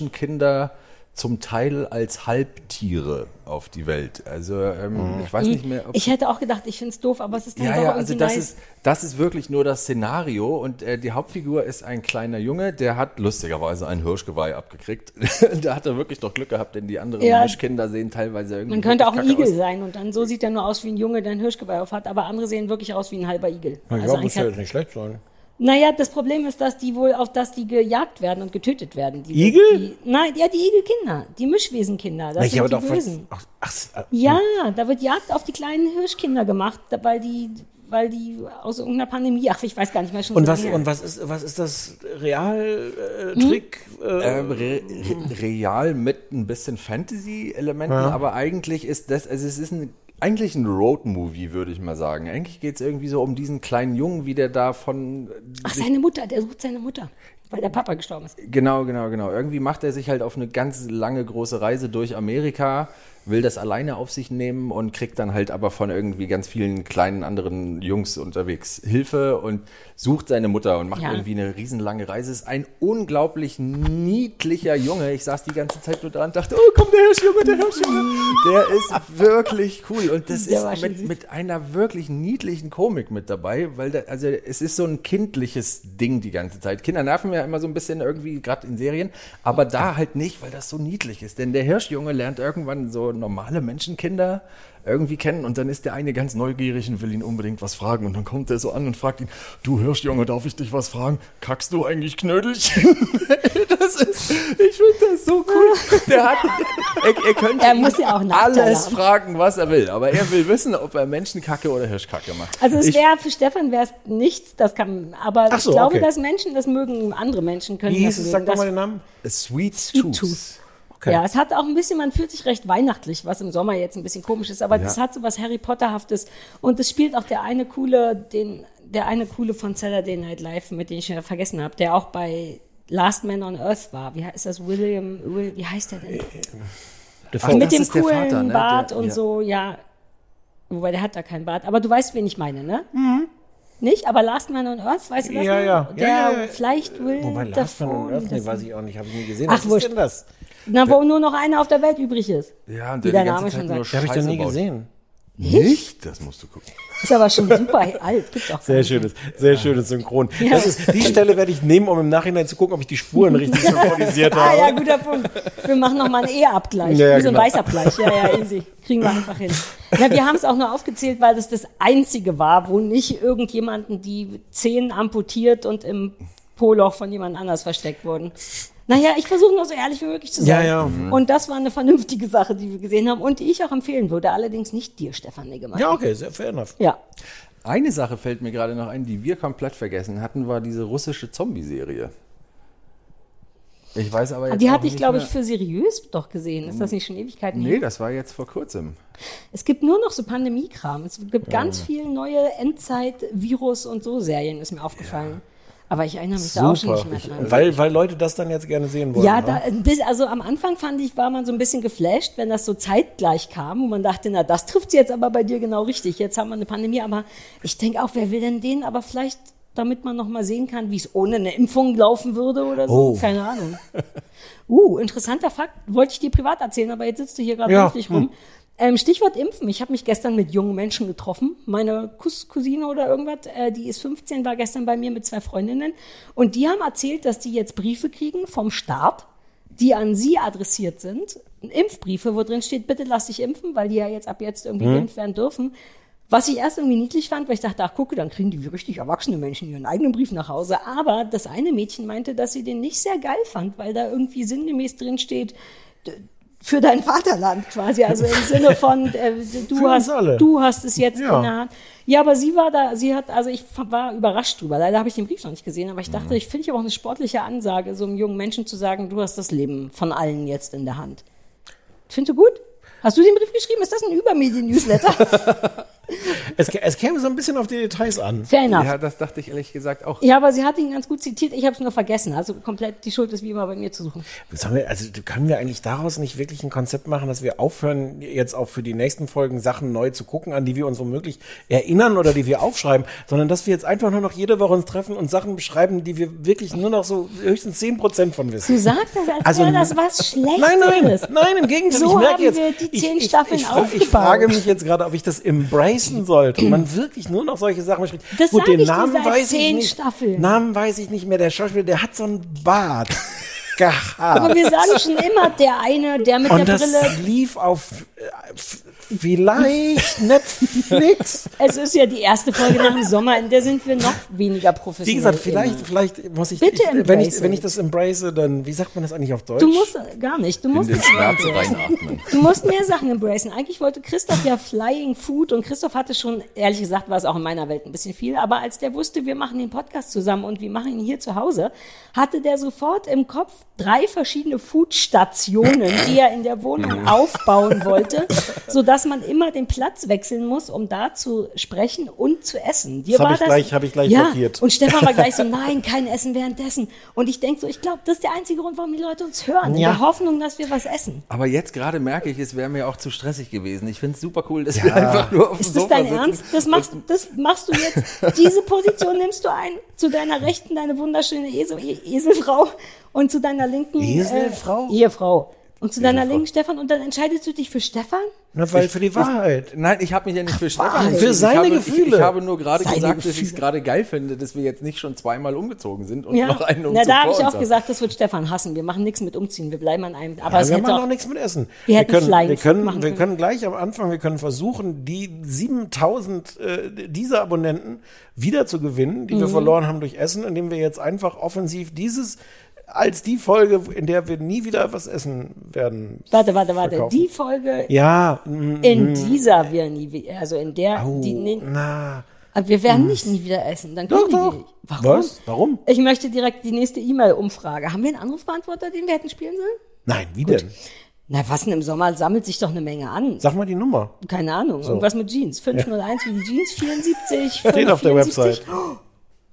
Menschenkinder zum Teil als Halbtiere auf die Welt. Also ähm, ich weiß nicht mehr, ob
Ich hätte auch gedacht, ich finde es doof, aber es ist dann
ja,
doch
ja,
irgendwie
also das
nice.
ist, das ist wirklich nur das Szenario und äh, die Hauptfigur ist ein kleiner Junge, der hat lustigerweise ein Hirschgeweih abgekriegt. da hat er wirklich doch Glück gehabt, denn die anderen
Ja.
Mischkinder sehen teilweise irgendwie
Man könnte auch ein
wirklich kacke
Igel
aus.
sein und dann so sieht er nur aus wie ein Junge, der ein Hirschgeweih auf hat, aber andere sehen wirklich aus wie ein halber Igel.
Na ja,
Also ein
muss ja
Kat-
jetzt nicht schlecht sein.
Naja, das Problem ist, dass die wohl auf dass die gejagt werden und getötet werden. Die,
Igel?
Die, nein, ja, die Igelkinder, die Mischwesenkinder, das
habe
sind die
doch ver-
Bösen.
Ach, ach,
Ja, da wird Jagd auf die kleinen Hirschkinder gemacht, da- weil die, weil die aus irgendeiner Pandemie, ach, ich weiß gar nicht mehr schon
und
so
was,
lange.
und was ist, was ist das
Hm?
Real-Trick? Äh,
Ähm, re re real mit ein bisschen Fantasy-Elementen, aber eigentlich ist das, also es ist ein, eigentlich ein Road-Movie, würde ich mal sagen. Eigentlich geht es irgendwie so um diesen kleinen Jungen, wie der da von
ach, seine Mutter, der sucht seine Mutter, weil der Papa gestorben ist.
Genau, genau, genau. Irgendwie macht er sich halt auf eine ganz lange große Reise durch Amerika, will das alleine auf sich nehmen und kriegt dann halt aber von irgendwie ganz vielen kleinen anderen Jungs unterwegs Hilfe und sucht seine Mutter und macht
Ja.
irgendwie eine riesenlange Reise. Ist ein unglaublich niedlicher Junge. Ich saß die ganze Zeit nur dran und dachte, oh komm, der Hirschjunge, der Hirschjunge. Der ist wirklich cool und das
Der war
ist
schon
mit,
süß.
mit einer wirklich niedlichen Komik mit dabei, weil da, also es ist so ein kindliches Ding die ganze Zeit. Kinder nerven ja immer so ein bisschen irgendwie, gerade in Serien, aber da halt nicht, weil das so niedlich ist. Denn der Hirschjunge lernt irgendwann so normale Menschenkinder irgendwie kennen und dann ist der eine ganz neugierig und will ihn unbedingt was fragen und dann kommt er so an und fragt ihn, du Hirschjunge, darf ich dich was fragen? Kackst du eigentlich Knödelchen? das ist, ich finde das so cool. Der hat, er, er könnte
Er
ihn
muss ja auch Nachteile
alles
haben.
fragen, was er will, aber er will wissen, ob er Menschenkacke oder Hirschkacke macht.
Also es
Ich-
wäre für Stefan wäre es nichts, das kann, aber
Ach so,
ich glaube,
okay.
dass Menschen das mögen, andere Menschen können
wie hieß
das
es?
mögen.
Sag doch
Das-
mal den Namen.
A Sweet,
Sweet
Tooth.
Tooth.
Okay.
Ja, es hat auch ein bisschen, man fühlt sich recht weihnachtlich, was im Sommer jetzt ein bisschen komisch ist, aber das hat so was Harry Potterhaftes und es spielt auch der eine coole, den, der eine coole von Saturday Night Live, mit dem ich ja vergessen habe, der auch bei Last Man on Earth war. Wie heißt das? William, Will, wie heißt der denn?
Ach,
mit
das
dem
ist der
coolen
Vater, ne?
Bart
Der-
und
ja.
so, ja. Wobei der hat da keinen Bart, aber du weißt, wen ich meine, ne? Nicht? Aber Last Man on Earth, weißt du das?
Mhm. Ja,
noch?
ja.
Der
Ja, ja, ja.
vielleicht Will.
Wobei, Last Man
Dafoe,
on Earth,
das-
nee, weiß ich auch nicht, habe ich nie gesehen.
Ach,
was
wurscht.
ist denn das?
Na, wo nur noch einer auf der Welt übrig ist.
Ja, und
Wie
der,
der
die ganze
Name
Zeit
schon
nur
sagt.
Den habe ich
Scheiße
dann nie
baut.
gesehen.
Nicht? Das musst du gucken.
Ist aber schon super alt. Gibt's auch
Sehr schönes, sehr schönes Synchron. Das ist, die Stelle werde ich nehmen, um im Nachhinein zu gucken, ob ich die Spuren richtig synchronisiert
Ah
habe.
ja, guter Punkt. Wir machen nochmal einen E-Abgleich.
Ja, ja,
Wie so ein
genau.
Weißabgleich. Ja, ja, easy. Kriegen wir einfach hin. Na, wir haben es auch nur aufgezählt, weil das das Einzige war, wo nicht irgendjemanden die Zehen amputiert und im Poloch von jemand anders versteckt wurden. Naja, ich versuche nur so ehrlich wie möglich zu sein. Mhm.
Ja, ja.
Und das war eine vernünftige Sache, die wir gesehen haben und die ich auch empfehlen würde. Allerdings nicht dir, Stefan Niggemann.
Ja, okay, sehr fair enough.
ja.
Eine Sache fällt mir gerade noch ein, die wir komplett vergessen hatten, war diese russische Zombie-Serie. Ich weiß aber jetzt
Ah, Die
auch
hatte ich,
nicht
glaube ich,
mehr-
für seriös doch gesehen. Ist das nicht schon Ewigkeiten her?
Nee, das war jetzt vor kurzem.
Es gibt nur noch so Pandemiekram. Es gibt ganz viel neue Endzeit-Virus- und so Serien, ist mir aufgefallen. Aber ich erinnere mich da auch schon
Super.
nicht mehr dran.
Weil, weil Leute das dann jetzt gerne sehen wollen.
Ja,
ne?
da, ein bisschen- also am Anfang fand ich, war man so ein bisschen geflasht, wenn das so zeitgleich kam und man dachte, na, das trifft jetzt aber bei dir genau richtig. Jetzt haben wir eine Pandemie, aber ich denke auch, wer will denn den? Aber vielleicht, damit man noch mal sehen kann, wie es ohne eine Impfung laufen würde oder so.
Oh.
Keine Ahnung. Uh, interessanter Fakt. Wollte ich dir privat erzählen, aber jetzt sitzt du hier gerade
Ja,
richtig rum. Ähm, Stichwort Impfen. Ich habe mich gestern mit jungen Menschen getroffen. Meine Kus Cousine oder irgendwas, äh, die ist 15, war gestern bei mir mit zwei Freundinnen. Und die haben erzählt, dass die jetzt Briefe kriegen vom Staat, die an sie adressiert sind. Impfbriefe, wo drin steht, bitte lass dich impfen, weil die ja jetzt ab jetzt irgendwie geimpft werden dürfen. Was ich erst irgendwie niedlich fand, weil ich dachte, ach gucke, dann kriegen die richtig erwachsene Menschen ihren eigenen Brief nach Hause. Aber das eine Mädchen meinte, dass sie den nicht sehr geil fand, weil da irgendwie sinngemäß drin steht, d- für dein Vaterland quasi. Also im Sinne von, äh, du,
Für
hast,
uns alle.
du hast es jetzt
Ja.
in der Hand. Ja, aber sie war da, sie hat, also ich f- war überrascht drüber. Leider habe ich den Brief noch nicht gesehen, aber ich dachte,
Mhm.
ich finde ich aber auch eine sportliche Ansage, so einem jungen Menschen zu sagen, du hast das Leben von allen jetzt in der Hand. Findest du gut? Hast du den Brief geschrieben? Ist das ein Übermedien-Newsletter?
es, kä- es käme so ein bisschen auf die Details an.
Fair enough.
Ja, das dachte ich ehrlich gesagt auch.
Ja, aber sie hat ihn ganz gut zitiert. Ich habe es nur vergessen. Also komplett die Schuld ist wie immer bei mir zu suchen.
Sollen wir, also können wir eigentlich daraus nicht wirklich ein Konzept machen, dass wir aufhören, jetzt auch für die nächsten Folgen Sachen neu zu gucken, an die wir uns womöglich erinnern oder die wir aufschreiben, sondern dass wir jetzt einfach nur noch jede Woche uns treffen und Sachen beschreiben, die wir wirklich nur noch so höchstens 10% von
Du
wissen.
sagst das, als
Also,
wäre das was Schlechtes.
Nein, nein, nein, im Gegenteil.
So
ich merke
haben
jetzt,
wir die
ich-
zehn
ich,
Staffeln
ich, fra- Ich
aufgebaut.
frage mich jetzt gerade, ob ich das embracen sollte und man wirklich nur noch solche Sachen schreibt.
Das
Gut,
sag
den
ich dir
Namen
seit
weiß ich
zehn
nicht.
Staffeln.
Namen weiß ich nicht mehr. Der Schauspieler, der hat so einen Bart gehabt.
Aber wir sagen schon immer, der eine, der mit
Und
der
das
Brille.
lief auf äh, f- vielleicht Netflix.
Es ist ja die erste Folge nach dem Sommer, in der sind wir noch weniger professionell.
Wie gesagt,
immer.
vielleicht, vielleicht muss ich,
Bitte
ich wenn ich
embrace
wenn ich
it.
das embrace, dann wie sagt man das eigentlich auf Deutsch?
Du musst gar nicht. Du musst
den
es
Schmerz
embracen.
reinatmen.
Du musst mehr Sachen embracen. Eigentlich wollte Christoph ja Flying Food und Christoph hatte schon, ehrlich gesagt, war es auch in meiner Welt ein bisschen viel, aber als der wusste, wir machen den Podcast zusammen und wir machen ihn hier zu Hause, hatte der sofort im Kopf drei verschiedene Foodstationen, die er in der
Mhm.
Wohnung aufbauen wollte, sodass man immer den Platz wechseln muss, um da zu sprechen und zu essen. Dir
Das hab ich gleich- hab ich gleich
ja,
blockiert.
Und Stefan war gleich so, nein, kein Essen währenddessen. Und ich denke so, ich glaube, das ist der einzige Grund, warum die Leute uns hören. In
Ja.
der Hoffnung, dass wir was essen.
Aber jetzt gerade merke ich, es wäre mir auch zu stressig gewesen. Ich finde es super cool, dass wir einfach nur auf dem
Ist das
Sofa
dein
sitzen.
Ernst? Das machst, das machst du jetzt. Diese Position nimmst du ein. Zu deiner Rechten deine wunderschöne Esel, E- Eselfrau und zu deiner linken
Eselfrau?
Äh, Ehefrau. Und zu deiner linken Stefan. Und dann entscheidest du dich für Stefan?
Na, weil für die Wahrheit.
Nein, ich habe mich ja nicht für Stefan
Wahnsinn.
entschieden.
Für seine
ich habe, Ich,
Gefühle.
ich habe nur gerade
Seine
gesagt, dass ich es
Gefühle.
gerade geil finde, dass wir jetzt nicht schon zweimal umgezogen sind und noch einen um
Na,
Umzug
da
vor
habe ich
uns
auch
haben.
gesagt, das wird Stefan hassen. Wir machen nichts mit Umziehen. Wir bleiben an einem. Aber es
wir
hätte
machen auch
auch,
nichts mit Essen.
Wir hätten
können,
Flying
wir
Food
können,
machen
wir
können.
können gleich am Anfang, wir können versuchen, die 7000 äh, dieser Abonnenten wieder zu gewinnen, die
Mhm.
wir verloren haben durch Essen, indem wir jetzt einfach offensiv dieses als die Folge, in der wir nie wieder was essen werden.
warte, warte, warte.
verkaufen.
Die Folge,
Ja, mm,
in dieser wir nie wieder, also in der,
oh,
die, nee,
na.
aber wir werden nicht nie wieder essen. Dann
Doch,
können wir die
doch.
nicht. Warum?
Was? Warum?
Ich möchte direkt die nächste E-Mail-Umfrage. Haben wir einen Anrufbeantworter, den wir hätten spielen sollen?
Nein, wie denn?
Na, was denn im Sommer sammelt sich doch eine Menge an.
Sag mal die Nummer.
Keine Ahnung, irgendwas mit Jeans. 501 wie die Jeans, 74,
Steht auf der
574. Oh,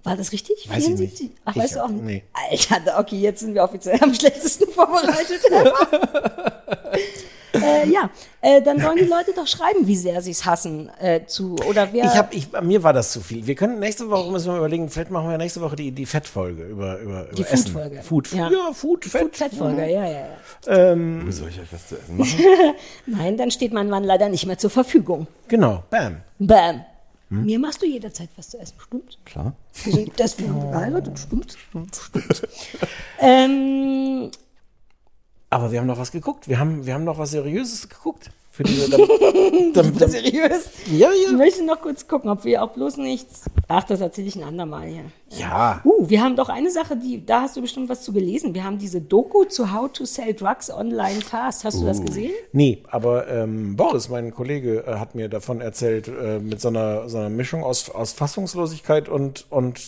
War das richtig?
Weiß ich nicht.
Ach,
Ich
weißt du
hab-
auch nicht?
nee.
Alter, okay, jetzt sind wir offiziell am schlechtesten vorbereitet. äh, ja, äh, dann sollen die Leute doch schreiben, wie sehr sie es hassen äh, zu oder wer.
Ich hab, ich, mir war das zu viel. Wir können nächste Woche müssen wir überlegen, vielleicht machen wir nächste Woche die, die Fettfolge über, über, über
die
Essen.
Food-Folge.
Food,
Ja.
ja. Food, Fett.
Food
Mhm.
Fettfolge, ja, ja, ja.
Soll ich euch was zu essen machen?
Nein, dann steht mein Mann leider nicht mehr zur Verfügung.
Genau, bam.
Bam. Mir machst du jederzeit was zu essen, stimmt's? Also,
Klar.
Wir sind deswegen geheiratet, stimmt's? Stimmt's. ähm,
Aber wir haben noch was geguckt. Wir haben, wir haben noch was Seriöses geguckt. Für diese, dam- dam- dam-
seriös.
ja,
Ich
ja.
möchte noch kurz gucken, ob wir auch bloß nichts. Ach, das erzähle ich ein andermal hier.
Ja.
Uh, wir haben doch eine Sache, die, da hast du bestimmt was zu gelesen. Wir haben diese Doku zu How to Sell Drugs Online Fast. Hast du das gesehen?
Nee, aber ähm, Boris, mein Kollege, äh, hat mir davon erzählt, äh, mit so einer, so einer Mischung aus, aus Fassungslosigkeit und, und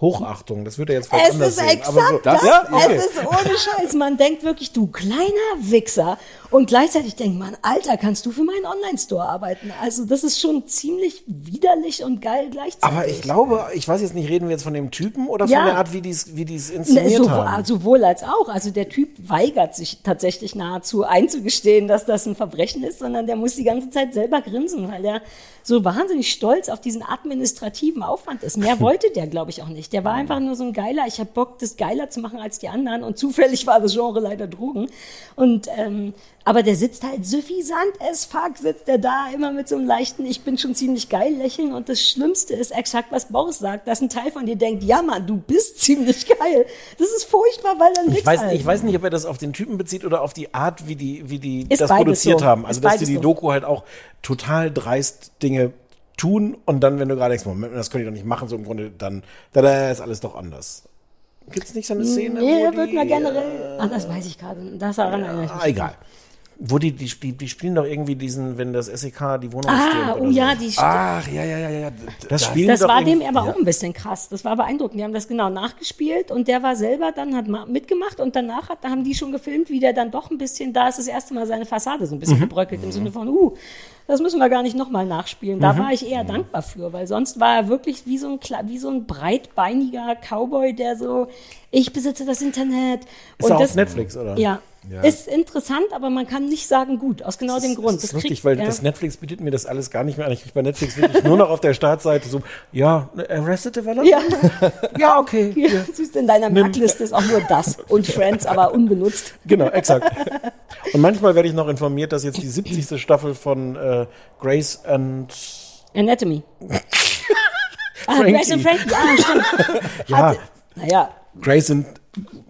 Hochachtung. Das würde er jetzt vielleicht
Es
anders
ist
sehen.
exakt
Aber so,
das.
Ja, okay.
Es ist ohne Scheiß. Man denkt wirklich, du kleiner Wichser. Und gleichzeitig denkt man, Alter, kannst du für meinen Online-Store arbeiten? Also das ist schon ziemlich widerlich und geil gleichzeitig.
Aber ich glaube, ich weiß jetzt nicht, reden wir jetzt von dem Typen oder
Ja.
von der Art, wie die es wie die's
Ne,
inszeniert
sowohl,
haben?
sowohl als auch. Also der Typ weigert sich tatsächlich nahezu einzugestehen, dass das ein Verbrechen ist, sondern der muss die ganze Zeit selber grinsen, weil der so wahnsinnig stolz auf diesen administrativen Aufwand ist. Mehr wollte der, glaube ich, auch nicht. Der war einfach nur so ein Geiler. Ich habe Bock, das geiler zu machen als die anderen. Und zufällig war das Genre leider Drogen. Und ähm, aber der sitzt halt suffisant as fuck, sitzt er da immer mit so einem leichten, ich bin schon ziemlich geil lächeln. Und das Schlimmste ist exakt, was Boris sagt, dass ein Teil von dir denkt, ja Mann, du bist ziemlich geil. Das ist furchtbar, weil dann halt
Ich weiß, ich weiß nicht, ob er das auf den Typen bezieht oder auf die Art, wie die, wie die
Ist
das
beides
produziert
so.
haben. Also,
Ist
dass die
beides
die
so.
Doku halt auch total dreist Dinge tun und dann, wenn du gerade denkst, Moment, das könnte ich doch nicht machen, so im Grunde, dann tada, ist alles doch anders. Gibt's nicht äh, so eine Szene?
Nee,
wo
er wird
die,
mal generell. Ah, das weiß ich gerade. Das daran erinnere ich mich.
Ah, egal. Wo die, die, die, die spielen doch irgendwie diesen, wenn das SEK die Wohnung
Ah,
stürmt
oh
oder
ja,
so.
die
Ach, ja, ja, ja, ja. ja.
Das spielen
Das
die doch
war dem
irgendwie-
aber auch ein bisschen krass. Das war beeindruckend. Die haben das genau nachgespielt und der war selber dann, hat ma- mitgemacht und danach hat, da haben die schon gefilmt, wie der dann doch ein bisschen, da ist das erste Mal seine Fassade so ein
Mhm.
bisschen gebröckelt im Sinne von, uh, das müssen wir gar nicht nochmal nachspielen.
Mhm.
Da war ich eher dankbar für, weil sonst war er wirklich wie so ein, kle- wie so ein breitbeiniger Cowboy, der so, ich besitze das Internet.
Ist auch auf Netflix, oder?
Ja. Ist interessant, aber man kann nicht sagen gut, aus genau dem Grund.
Das ist
Das
lustig,
kriegt-
weil
ja.
das Netflix bietet mir das alles gar nicht mehr an. Ich krieg bei Netflix wirklich nur noch auf der Startseite so, ja, Arrested Development?
Ja.
Ja, okay.
Ja, siehst du, in deiner
Nimm.
Merkliste ist auch nur das und Friends, aber unbenutzt.
Genau, exakt. Und manchmal werde ich noch informiert, dass jetzt die 70. Staffel von äh, Grace and
Anatomy. ah,
Frankie.
Grace and Frankie, ja, stimmt.
ja,
Naja,
Grace and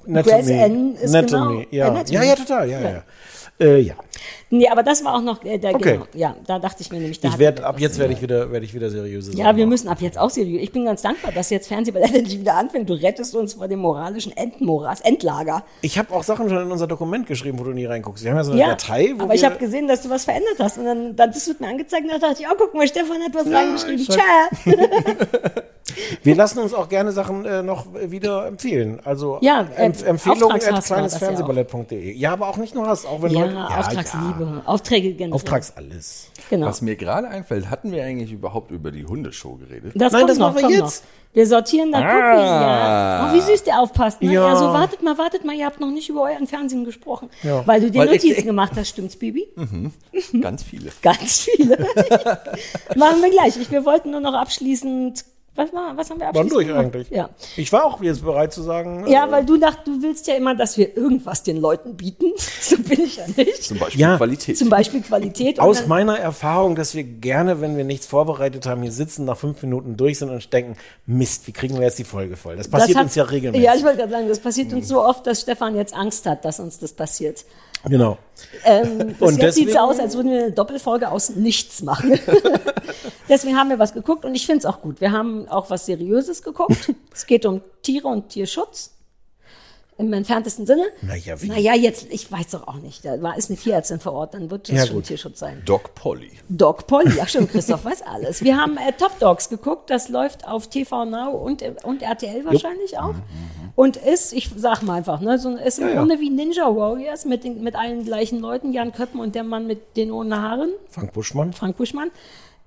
Anatomy.
Grace N ist
Anatomy,
genau-
ja.
Anatomy.
ja, ja, total, ja, ja. ja. Äh, ja.
nee, aber das war auch noch, äh, der,
Okay.
genau, ja, da dachte ich mir nämlich, da
Ich
hat
werde
er
ab
was.
jetzt werde ich wieder werde ich wieder seriöse
Ja,
Sachen
wir
machen.
müssen ab jetzt auch seriös. Ich bin ganz dankbar, dass jetzt Fernsehballett endlich wieder anfängt. Du rettest uns vor dem moralischen Endmoras, Endlager.
Ich habe auch Sachen schon in unser Dokument geschrieben, wo du nie reinguckst. Wir haben ja so eine
Ja,
Datei, wo
aber ich
wir-
habe gesehen, dass du was verändert hast. Und dann, dann bist du mir angezeigt und dann dachte ich, oh, guck mal, Stefan hat was reingeschrieben.
ich hab-
Tja.
Wir lassen uns auch gerne Sachen äh, noch wieder empfehlen. Also
Ja, äh,
Empf- Empfehlungen at
Auftragshass war das ja
kleinesfernsehballett.de. E. Ja, aber auch nicht nur Hass, auch wenn
Ja,
Leute.
Auftragsliebe,
Ja.
Aufträge generell.
Auftrags alles.
genau.
Was mir gerade einfällt, hatten wir eigentlich überhaupt über die Hundeshow geredet?
Das
Nein,
kommt
das
noch,
machen wir
kommt
jetzt.
Noch. Wir sortieren
Ah.
da Cookie. Ja. Oh, wie süß der aufpasst. Ne?
Ja.
Ja. so wartet mal, wartet mal, ihr habt noch nicht über euren Fernsehen gesprochen.
Ja.
Weil du dir
Weil ich-
Notizen gemacht hast, stimmt's, Bibi?
Ganz viele.
Ganz viele. Machen wir gleich. Ich, wir wollten nur noch abschließend. Was, war, was haben wir
Waren
abschließend?
durch
gemacht?
eigentlich.
Ja.
Ich war auch jetzt bereit zu sagen. äh,
Ja, weil du dachtest, du willst ja immer, dass wir irgendwas den Leuten bieten. So bin ich ja nicht.
Zum Beispiel
Ja.
Qualität.
Zum Beispiel Qualität. und
Aus
dann-
meiner Erfahrung, dass wir gerne, wenn wir nichts vorbereitet haben, hier sitzen, nach fünf Minuten durch sind und denken, Mist, wie kriegen wir jetzt die Folge voll? Das passiert
hat-
uns ja regelmäßig.
Ja, ich wollte gerade sagen, das passiert uns so oft, dass Stefan jetzt Angst hat, dass uns das passiert.
genau.
Ähm, bis
Und
jetzt sieht es
deswegen-
aus, als würden wir eine Doppelfolge aus nichts machen. deswegen haben wir was geguckt und ich finde es auch gut. Wir haben auch was Seriöses geguckt. es geht um Tiere und Tierschutz. Im entferntesten Sinne.
Naja, wie?
Naja, jetzt, ich weiß doch auch nicht. Da war, ist eine Tierärztin vor Ort, dann wird das
Ja,
schon
gut.
Tierschutz sein.
Doc Polly.
Dog Polly, ach schon, Christoph weiß alles. Wir haben äh, Top Dogs geguckt, das läuft auf TV Now und, äh, und RTL wahrscheinlich auch. Und ist, ich sag mal einfach, ne, so, ist im Grunde wie Ninja Warriors mit, den, mit allen gleichen Leuten, Jan Köppen und der Mann mit den ohne Haaren,
Frank Buschmann.
Frank Buschmann.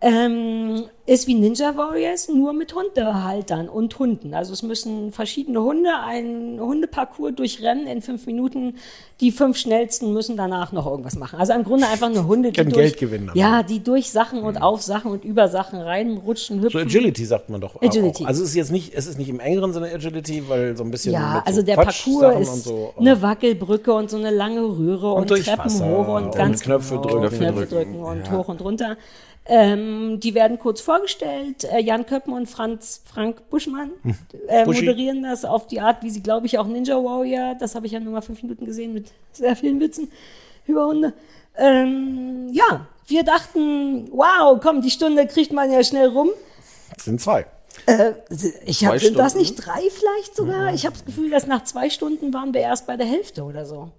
Ähm, ist wie Ninja Warriors, nur mit Hundehaltern und Hunden. Also es müssen verschiedene Hunde einen Hundeparcours durchrennen in fünf Minuten. Die fünf schnellsten müssen danach noch irgendwas machen. Also im Grunde einfach eine Hunde, die
Können
durch,
Geld gewinnen Mhm. damit.
ja, die durch Sachen und auf Sachen und über Sachen reinrutschen,
So
hüpfen.
Agility sagt man doch.
Agility.
Auch. Also es ist jetzt nicht, es ist nicht im engeren Sinne Agility, weil so ein bisschen. mit
ja,
so
also der
Quatsch-Sachen
Parcours ist
und so.
eine Wackelbrücke und so eine lange Röhre und,
durch
Treppen
Wasser
hoch und,
und
ganz
Knöpfe
genau,
drücken.
Knöpfe drücken und hoch und runter. Ähm, die werden kurz vorgestellt. Äh, Jan Köppen und Franz Frank Buschmann äh,
Hm. Buschi.
moderieren das auf die Art, wie sie, glaube ich, auch Ninja Warrior, das habe ich ja nur mal fünf Minuten gesehen mit sehr vielen Witzen über Hunde. Ähm, ja, wir dachten, wow, komm, die Stunde kriegt man ja schnell rum.
Das sind zwei.
Ich hab, sind das
Stunden?
nicht drei vielleicht sogar?
Mhm.
Ich habe das Gefühl, dass nach zwei Stunden waren wir erst bei der Hälfte oder so.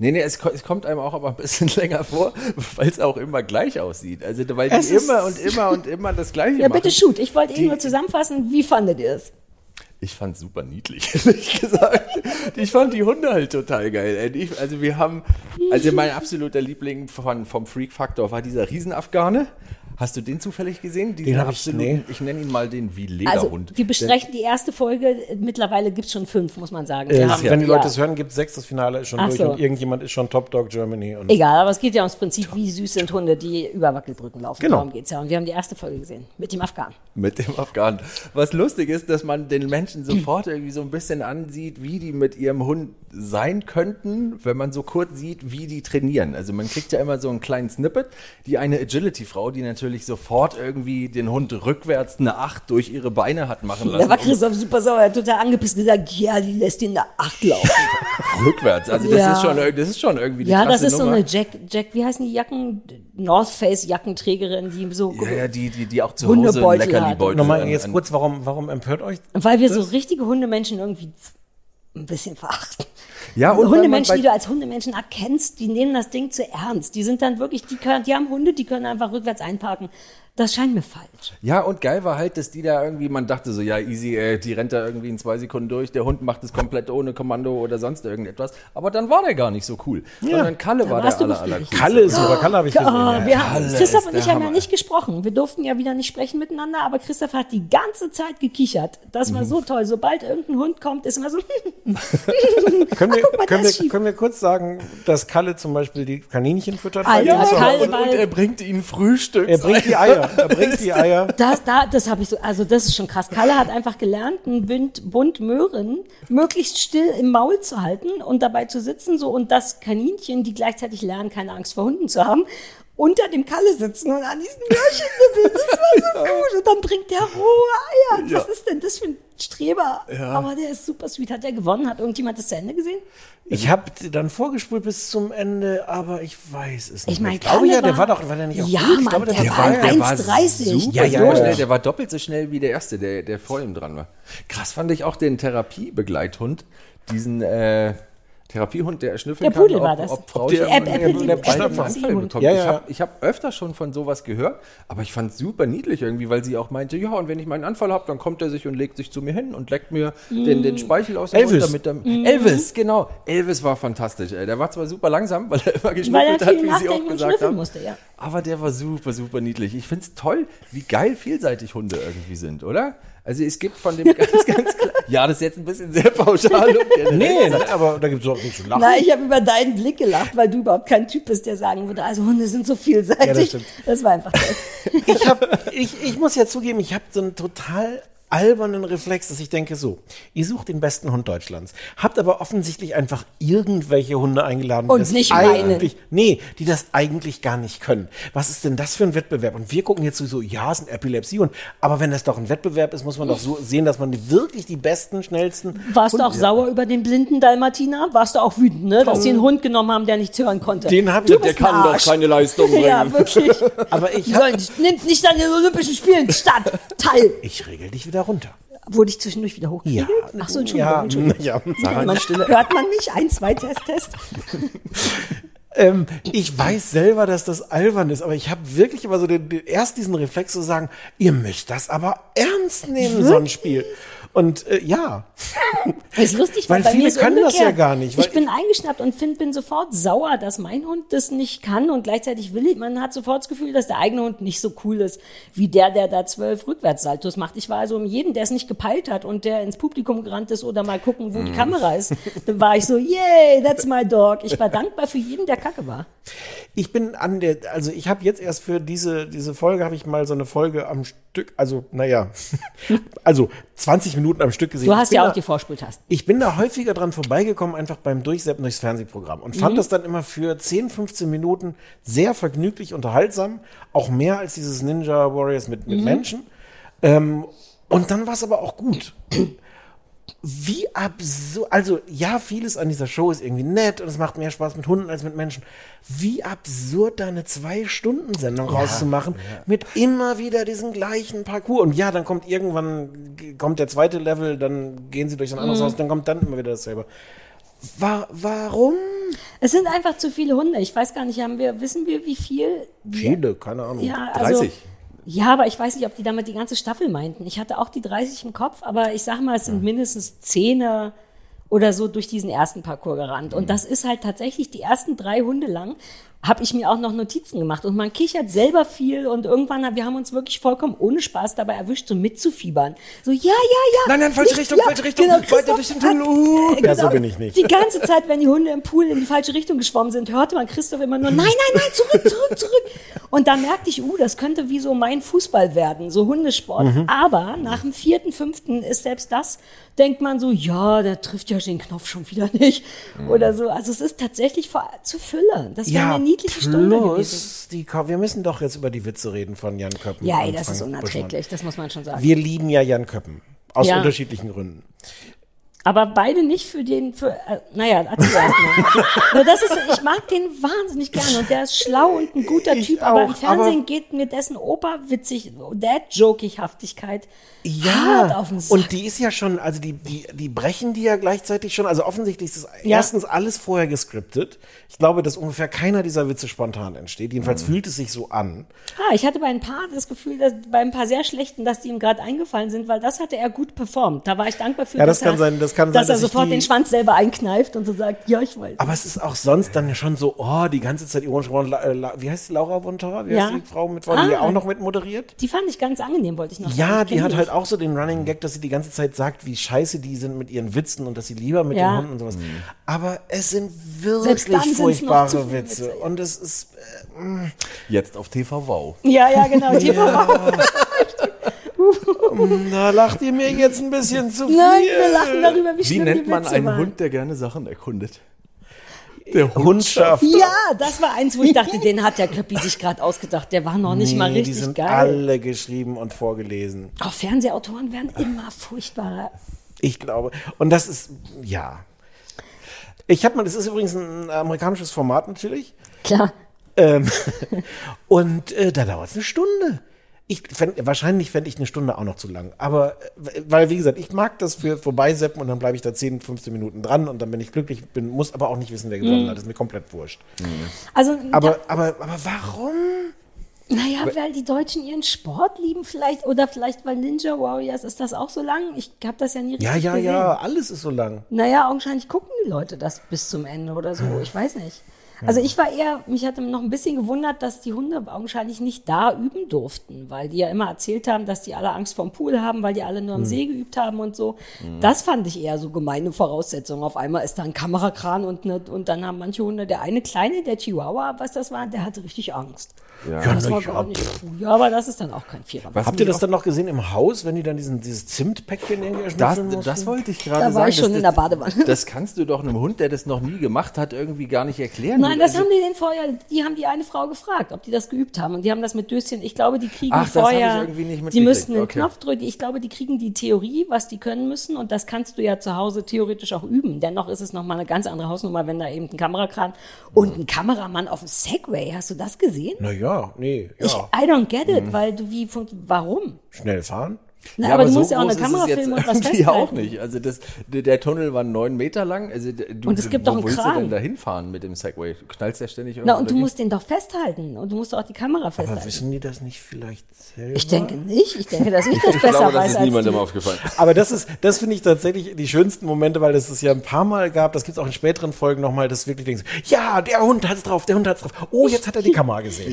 Nee, nee, es, ko- es kommt einem auch aber ein bisschen länger vor, weil es auch immer gleich aussieht. Also, weil die
Es ist-
immer und immer und immer das Gleiche
Ja,
machen.
bitte shoot. Ich wollte eh eben
Die-
nur zusammenfassen, wie fandet ihr es?
Ich fand super niedlich, ehrlich gesagt. Ich fand die Hunde halt total geil. ey. Ich, also wir haben, also mein absoluter Liebling von, vom Freak Factor war dieser Riesenafghane. Hast du den zufällig gesehen? Diesen
hab ich- nee.
ich nenne ihn mal den wie
Also,
Lederhund.
wir besprechen die erste Folge. Mittlerweile gibt es schon fünf, muss man sagen.
Äh,
Wir haben-
Wenn die
ja.
Leute es hören, gibt es sechs, das Finale ist schon
Ach
durch
so.
und irgendjemand ist schon Top Dog Germany. Und
Egal, aber es geht ja ums Prinzip, wie süß sind Hunde, die über Wackelbrücken laufen.
Genau.
Darum geht's ja. Und wir haben die erste Folge gesehen. Mit dem Afghan.
mit dem Afghanen. Was lustig ist, dass man den Menschen sofort irgendwie so ein bisschen ansieht, wie die mit ihrem Hund sein könnten, wenn man so kurz sieht, wie die trainieren. Also man kriegt ja immer so einen kleinen Snippet, die eine Agility-Frau, die natürlich sofort irgendwie den Hund rückwärts eine Acht durch ihre Beine hat machen
Der war
lassen.
Christoph super sauer, er hat total angepisst gesagt, ja, die lässt ihn da acht laufen.
rückwärts. Also das,
Ja.
ist schon, irg- das ist schon irgendwie die
ja, das
krasse
ist so
Nummer.
eine Jack, Jack, wie heißen die Jacken? North Face Jackenträgerin, die so,
ja, ja, die, die, die auch zu Hause einen
Hundebeutel hat.
Leckerli-Beutel
nochmal
an-
jetzt
an-
kurz, warum, warum empört euch?
weil wir so richtige Hundemenschen irgendwie ein bisschen verachten.
Ja, und wenn man
Hundemenschen,
bei-
die du als Hundemenschen erkennst, die nehmen das Ding zu ernst. Die sind dann wirklich, die können, die haben Hunde, die können einfach rückwärts einparken. Das scheint mir falsch.
Ja, und geil war halt, dass die da irgendwie, man dachte so, ja, easy, äh, die rennt da irgendwie in zwei Sekunden durch, der Hund macht es komplett ohne Kommando oder sonst irgendetwas. Aber dann war der gar nicht so cool. Sondern Kalle war
warst
der
du
aller, aller
befriedigt.
Kalle ist super, Kalle habe ich gesehen.
Oh,
ja.
wir haben,
Kalle
Christoph
ist
und
der
ich haben ja
Hammer.
nicht gesprochen. Wir durften ja wieder nicht sprechen miteinander, aber Christoph hat die ganze Zeit gekichert. Das
Mhm.
war so toll. Sobald irgendein Hund kommt, ist immer so.
Können, wir,
guck mal, der
können,
ist
wir,
schief.
können wir kurz sagen, dass Kalle zum Beispiel die Kaninchen füttert?
Alter,
Weil die
Kalle-
sind-
Kalle-
und, und er bringt ihnen Frühstück.
er bringt die Eier. Er bringt die Eier.
Das, da, das habe ich so, also das ist schon krass. Kalle hat einfach gelernt, einen Bund, Bund Möhren möglichst still im Maul zu halten und dabei zu sitzen, so und das Kaninchen, die gleichzeitig lernen, keine Angst vor Hunden zu haben, unter dem Kalle sitzen und an diesen Möhrchen nippeln. Das war so gut. Und dann bringt der rohe Eier. Was ist denn das für ein Streber? Aber der ist super sweet. Hat der gewonnen? Hat irgendjemand das zu Ende gesehen?
Ich habe dann vorgespult bis zum Ende, aber ich weiß es nicht.
Ich meine,
ich glaube
Kalle
ja, der
war-
war doch, war der nicht auch
Ja,
gut? Ich
Mann,
glaube,
der
war
war
geil.
ein- 1,30.
super, ja,
Ja, ja,
super
ja.
schnell. Der war doppelt so schnell wie der erste, der, der vor ihm dran war. Krass fand ich auch den Therapiebegleithund, diesen äh, Therapiehund, der erschnüffeln
Der
kann,
Pudel war das.
ob
Ob
Frau
der- App- Apple-
beide einen
Apple-
Anfall bekommt.
Ja,
Ich
ja.
habe ich hab öfter schon von sowas gehört, aber ich fand es super niedlich irgendwie, weil sie auch meinte, ja, und wenn ich meinen Anfall habe, dann kommt er sich und legt sich zu mir hin und leckt mir den,
Mm.
den Speichel aus dem
Elvis.
Mund, damit er, Elvis, genau. Elvis war fantastisch. Ey. Der war zwar super langsam, weil er immer
Weil er
geschnüffelt hat,
viel
wie sie
nachdenken
auch
und
gesagt
schnüffeln
haben.
musste, ja.
Aber der war super, super niedlich. Ich find's toll, wie geil vielseitig Hunde irgendwie sind, oder? Also es gibt von dem ganz, ganz klar. Ja, das ist jetzt ein bisschen sehr pauschal. Und generell.
Nee, nee, aber da gibt es auch nicht zu lachen.
Nein, ich habe über deinen Blick gelacht, weil du überhaupt kein Typ bist, der sagen würde, also Hunde sind so vielseitig.
Ja, das
das,
stimmt.
war einfach toll.
ich, hab, ich, ich muss ja zugeben, ich habe so einen total albernen Reflex, dass ich denke so, ihr sucht den besten Hund Deutschlands, habt aber offensichtlich einfach irgendwelche Hunde eingeladen, die
Und
das
nicht
eigentlich, nee, die das eigentlich gar nicht können. Was ist denn das für ein Wettbewerb? Und wir gucken jetzt so, so ja, es ist ein Epilepsiehund, aber wenn das doch ein Wettbewerb ist, muss man doch so sehen, dass man die wirklich die besten, schnellsten
Warst du auch sauer über den blinden Dalmatiner? Warst du auch wütend, ne? dass sie einen Hund genommen haben, der nichts hören konnte?
Oh. Den hab ich-
du
der
bist ein Arsch.
Leistung
Ja, wirklich.
Aber ich
Die
hab-
sollen, nimmt nicht an den Olympischen Spielen statt. Teil.
Ich regel dich wieder runter.
Wurde ich zwischendurch wieder hochgekriegt? Ach so, Entschuldigung.
ja,
Entschuldigung.
ja.
Sarah,
Man,
die Stille.
hört man mich? Ein, zwei, Test, Test.
Ähm, ich weiß selber, dass das albern ist, aber ich habe wirklich immer so den, den, erst diesen Reflex zu sagen, ihr müsst das aber ernst nehmen, so ein Spiel. Und äh, ja,
Ist lustig,
Weil
weil, bei
viele
mir ist
können das
umgekehrt.
ja gar nicht, weil
Ich bin eingeschnappt und find, bin sofort sauer, dass mein Hund das nicht kann und gleichzeitig will ich, man hat sofort das Gefühl, dass der eigene Hund nicht so cool ist, wie der, der da zwölf Rückwärtssaltos macht. Ich war also um jeden, der es nicht gepeilt hat und der ins Publikum gerannt ist oder mal gucken, wo die Kamera ist, dann war ich so, yay, that's my dog. Ich war dankbar für jeden, der kacke war.
ich bin an der, also ich habe jetzt erst für diese, diese Folge, habe ich mal so eine Folge am Stück, also naja, also 20 Minuten am Stück gesehen.
Du
Ich
hast
bin
ja
da-
auch die Vorspultasten.
ich bin da häufiger dran vorbeigekommen, einfach beim Durchseppen durchs Fernsehprogramm und fand das dann immer für 10, 15 Minuten sehr vergnüglich, unterhaltsam, auch mehr als dieses Ninja Warriors mit, mit Menschen. Ähm, und dann war es aber auch gut. Wie absurd, also ja, vieles an dieser Show ist irgendwie nett und es macht mehr Spaß mit Hunden als mit Menschen. Wie absurd, da eine Zwei-Stunden-Sendung rauszumachen mit immer wieder diesen gleichen Parcours. Und ja, dann kommt irgendwann, g- kommt der zweite Level, dann gehen sie durch ein
Mhm.
anderes Haus, dann kommt dann immer wieder dasselbe. Wa warum?
Es sind einfach zu viele Hunde. Ich weiß gar nicht, haben wir, wissen wir, wie viel?
Viele, keine Ahnung.
Ja, also,
30.
Ja, aber ich weiß nicht, ob die damit die ganze Staffel meinten. Ich hatte auch die 30 im Kopf, aber ich sag mal, es sind mindestens Zehner oder so durch diesen ersten Parcours gerannt.
Mhm.
Und das ist halt tatsächlich die ersten drei Hunde lang, habe ich mir auch noch Notizen gemacht. Und man kichert selber viel und irgendwann, haben- wir haben uns wirklich vollkommen ohne Spaß dabei erwischt, so mitzufiebern. So, ja, ja, ja. genau,
Nein, nein, falsche Richtung, falsche Richtung, weiter
Christoph
durch den
hat-
Tunnel, uh. Ja, so bin ich nicht.
Die ganze Zeit, wenn die Hunde im Pool in die falsche Richtung geschwommen sind, hörte man Christoph immer nur, nein, nein, nein, zurück, zurück, zurück. Und da merkte ich, uh, das könnte wie so mein Fußball werden, so Hundesport.
Mhm.
Aber nach dem vierten, fünften ist selbst das, denkt man so, ja, der trifft ja den Knopf schon wieder nicht.
Mhm.
Oder so. Also es ist tatsächlich vor- zu Fülle. Das wäre eine niedliche Stunde gewesen.
plus die Ko wir müssen doch jetzt über die Witze reden von Jan Köppen.
Ja, ey,
und
das ist
Frank
unerträglich, das muss man schon sagen.
Buschmann. Wir lieben ja Jan Köppen. Aus
Ja.
unterschiedlichen Gründen.
Aber beide nicht für den, für, äh, naja, erzähl erst mal. Nur das ist, ich mag den wahnsinnig gerne und der ist schlau und ein guter
Ich
Typ, aber im
auch,
Fernsehen
aber-
geht mir dessen oberwitzig, Dad-Jokighaftigkeit hart auf den Sack.
und die ist ja schon, also die, die, die brechen die ja gleichzeitig schon. Also offensichtlich ist das
Ja.
erstens alles vorher gescriptet. Ich glaube, dass ungefähr keiner dieser Witze spontan entsteht. Jedenfalls fühlt es sich so an.
ah, ich hatte bei ein paar das Gefühl, dass bei ein paar sehr schlechten, dass die ihm gerade eingefallen sind, weil das hatte er gut performt. Da war ich dankbar für,
Ja, das
dass,
kann
er,
sein, das kann
dass
sein,
er
dass ich
sofort
die-
den Schwanz selber einkneift und so sagt, ja, ich weiß.
Aber es ist auch sonst dann ja schon so, oh, die ganze Zeit ironisch geworden. La- äh, La- Wie heißt die Laura von Torra? Wie
Ja.
heißt die Frau mit, Torra, die ja
Ah.
auch noch mit moderiert?
die fand ich ganz angenehm, wollte ich noch sagen.
Ja,
Ich
die
kenn
hat halt auch so den Running Gag, dass sie die ganze Zeit sagt, wie scheiße die sind mit ihren Witzen und dass sie lieber mit den
Ja.
Hunden und sowas. Aber es sind
Selbst dann
wirklich
sind's noch zu
furchtbare
viele
Witze. Und es ist,
Jetzt auf TV Wow.
Ja, ja, genau. Die war-
na, lacht ihr mir jetzt ein bisschen zu viel?
Nein, wir lachen darüber, wie,
Wie
schlimm
nennt
die
man
Witze
einen
waren.
Hund, der gerne Sachen erkundet? Der
Hundschaft.
Ja, das war eins, wo ich dachte, den hat der Klöppi sich gerade ausgedacht. Der war noch nicht mal
Nee, die
richtig
sind
geil.
alle geschrieben und vorgelesen.
Auch Fernsehautoren werden immer furchtbarer.
Ich glaube. Und das ist, ja. Ich habe mal, das ist übrigens ein amerikanisches Format natürlich.
Klar.
Ähm, und äh, da dauert es eine Stunde. Ich fänd, wahrscheinlich fände ich eine Stunde auch noch zu lang. Aber, äh, weil, wie gesagt, ich mag das für vorbeiseppen und dann bleibe ich da 10, 15 Minuten dran und dann bin ich glücklich, bin, muss aber auch nicht wissen, wer
Mhm.
gewonnen hat. Das ist mir komplett wurscht.
Also,
Aber, aber, aber warum?
naja, weil die Deutschen ihren Sport lieben vielleicht oder vielleicht weil Ninja Warriors ist das auch so lang. Ich habe das ja nie richtig
Ja, ja,
gesehen.
ja, alles ist so lang.
Naja, augenscheinlich gucken die Leute das bis zum Ende oder so. Ich weiß nicht. Also ich war eher, mich hatte noch ein bisschen gewundert, dass die Hunde augenscheinlich nicht da üben durften, weil die ja immer erzählt haben, dass die alle Angst vorm Pool haben, weil die alle nur am See geübt haben und so. Das fand ich eher so gemeine Voraussetzungen. Auf einmal ist da ein Kamerakran und, ne, und dann haben manche Hunde, der eine kleine, der Chihuahua, was das war, der hatte richtig Angst.
Ja,
Das
na
war
ja,
gar nicht cool. Ja, aber das ist dann auch kein Vierer.
Habt ihr das dann noch gesehen im Haus, wenn die dann diesen, dieses Zimtpäckchen irgendwie
Das,
erschmissen mussten?
das wollte ich gerade
Da
sagen.
war ich
das-
schon in der
das-
Badewanne.
Das kannst du doch einem Hund, der das noch nie gemacht hat, irgendwie gar nicht erklären.
Nein, das
Also-
haben die den vorher, die haben die eine Frau gefragt, ob die das geübt haben. Und die haben das mit Döschen, ich glaube, die kriegen
Ach, das hab ich
vorher,
irgendwie nicht
die
mitgekriegt.
müssen den
Okay.
Knopf drücken. Ich glaube, die kriegen die Theorie, was die können müssen. Und das kannst du ja zu Hause theoretisch auch üben. Dennoch ist es nochmal eine ganz andere Hausnummer, wenn da eben ein Kamerakran und ein Kameramann auf dem Segway, hast du das gesehen?
Naja, nee,
Ich,
ja.
I don't get
Mhm.
it, weil du wie, funkt- warum?
Schnell fahren.
Na, aber, du musst ja auch eine
groß ist es
Kamera
jetzt
filmen und was
irgendwie
festhalten.
auch nicht. Also das, der, der Tunnel war neun Meter lang. Also d- du,
Und es gibt
wo
doch einen
willst du
Kran.
denn da hinfahren mit dem Segway? Du knallst ja ständig
Na,
irgendwo
und du
dagegen.
musst den doch festhalten. Und du musst auch die Kamera
Aber
festhalten.
wissen die das nicht vielleicht selber?
ich denke nicht. Ich denke, dass ich das besser
Ich glaube, das
weiß
ist
als
niemandem
du.
aufgefallen.
Aber das ist, das finde ich tatsächlich die schönsten Momente, weil das es ja ein paar Mal gab, das gibt es auch in späteren Folgen nochmal, dass du wirklich denkst, ja, der Hund hat es drauf, der Hund hat es drauf. Oh, jetzt hat er die Kamera gesehen.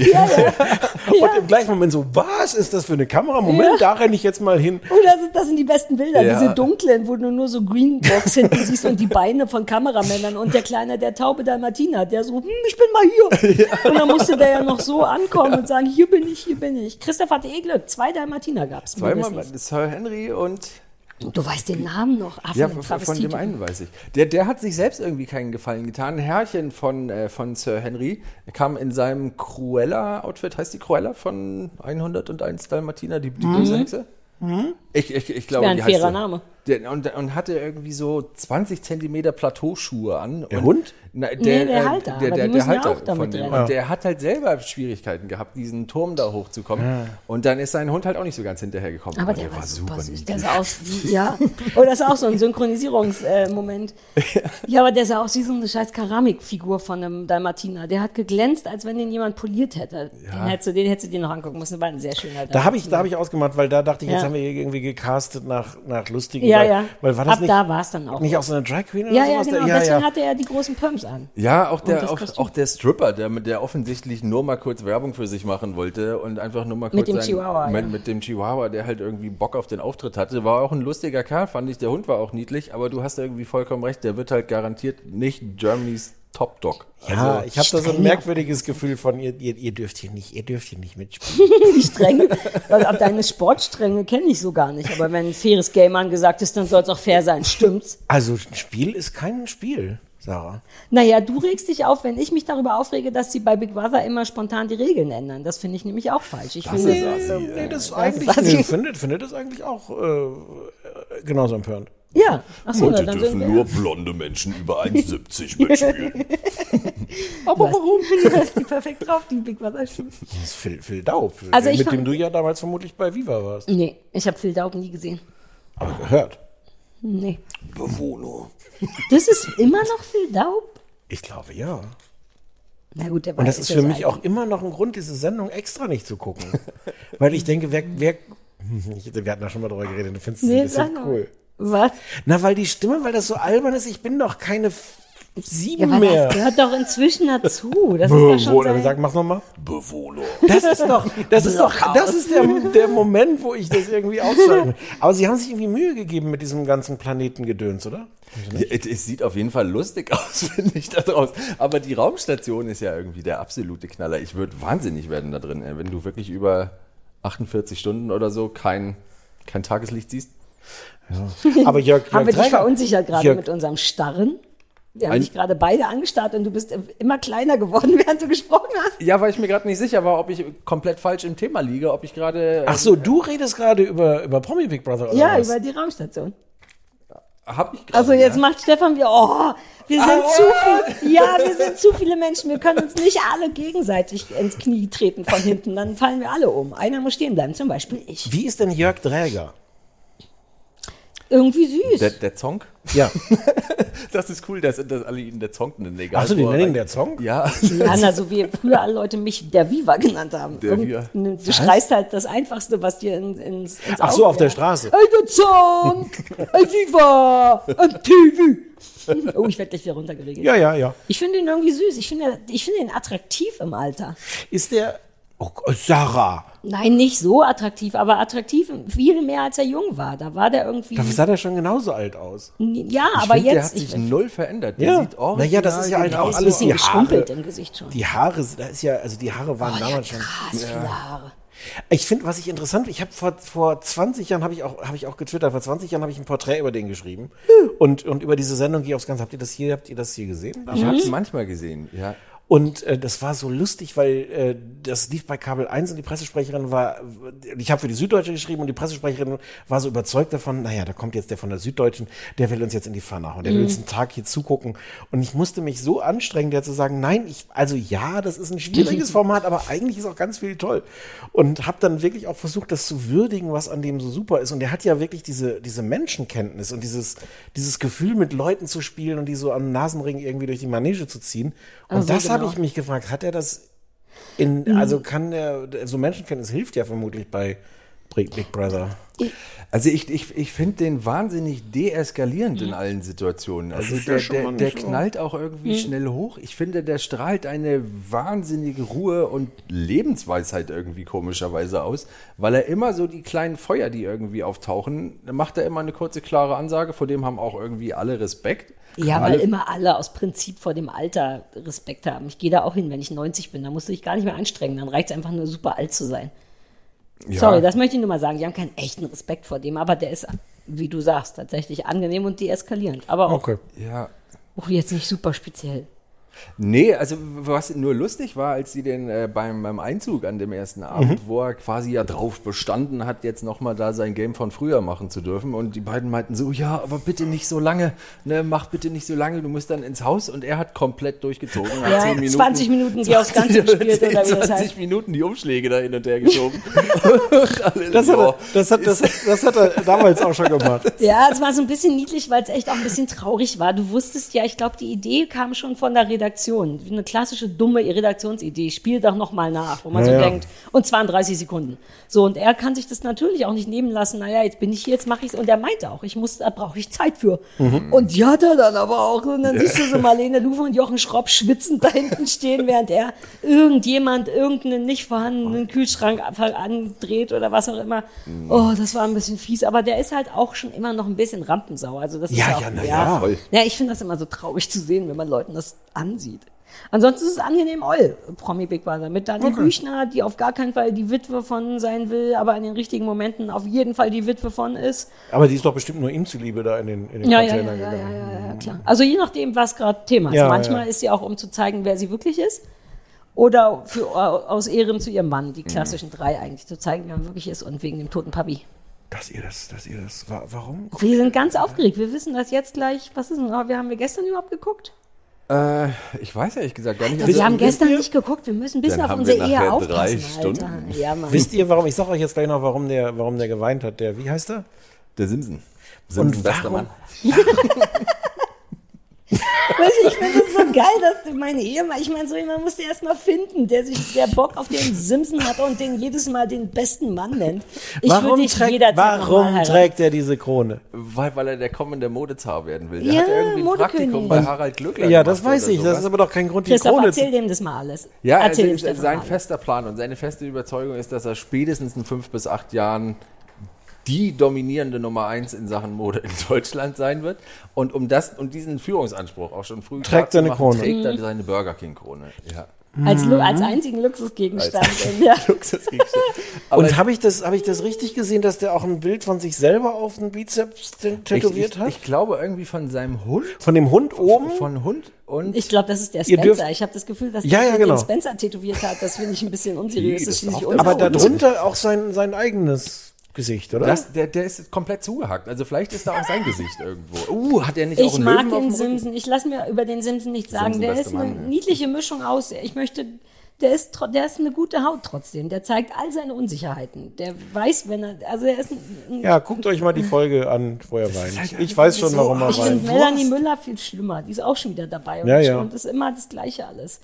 Und im gleichen Moment so, was ist das für eine Kamera? Moment, da renne ich jetzt mal hin.
Oh, das sind, das sind die besten Bilder,
Ja.
diese dunklen, wo du nur so Greenbox hinten siehst und die Beine von Kameramännern und der Kleine, der taube Dalmatiner, der so, hm, ich bin mal hier. Und dann musste der ja noch so ankommen und sagen, hier bin ich, hier bin ich. Christoph hatte eh Glück, zwei Dalmatiner gab es.
Zweimal Sir Henry und
Du weißt den Namen noch, Ah, Affen
ja,
und
von dem
Travestiten.
einen weiß ich. Der, der hat sich selbst irgendwie keinen Gefallen getan. Ein Herrchen von, äh, von Sir Henry kam in seinem Cruella-Outfit, heißt die Cruella von 101 Dalmatiner, die, die böse Hexe? Ich, ich, ich
Mhm.
glaube,
wäre ein
die heißt
fairer
so.
Name.
Der, und, und hatte irgendwie so 20 Zentimeter Plateauschuhe an.
Der
und,
Hund?
Na, der,
der
äh,
Halter,
Der,
aber die
der, der
müssen ja
Halter
auch damit
von dem.
rennen.
Und der hat halt selber Schwierigkeiten gehabt, diesen Turm da hochzukommen. Und dann ist sein Hund halt auch nicht so ganz hinterhergekommen.
Aber der, war super süß. Der sah aus, wie- ja. Oh, das ist auch so ein Synchronisierungsmoment. Äh, Moment. ja, aber der sah aus wie so eine scheiß Keramikfigur von einem Dalmatiner. Der hat geglänzt, als wenn den jemand poliert hätte. Den, hättest du, den hättest du dir noch angucken müssen. War ein sehr schöner
Da habe ich, da hab ich ausgemacht, weil da dachte ich, jetzt
Ja.
haben wir hier irgendwie gecastet nach, nach lustigen.
Ja,
weil,
ja.
Weil war das
Ab
nicht,
da war's dann auch.
Nicht auch so eine Drag Queen oder
ja, ja,
sowas?
genau.
ja,
Deswegen
ja.
hatte er die großen Pumps an.
Ja, auch
das
der, auch,
Kostüm.
auch der Stripper, der, mit- der offensichtlich nur mal kurz Werbung für sich machen wollte und einfach nur mal kurz
Mit dem
sein-
Chihuahua,
mit,
ja.
mit dem Chihuahua, der halt irgendwie Bock auf den Auftritt hatte, war auch ein lustiger Kerl, fand ich. Der Hund war auch niedlich, aber du hast irgendwie vollkommen recht, der wird halt garantiert nicht Germany's Top Dog.
Ja,
Also,
ich habe da so ein merkwürdiges Gefühl von, ihr, ihr, ihr dürft hier nicht, ihr dürft hier nicht mitspielen.
Die Stränge, weil ab deine Sportstränge kenne ich so gar nicht. Aber wenn ein faires Game angesagt ist, dann soll es auch fair sein. Stimmt's?
Also ein Spiel ist kein Spiel, Sarah.
Naja, du regst dich auf, wenn ich mich darüber aufrege, dass sie bei Big Brother immer spontan die Regeln ändern. Das finde ich nämlich auch falsch. Ich finde,
Nee, das ist
ist
eigentlich,
assi.
nee, findet, findet das eigentlich auch äh, genauso empörend.
ja. Ach so, na, dann sind wir-
blonde Menschen über 1,70 mitspielen.
Aber warum? Du hast die perfekt drauf, die Big Brother Schuhe.
Das ist Phil, Phil Daub,
Also ich
mit
fand-
dem du ja damals vermutlich bei Viva warst.
Nee, ich habe Phil Daub nie gesehen.
Aber gehört.
Nee.
Bewohner.
Das ist immer noch Phil Daub?
Ich glaube, ja.
Na gut, der war
Und das ist
ja
für
so alt.
mich auch immer noch ein Grund, diese Sendung extra nicht zu gucken. Weil ich denke, wer, wer ich, wir hatten da schon mal drüber geredet, du findest es
Nee,
ein bisschen
sag mal.
cool.
Was?
Na, weil die Stimme, weil das so albern ist, ich bin doch keine F-
Ja,
sieben
aber das
mehr.
gehört doch inzwischen dazu. Das ist ja schon
Bewohner, sag,
sein...
mach's nochmal. Bewohner. Das ist doch, das ist doch, das ist der, der Moment, wo ich das irgendwie ausschalten will. Aber sie haben sich irgendwie Mühe gegeben mit diesem ganzen Planetengedöns, oder?
Ja, Es es sieht auf jeden Fall lustig aus, finde ich, da draus. Aber die Raumstation ist ja irgendwie der absolute Knaller. Ich würde wahnsinnig werden da drin, ey, wenn du wirklich über 48 Stunden oder so kein, kein Tageslicht siehst.
Aber Jörg, Jörg
Haben wir dich
Träger-
verunsichert gerade
Jörg-
mit unserem Starren? Wir haben
Ein-
dich gerade beide angestarrt und du bist immer kleiner geworden, während du gesprochen hast.
Ja, weil ich mir gerade nicht sicher war, ob ich komplett falsch im Thema liege, ob ich äh, gerade.
Ach so, du redest gerade über, über Promi Big Brother oder
Ja,
was?
über die Raumstation.
Hab ich gerade.
Also jetzt macht Stefan wieder, oh, wir sind zu viel, ja, wir sind zu viele Menschen, wir können uns nicht alle gegenseitig ins Knie treten von hinten, dann fallen wir alle um. Einer muss stehen bleiben, zum Beispiel ich.
Wie ist denn Jörg Dräger?
Irgendwie
der,
süß.
der Zonk?
Ja.
Das ist cool, dass, dass alle ihn der Zonk nennen. egal
Ach so, die
wo er
nennen ihn
rein-
der Zonk?
Also, Ja.
Ja, na, so wie früher alle Leute mich der Viva genannt haben.
Der Viva.
Irgend- Du schreist halt das Einfachste, was dir in, ins, ins
Ach so, auf der Straße.
Hey, der Song! Hey, Viva! MTV! Oh, ich werde gleich wieder runtergeregelt.
Ja, ja, ja.
Ich finde ihn irgendwie süß. Ich finde, ich finde ihn attraktiv im Alter.
Ist der. Oh, Gott, Sarah.
Nein, nicht so attraktiv, aber attraktiv viel mehr, als er jung war. Da war der irgendwie.
Dafür sah der schon genauso alt aus.
ja, aber
Find, der hat
jetzt.
sich
Ich,
null verändert. Der
Ja.
sieht auch.
Naja, das ist ja halt auch
ist ein
alles
bisschen
die Haare.
geschrumpelt im Gesicht schon.
Die Haare, da ist ja, also die Haare waren damals schon.
Krass, viele Haare.
Ich finde, was ich interessant, ich habe vor, vor 20 Jahren, habe ich, auch- hab ich auch getwittert, vor 20 Jahren habe ich ein Porträt über den geschrieben. Und, und über diese Sendung gehe ich aufs Ganze. Habt ihr das hier, habt ihr das hier gesehen?
Ich hab's manchmal gesehen, ja.
Und äh, das war so lustig, weil äh, das lief bei Kabel 1 und die Pressesprecherin war, ich habe für die Süddeutsche geschrieben und die Pressesprecherin war so überzeugt davon, naja, da kommt jetzt der von der Süddeutschen, der will uns jetzt in die Pfanne hauen, der will uns einen Tag hier zugucken. Und ich musste mich so anstrengen, der zu sagen, nein, ich, also ja, das ist ein schwieriges Format, aber eigentlich ist auch ganz viel toll. Und habe dann wirklich auch versucht, das zu würdigen, was an dem so super ist. Und der hat ja wirklich diese, diese Menschenkenntnis und dieses, dieses Gefühl, mit Leuten zu spielen und die so am Nasenring irgendwie durch die Manege zu ziehen. Und
Also
das habe
genau. Mhm.
ich mich gefragt, hat er das in, also kann der, so Menschenkenntnis hilft ja vermutlich bei Big Big Brother.
Also ich, ich, ich finde den wahnsinnig deeskalierend in allen Situationen. Also
Mhm. ist ja
der, der,
schon mal nicht Mhm.
der
schlecht.
knallt auch irgendwie schnell hoch. Ich finde, der strahlt eine wahnsinnige Ruhe und Lebensweisheit irgendwie komischerweise aus, weil er immer so die kleinen Feuer, die irgendwie auftauchen, macht er immer eine kurze, klare Ansage, vor dem haben auch irgendwie alle Respekt.
Ja, weil
alle,
immer alle aus Prinzip vor dem Alter Respekt haben. Ich gehe da auch hin, wenn ich 90 bin. Da musst du dich gar nicht mehr anstrengen. Dann reicht es einfach nur, super alt zu sein.
ja.
Sorry, das möchte ich nur mal sagen. Die haben keinen echten Respekt vor dem, aber der ist, wie du sagst, tatsächlich angenehm und deeskalierend. Aber auch, oh,
Okay.
ja.
auch jetzt nicht super speziell.
Nee, also was nur lustig war, als sie den äh, beim, beim Einzug an dem ersten
Mhm.
Abend, wo er quasi ja drauf bestanden hat, jetzt nochmal da sein Game von früher machen zu dürfen. Und die beiden meinten so, ja, aber bitte nicht so lange, ne, mach bitte nicht so lange, du musst dann ins Haus. Und er hat komplett durchgezogen. Hat
Ja,
zehn Minuten,
20 Minuten die aufs
10,
Ganze gespielt oder wie das
20
heißt.
Minuten die Umschläge da hin und her geschoben. Alle
Das
so,
hat,
boah,
er, das, hat, das, das hat er damals auch schon gemacht.
Ja, es war so ein bisschen niedlich, weil es echt auch ein bisschen traurig war. Du wusstest ja, ich glaube, die Idee kam schon von der Redaktion. Eine klassische dumme Redaktionsidee. Spiel doch nochmal nach, wo man so
Ja, ja.
denkt. Und zwar in 30 Sekunden. So, und er kann sich das natürlich auch nicht nehmen lassen. Naja, jetzt bin ich hier, jetzt mache ich's. Und er meinte auch, ich muss, da brauche ich Zeit für.
Mhm.
Und die hat er dann aber auch. Und dann siehst du so Marlene Luwe und Jochen Schropp schwitzend da hinten stehen, während er irgendjemand irgendeinen nicht vorhandenen Kühlschrank andreht oder was auch immer.
Mhm.
Oh, das war ein bisschen fies. Aber der ist halt auch schon immer noch ein bisschen Rampensau. Also das
Ja,
ist auch,
ja, na ja.
voll.
ja, ich finde das immer so traurig zu sehen, wenn man Leuten das ansieht. Ansonsten ist es angenehm oll, Promi Big Brother. Mit Daniel Büchner, die auf gar keinen Fall die Witwe von sein will, aber in den richtigen Momenten auf jeden Fall die Witwe von ist.
Aber die ist doch bestimmt nur ihm zuliebe da in den, in den
Ja, ja, ja,
Container
ja, ja,
gegangen.
ja, ja, klar. Also je nachdem, was gerade Thema ist.
Ja,
Manchmal
ja.
ist sie auch, um zu zeigen, wer sie wirklich ist. Oder für, aus Ehren zu ihrem Mann, die klassischen drei eigentlich, zu zeigen, wer man wirklich ist und wegen dem toten Papi.
Dass ihr das, dass ihr das, wa- warum?
Wir sind ganz aufgeregt. Wir wissen das jetzt gleich. Was ist denn? oh, Wir haben wir gestern überhaupt geguckt?
Ich weiß ehrlich gesagt gar nicht. also
Wir haben
wisst
gestern
ihr-
nicht geguckt. Wir müssen ein bisschen
Dann
auf
haben
unsere
wir
Ehe
nachher
aufpassen.
drei
Alter.
Stunden.
Ja, Mann.
Wisst ihr, warum? Ich sag euch jetzt gleich noch, warum der, warum der geweint hat. Der, wie heißt er?
der Simson.
Und
Simson, bester
warum-
Mann.
Weißt du, ich finde das so geil, dass du meine Ehemann, ich meine, so jemand musst du erst mal finden, der sich, der Bock auf den Simpson hat und den jedes Mal den besten Mann nennt. Ich würde
warum
dich
trägt,
jederzeit nochmal
warum
heiraten.
trägt er diese Krone?
Weil, weil er der kommende Modezar werden will. Der
Ja,
hat irgendwie ein
Modekönig.
Praktikum bei Harald Glöckler
Ja,
gemacht
das weiß
oder
ich. Das
sowas.
ist aber doch kein Grund, die
Christoph,
Krone
erzähl
zu.
dem das mal alles.
ja, also
erzähl
ist,
Stefan
sein
mal.
fester Plan und seine feste Überzeugung ist, dass er spätestens in fünf bis acht Jahren die dominierende Nummer eins in Sachen Mode in Deutschland sein wird. Und um das und diesen Führungsanspruch auch schon früh klar zu
seine
machen,
Krone.
trägt er seine Burger King Krone. Ja.
Als, Lu-
Mhm.
als einzigen Luxusgegenstand. in der-
Luxusgegenstand. Aber
Und habe ich, das, hab ich das richtig gesehen, dass der auch ein Bild von sich selber auf den Bizeps t-
ich,
tätowiert
ich,
hat?
ich glaube irgendwie von seinem Hund,
von dem Hund oben?
von Hund und
Ich glaube, das ist der
Ihr dürft-
Spencer. Ich habe das Gefühl, dass
Ja, ja,
der
genau.
den Spencer tätowiert hat. Das finde ich ein bisschen
Ih,
unseriös. Genau, Das
das
ist schließlich
darf der-
unser
aber
Hund.
darunter auch sein, sein eigenes Gesicht, oder?
das, der, der ist komplett zugehackt. Also vielleicht ist da auch sein Gesicht irgendwo. Uh, hat er nicht auch
Ich
einen
mag
Löwen auf dem
den
Rücken?
Simsen. Ich lasse mir über den Simsen nichts sagen.
Simsen,
der
beste
ist eine
Mann, ja.
niedliche Mischung aus. Ich möchte, der ist, tro- der ist eine gute Haut trotzdem. Der zeigt all seine Unsicherheiten. Der weiß, wenn er, also er ist ein, ein
ja, guckt euch mal die Folge an, wo er weint. ich weiß schon, warum er
ich finde
weint.
Melanie Müller viel schlimmer. Die ist auch schon wieder dabei. Und,
Ja, ja.
und ist immer das Gleiche alles.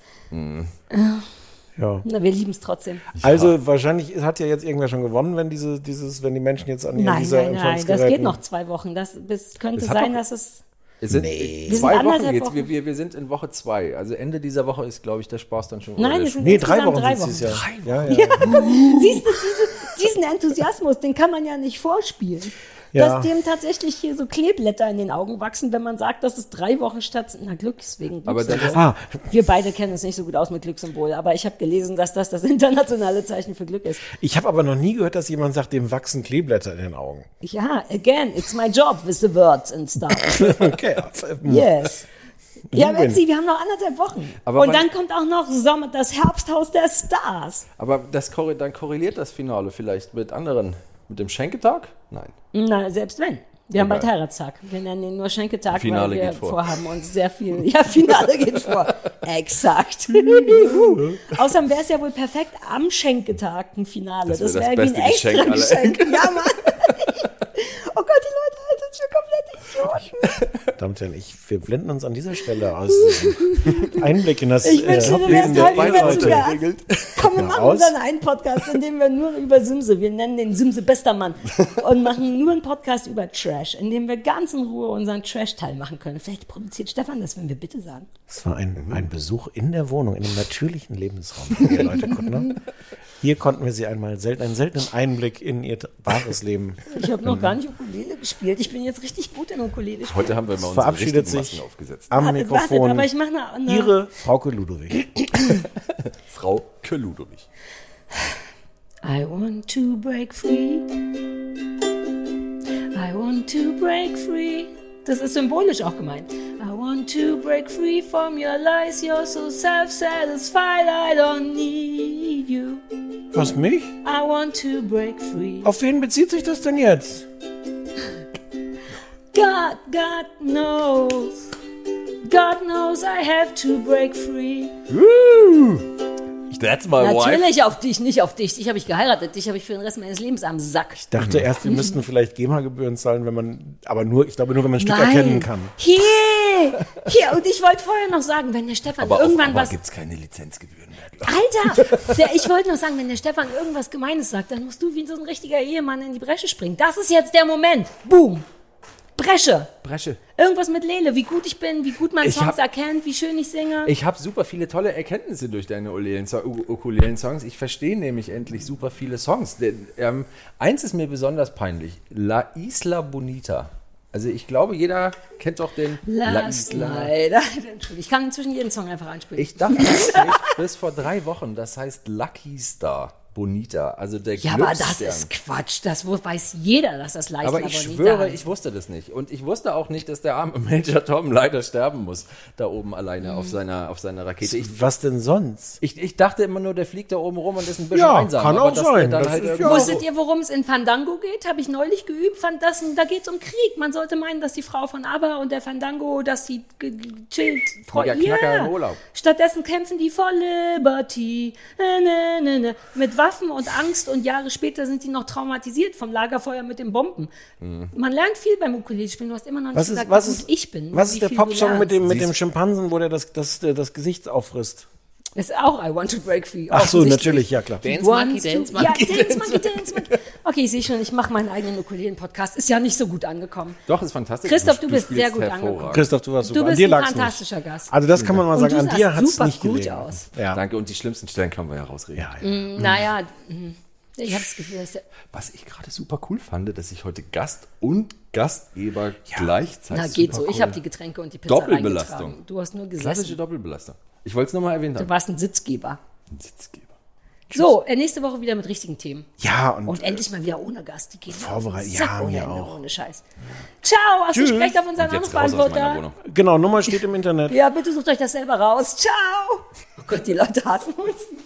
Ja.
Na, wir lieben es trotzdem.
Also wahrscheinlich hat ja jetzt irgendwer schon gewonnen, wenn diese, dieses, wenn die Menschen jetzt an ihr
Nein,
dieser
nein, nein. Das
Empfangsgeräten-
geht noch zwei Wochen. Das, das könnte
Das hat
sein,
doch-
dass es.
Es sind
Wir
zwei
sind anderthalb
Wochen jetzt.
Wochen.
Wir, wir, wir sind in Woche zwei. Also Ende dieser Woche ist, glaube ich, der Spaß dann schon. oder
Nein,
der
es sind
Nee, drei
insgesamt
Wochen
drei
sind es
Wochen.
ja. Ja, ja. ja.
Siehst du, diese, diesen Enthusiasmus, den kann man ja nicht vorspielen.
Ja.
Dass dem tatsächlich hier so Kleeblätter in den Augen wachsen, wenn man sagt, dass es drei Wochen statt sind. Na, Glücks wegen
Aber
Glücks.
dann-
Ah,
Wir beide kennen uns nicht so gut aus mit Glückssymbol, aber ich habe gelesen, dass das das internationale Zeichen für Glück ist.
ich habe aber noch nie gehört, dass jemand sagt, dem wachsen Kleeblätter in den Augen.
Ja, again, it's my job with the words and stuff.
Okay.
Yes. Ja,
Lieben.
Betsy, wir haben noch anderthalb Wochen.
Aber
Und
wann-
dann kommt auch noch Sommer, das Herbsthaus der Stars.
Aber das, korre- dann korreliert das Finale vielleicht mit anderen. Mit dem Schenketag? Nein.
Na, selbst wenn. Wir haben
Egal.
bald Heiratstag. Wir nennen ihn nur Schenketag,
Finale
weil wir
geht vor.
vorhaben uns sehr viel. Ja, Finale geht vor. Exakt. Außerdem wäre es ja wohl perfekt am Schenketag ein Finale. Das,
Das wär
wäre
das
wie ein
beste
extra
Geschenk aller.
Geschenk. Ja, Mann. Oh Gott, die Leute halten uns für komplett Idioten.
Verdammt, denn ich, wir blenden uns an dieser Stelle aus. diesem Einblick in das
Ich
äh,
wünsche dir
Leben
das halt
der
heute
beiden
wieder zu
Leute.
Leute.
Gast. Komm, wir machen
aus.
unseren einen Podcast, in dem wir nur über Simse, wir nennen den Simse bester Mann, und machen nur einen Podcast über Trash, in dem wir ganz in Ruhe unseren Trash-Teil machen können. Vielleicht produziert Stefan das, wenn wir bitte sagen.
Es war ein, ein Besuch in der Wohnung, in dem natürlichen Lebensraum der Leute Kuttner. Hier konnten wir sie einmal selten, einen seltenen Einblick in ihr wahres Leben.
Ich habe
Mhm.
noch gar nicht Ukulele gespielt. Ich bin jetzt richtig gut in Ukulele. spielen.
Heute haben wir mal unsere richtigen
Verabschiedet
Masken
sich
aufgesetzt.
am
Wartet,
Mikrofon.
wartet, aber ich mache eine, eine
Ihre Frauke Ludowig.
Frau Ludwig.
I want to break free. I want to break free.
Das ist symbolisch auch gemeint. I want to break free from your lies. You're so self-satisfied. I don't need you.
Was mich?
I want to break free.
Auf wen bezieht sich das denn jetzt?
God, God knows. God knows I have to break free.
That's my wife.
Natürlich auf dich, nicht auf dich. Dich habe ich geheiratet. Dich habe ich für den Rest meines Lebens am Sack.
Ich dachte erst, wir müssten vielleicht GEMA-Gebühren zahlen, wenn man, aber nur, ich glaube nur, wenn man ein Stück erkennen kann.
Hier, hier. Und ich wollte vorher noch sagen, wenn der Stefan
Aber auf
irgendwann
Amber
was.
gibt's keine Lizenzgebühren mehr.
Alter, der, ich wollte noch sagen, wenn der Stefan irgendwas Gemeines sagt, dann musst du wie so ein richtiger Ehemann in die Bresche springen. Das ist jetzt der Moment. Boom. Bresche.
Bresche.
Irgendwas mit Lele. Wie gut ich bin, wie gut man
Ich
Songs
hab-
erkennt, wie schön ich singe.
Ich habe super viele tolle Erkenntnisse durch deine Ukulelen- U- Ukulelen-Songs. Ich verstehe nämlich endlich super viele Songs. Denn, ähm, eins ist mir besonders peinlich: La Isla Bonita. Also, ich glaube, jeder kennt doch den
Last night. Entschuldigung. Ich kann inzwischen jeden Song einfach anspielen.
Ich dachte wirklich bis vor drei Wochen, das heißt Lucky Star Bonita. Also der
ja, aber Ah, das
Glücksstern.
ist Quatsch. Das wo- weiß jeder, dass das leicht
Aber ich schwöre, ich wusste das nicht. Und ich wusste auch nicht, dass der arme Major Tom leider sterben muss, da oben alleine
Hm.
auf, seiner, auf seiner Rakete. Ich,
Was denn sonst?
ich, ich dachte immer nur, der fliegt da oben rum und ist ein bisschen
Ja,
einsam.
kann
aber
auch
dass der
sein.
Dann
Das
halt
ist ja
irgendwo-
auch-
Wusstet ihr, worum es in Fandango geht? Habe ich neulich geübt. Fand das, da geht es um Krieg. Man sollte meinen, dass die Frau von ABBA und der Fandango, dass die ge- ge- chillt. Frau
Mega Knacker im Urlaub.
Stattdessen kämpfen die for Liberty. Ne, ne, ne, ne. Mit Waffen und Angst und Jahre später sind die noch traumatisiert vom Lagerfeuer mit den Bomben. Man lernt viel beim Ukulelespielen. Du hast immer noch nicht
Mhm. Was
gesagt,
ist, was
wie gut
ist,
ich bin.
was
wie
ist der
viel du
Popsong mit
lernst.
dem, mit dem Schimpansen, wo der das, das, das Gesicht auffrisst?
Ist auch I Want to Break Free.
Ach so,
offensichtlich.
natürlich, ja klar.
Dance
One,
Monkey, Dance
two- ja,
Monkey,
Dance Monkey, Dance Monkey. Okay, ich sehe schon, ich mache meinen eigenen Ukulelen-Podcast. Ist ja nicht so gut angekommen.
Doch, ist fantastisch.
Christoph, du bist
spielst
sehr gut
hervorragend.
angekommen.
Christoph, du warst
Du
super.
bist
an dir
ein
lag's
fantastischer
nicht.
Gast.
Also das kann man mal
Und
sagen,
du
an dir
sahst
hat es
super
nicht
gut
gelegen.
aus.
Ja.
Danke, und die schlimmsten Stellen können wir ja rausreden.
Ja, ja.
Mhm.
Naja, mh, Mhm. ich habe das Gefühl, dass der,
Was ich gerade super cool fand, dass ich heute Gast und Gastgeber gleichzeitig
na geht so.
super
Ich
cool.
habe die Getränke und die Pizza
Doppelbelastung.
reingetragen. Du hast nur
Klassische
gesessen.
Doppelbelastung. Ich wollte es nochmal erwähnt
Du
haben.
warst ein Sitzgeber.
Sitzgeber.
So, äh, nächste Woche wieder mit richtigen Themen.
ja und,
Und endlich mal wieder ohne Gast. Die gehen mir auf den
vorbereitet-
Sack
ja,
ohne
mir
Ende,
auch.
Ohne Scheiß. Ciao, hast du Specht auf unseren
Jetzt raus aus meiner
Anrufbeantworter?
Wohnung.
genau, Nummer steht im Internet.
Ja, bitte sucht euch das selber raus. Ciao. Oh Gott, die Leute hassen uns.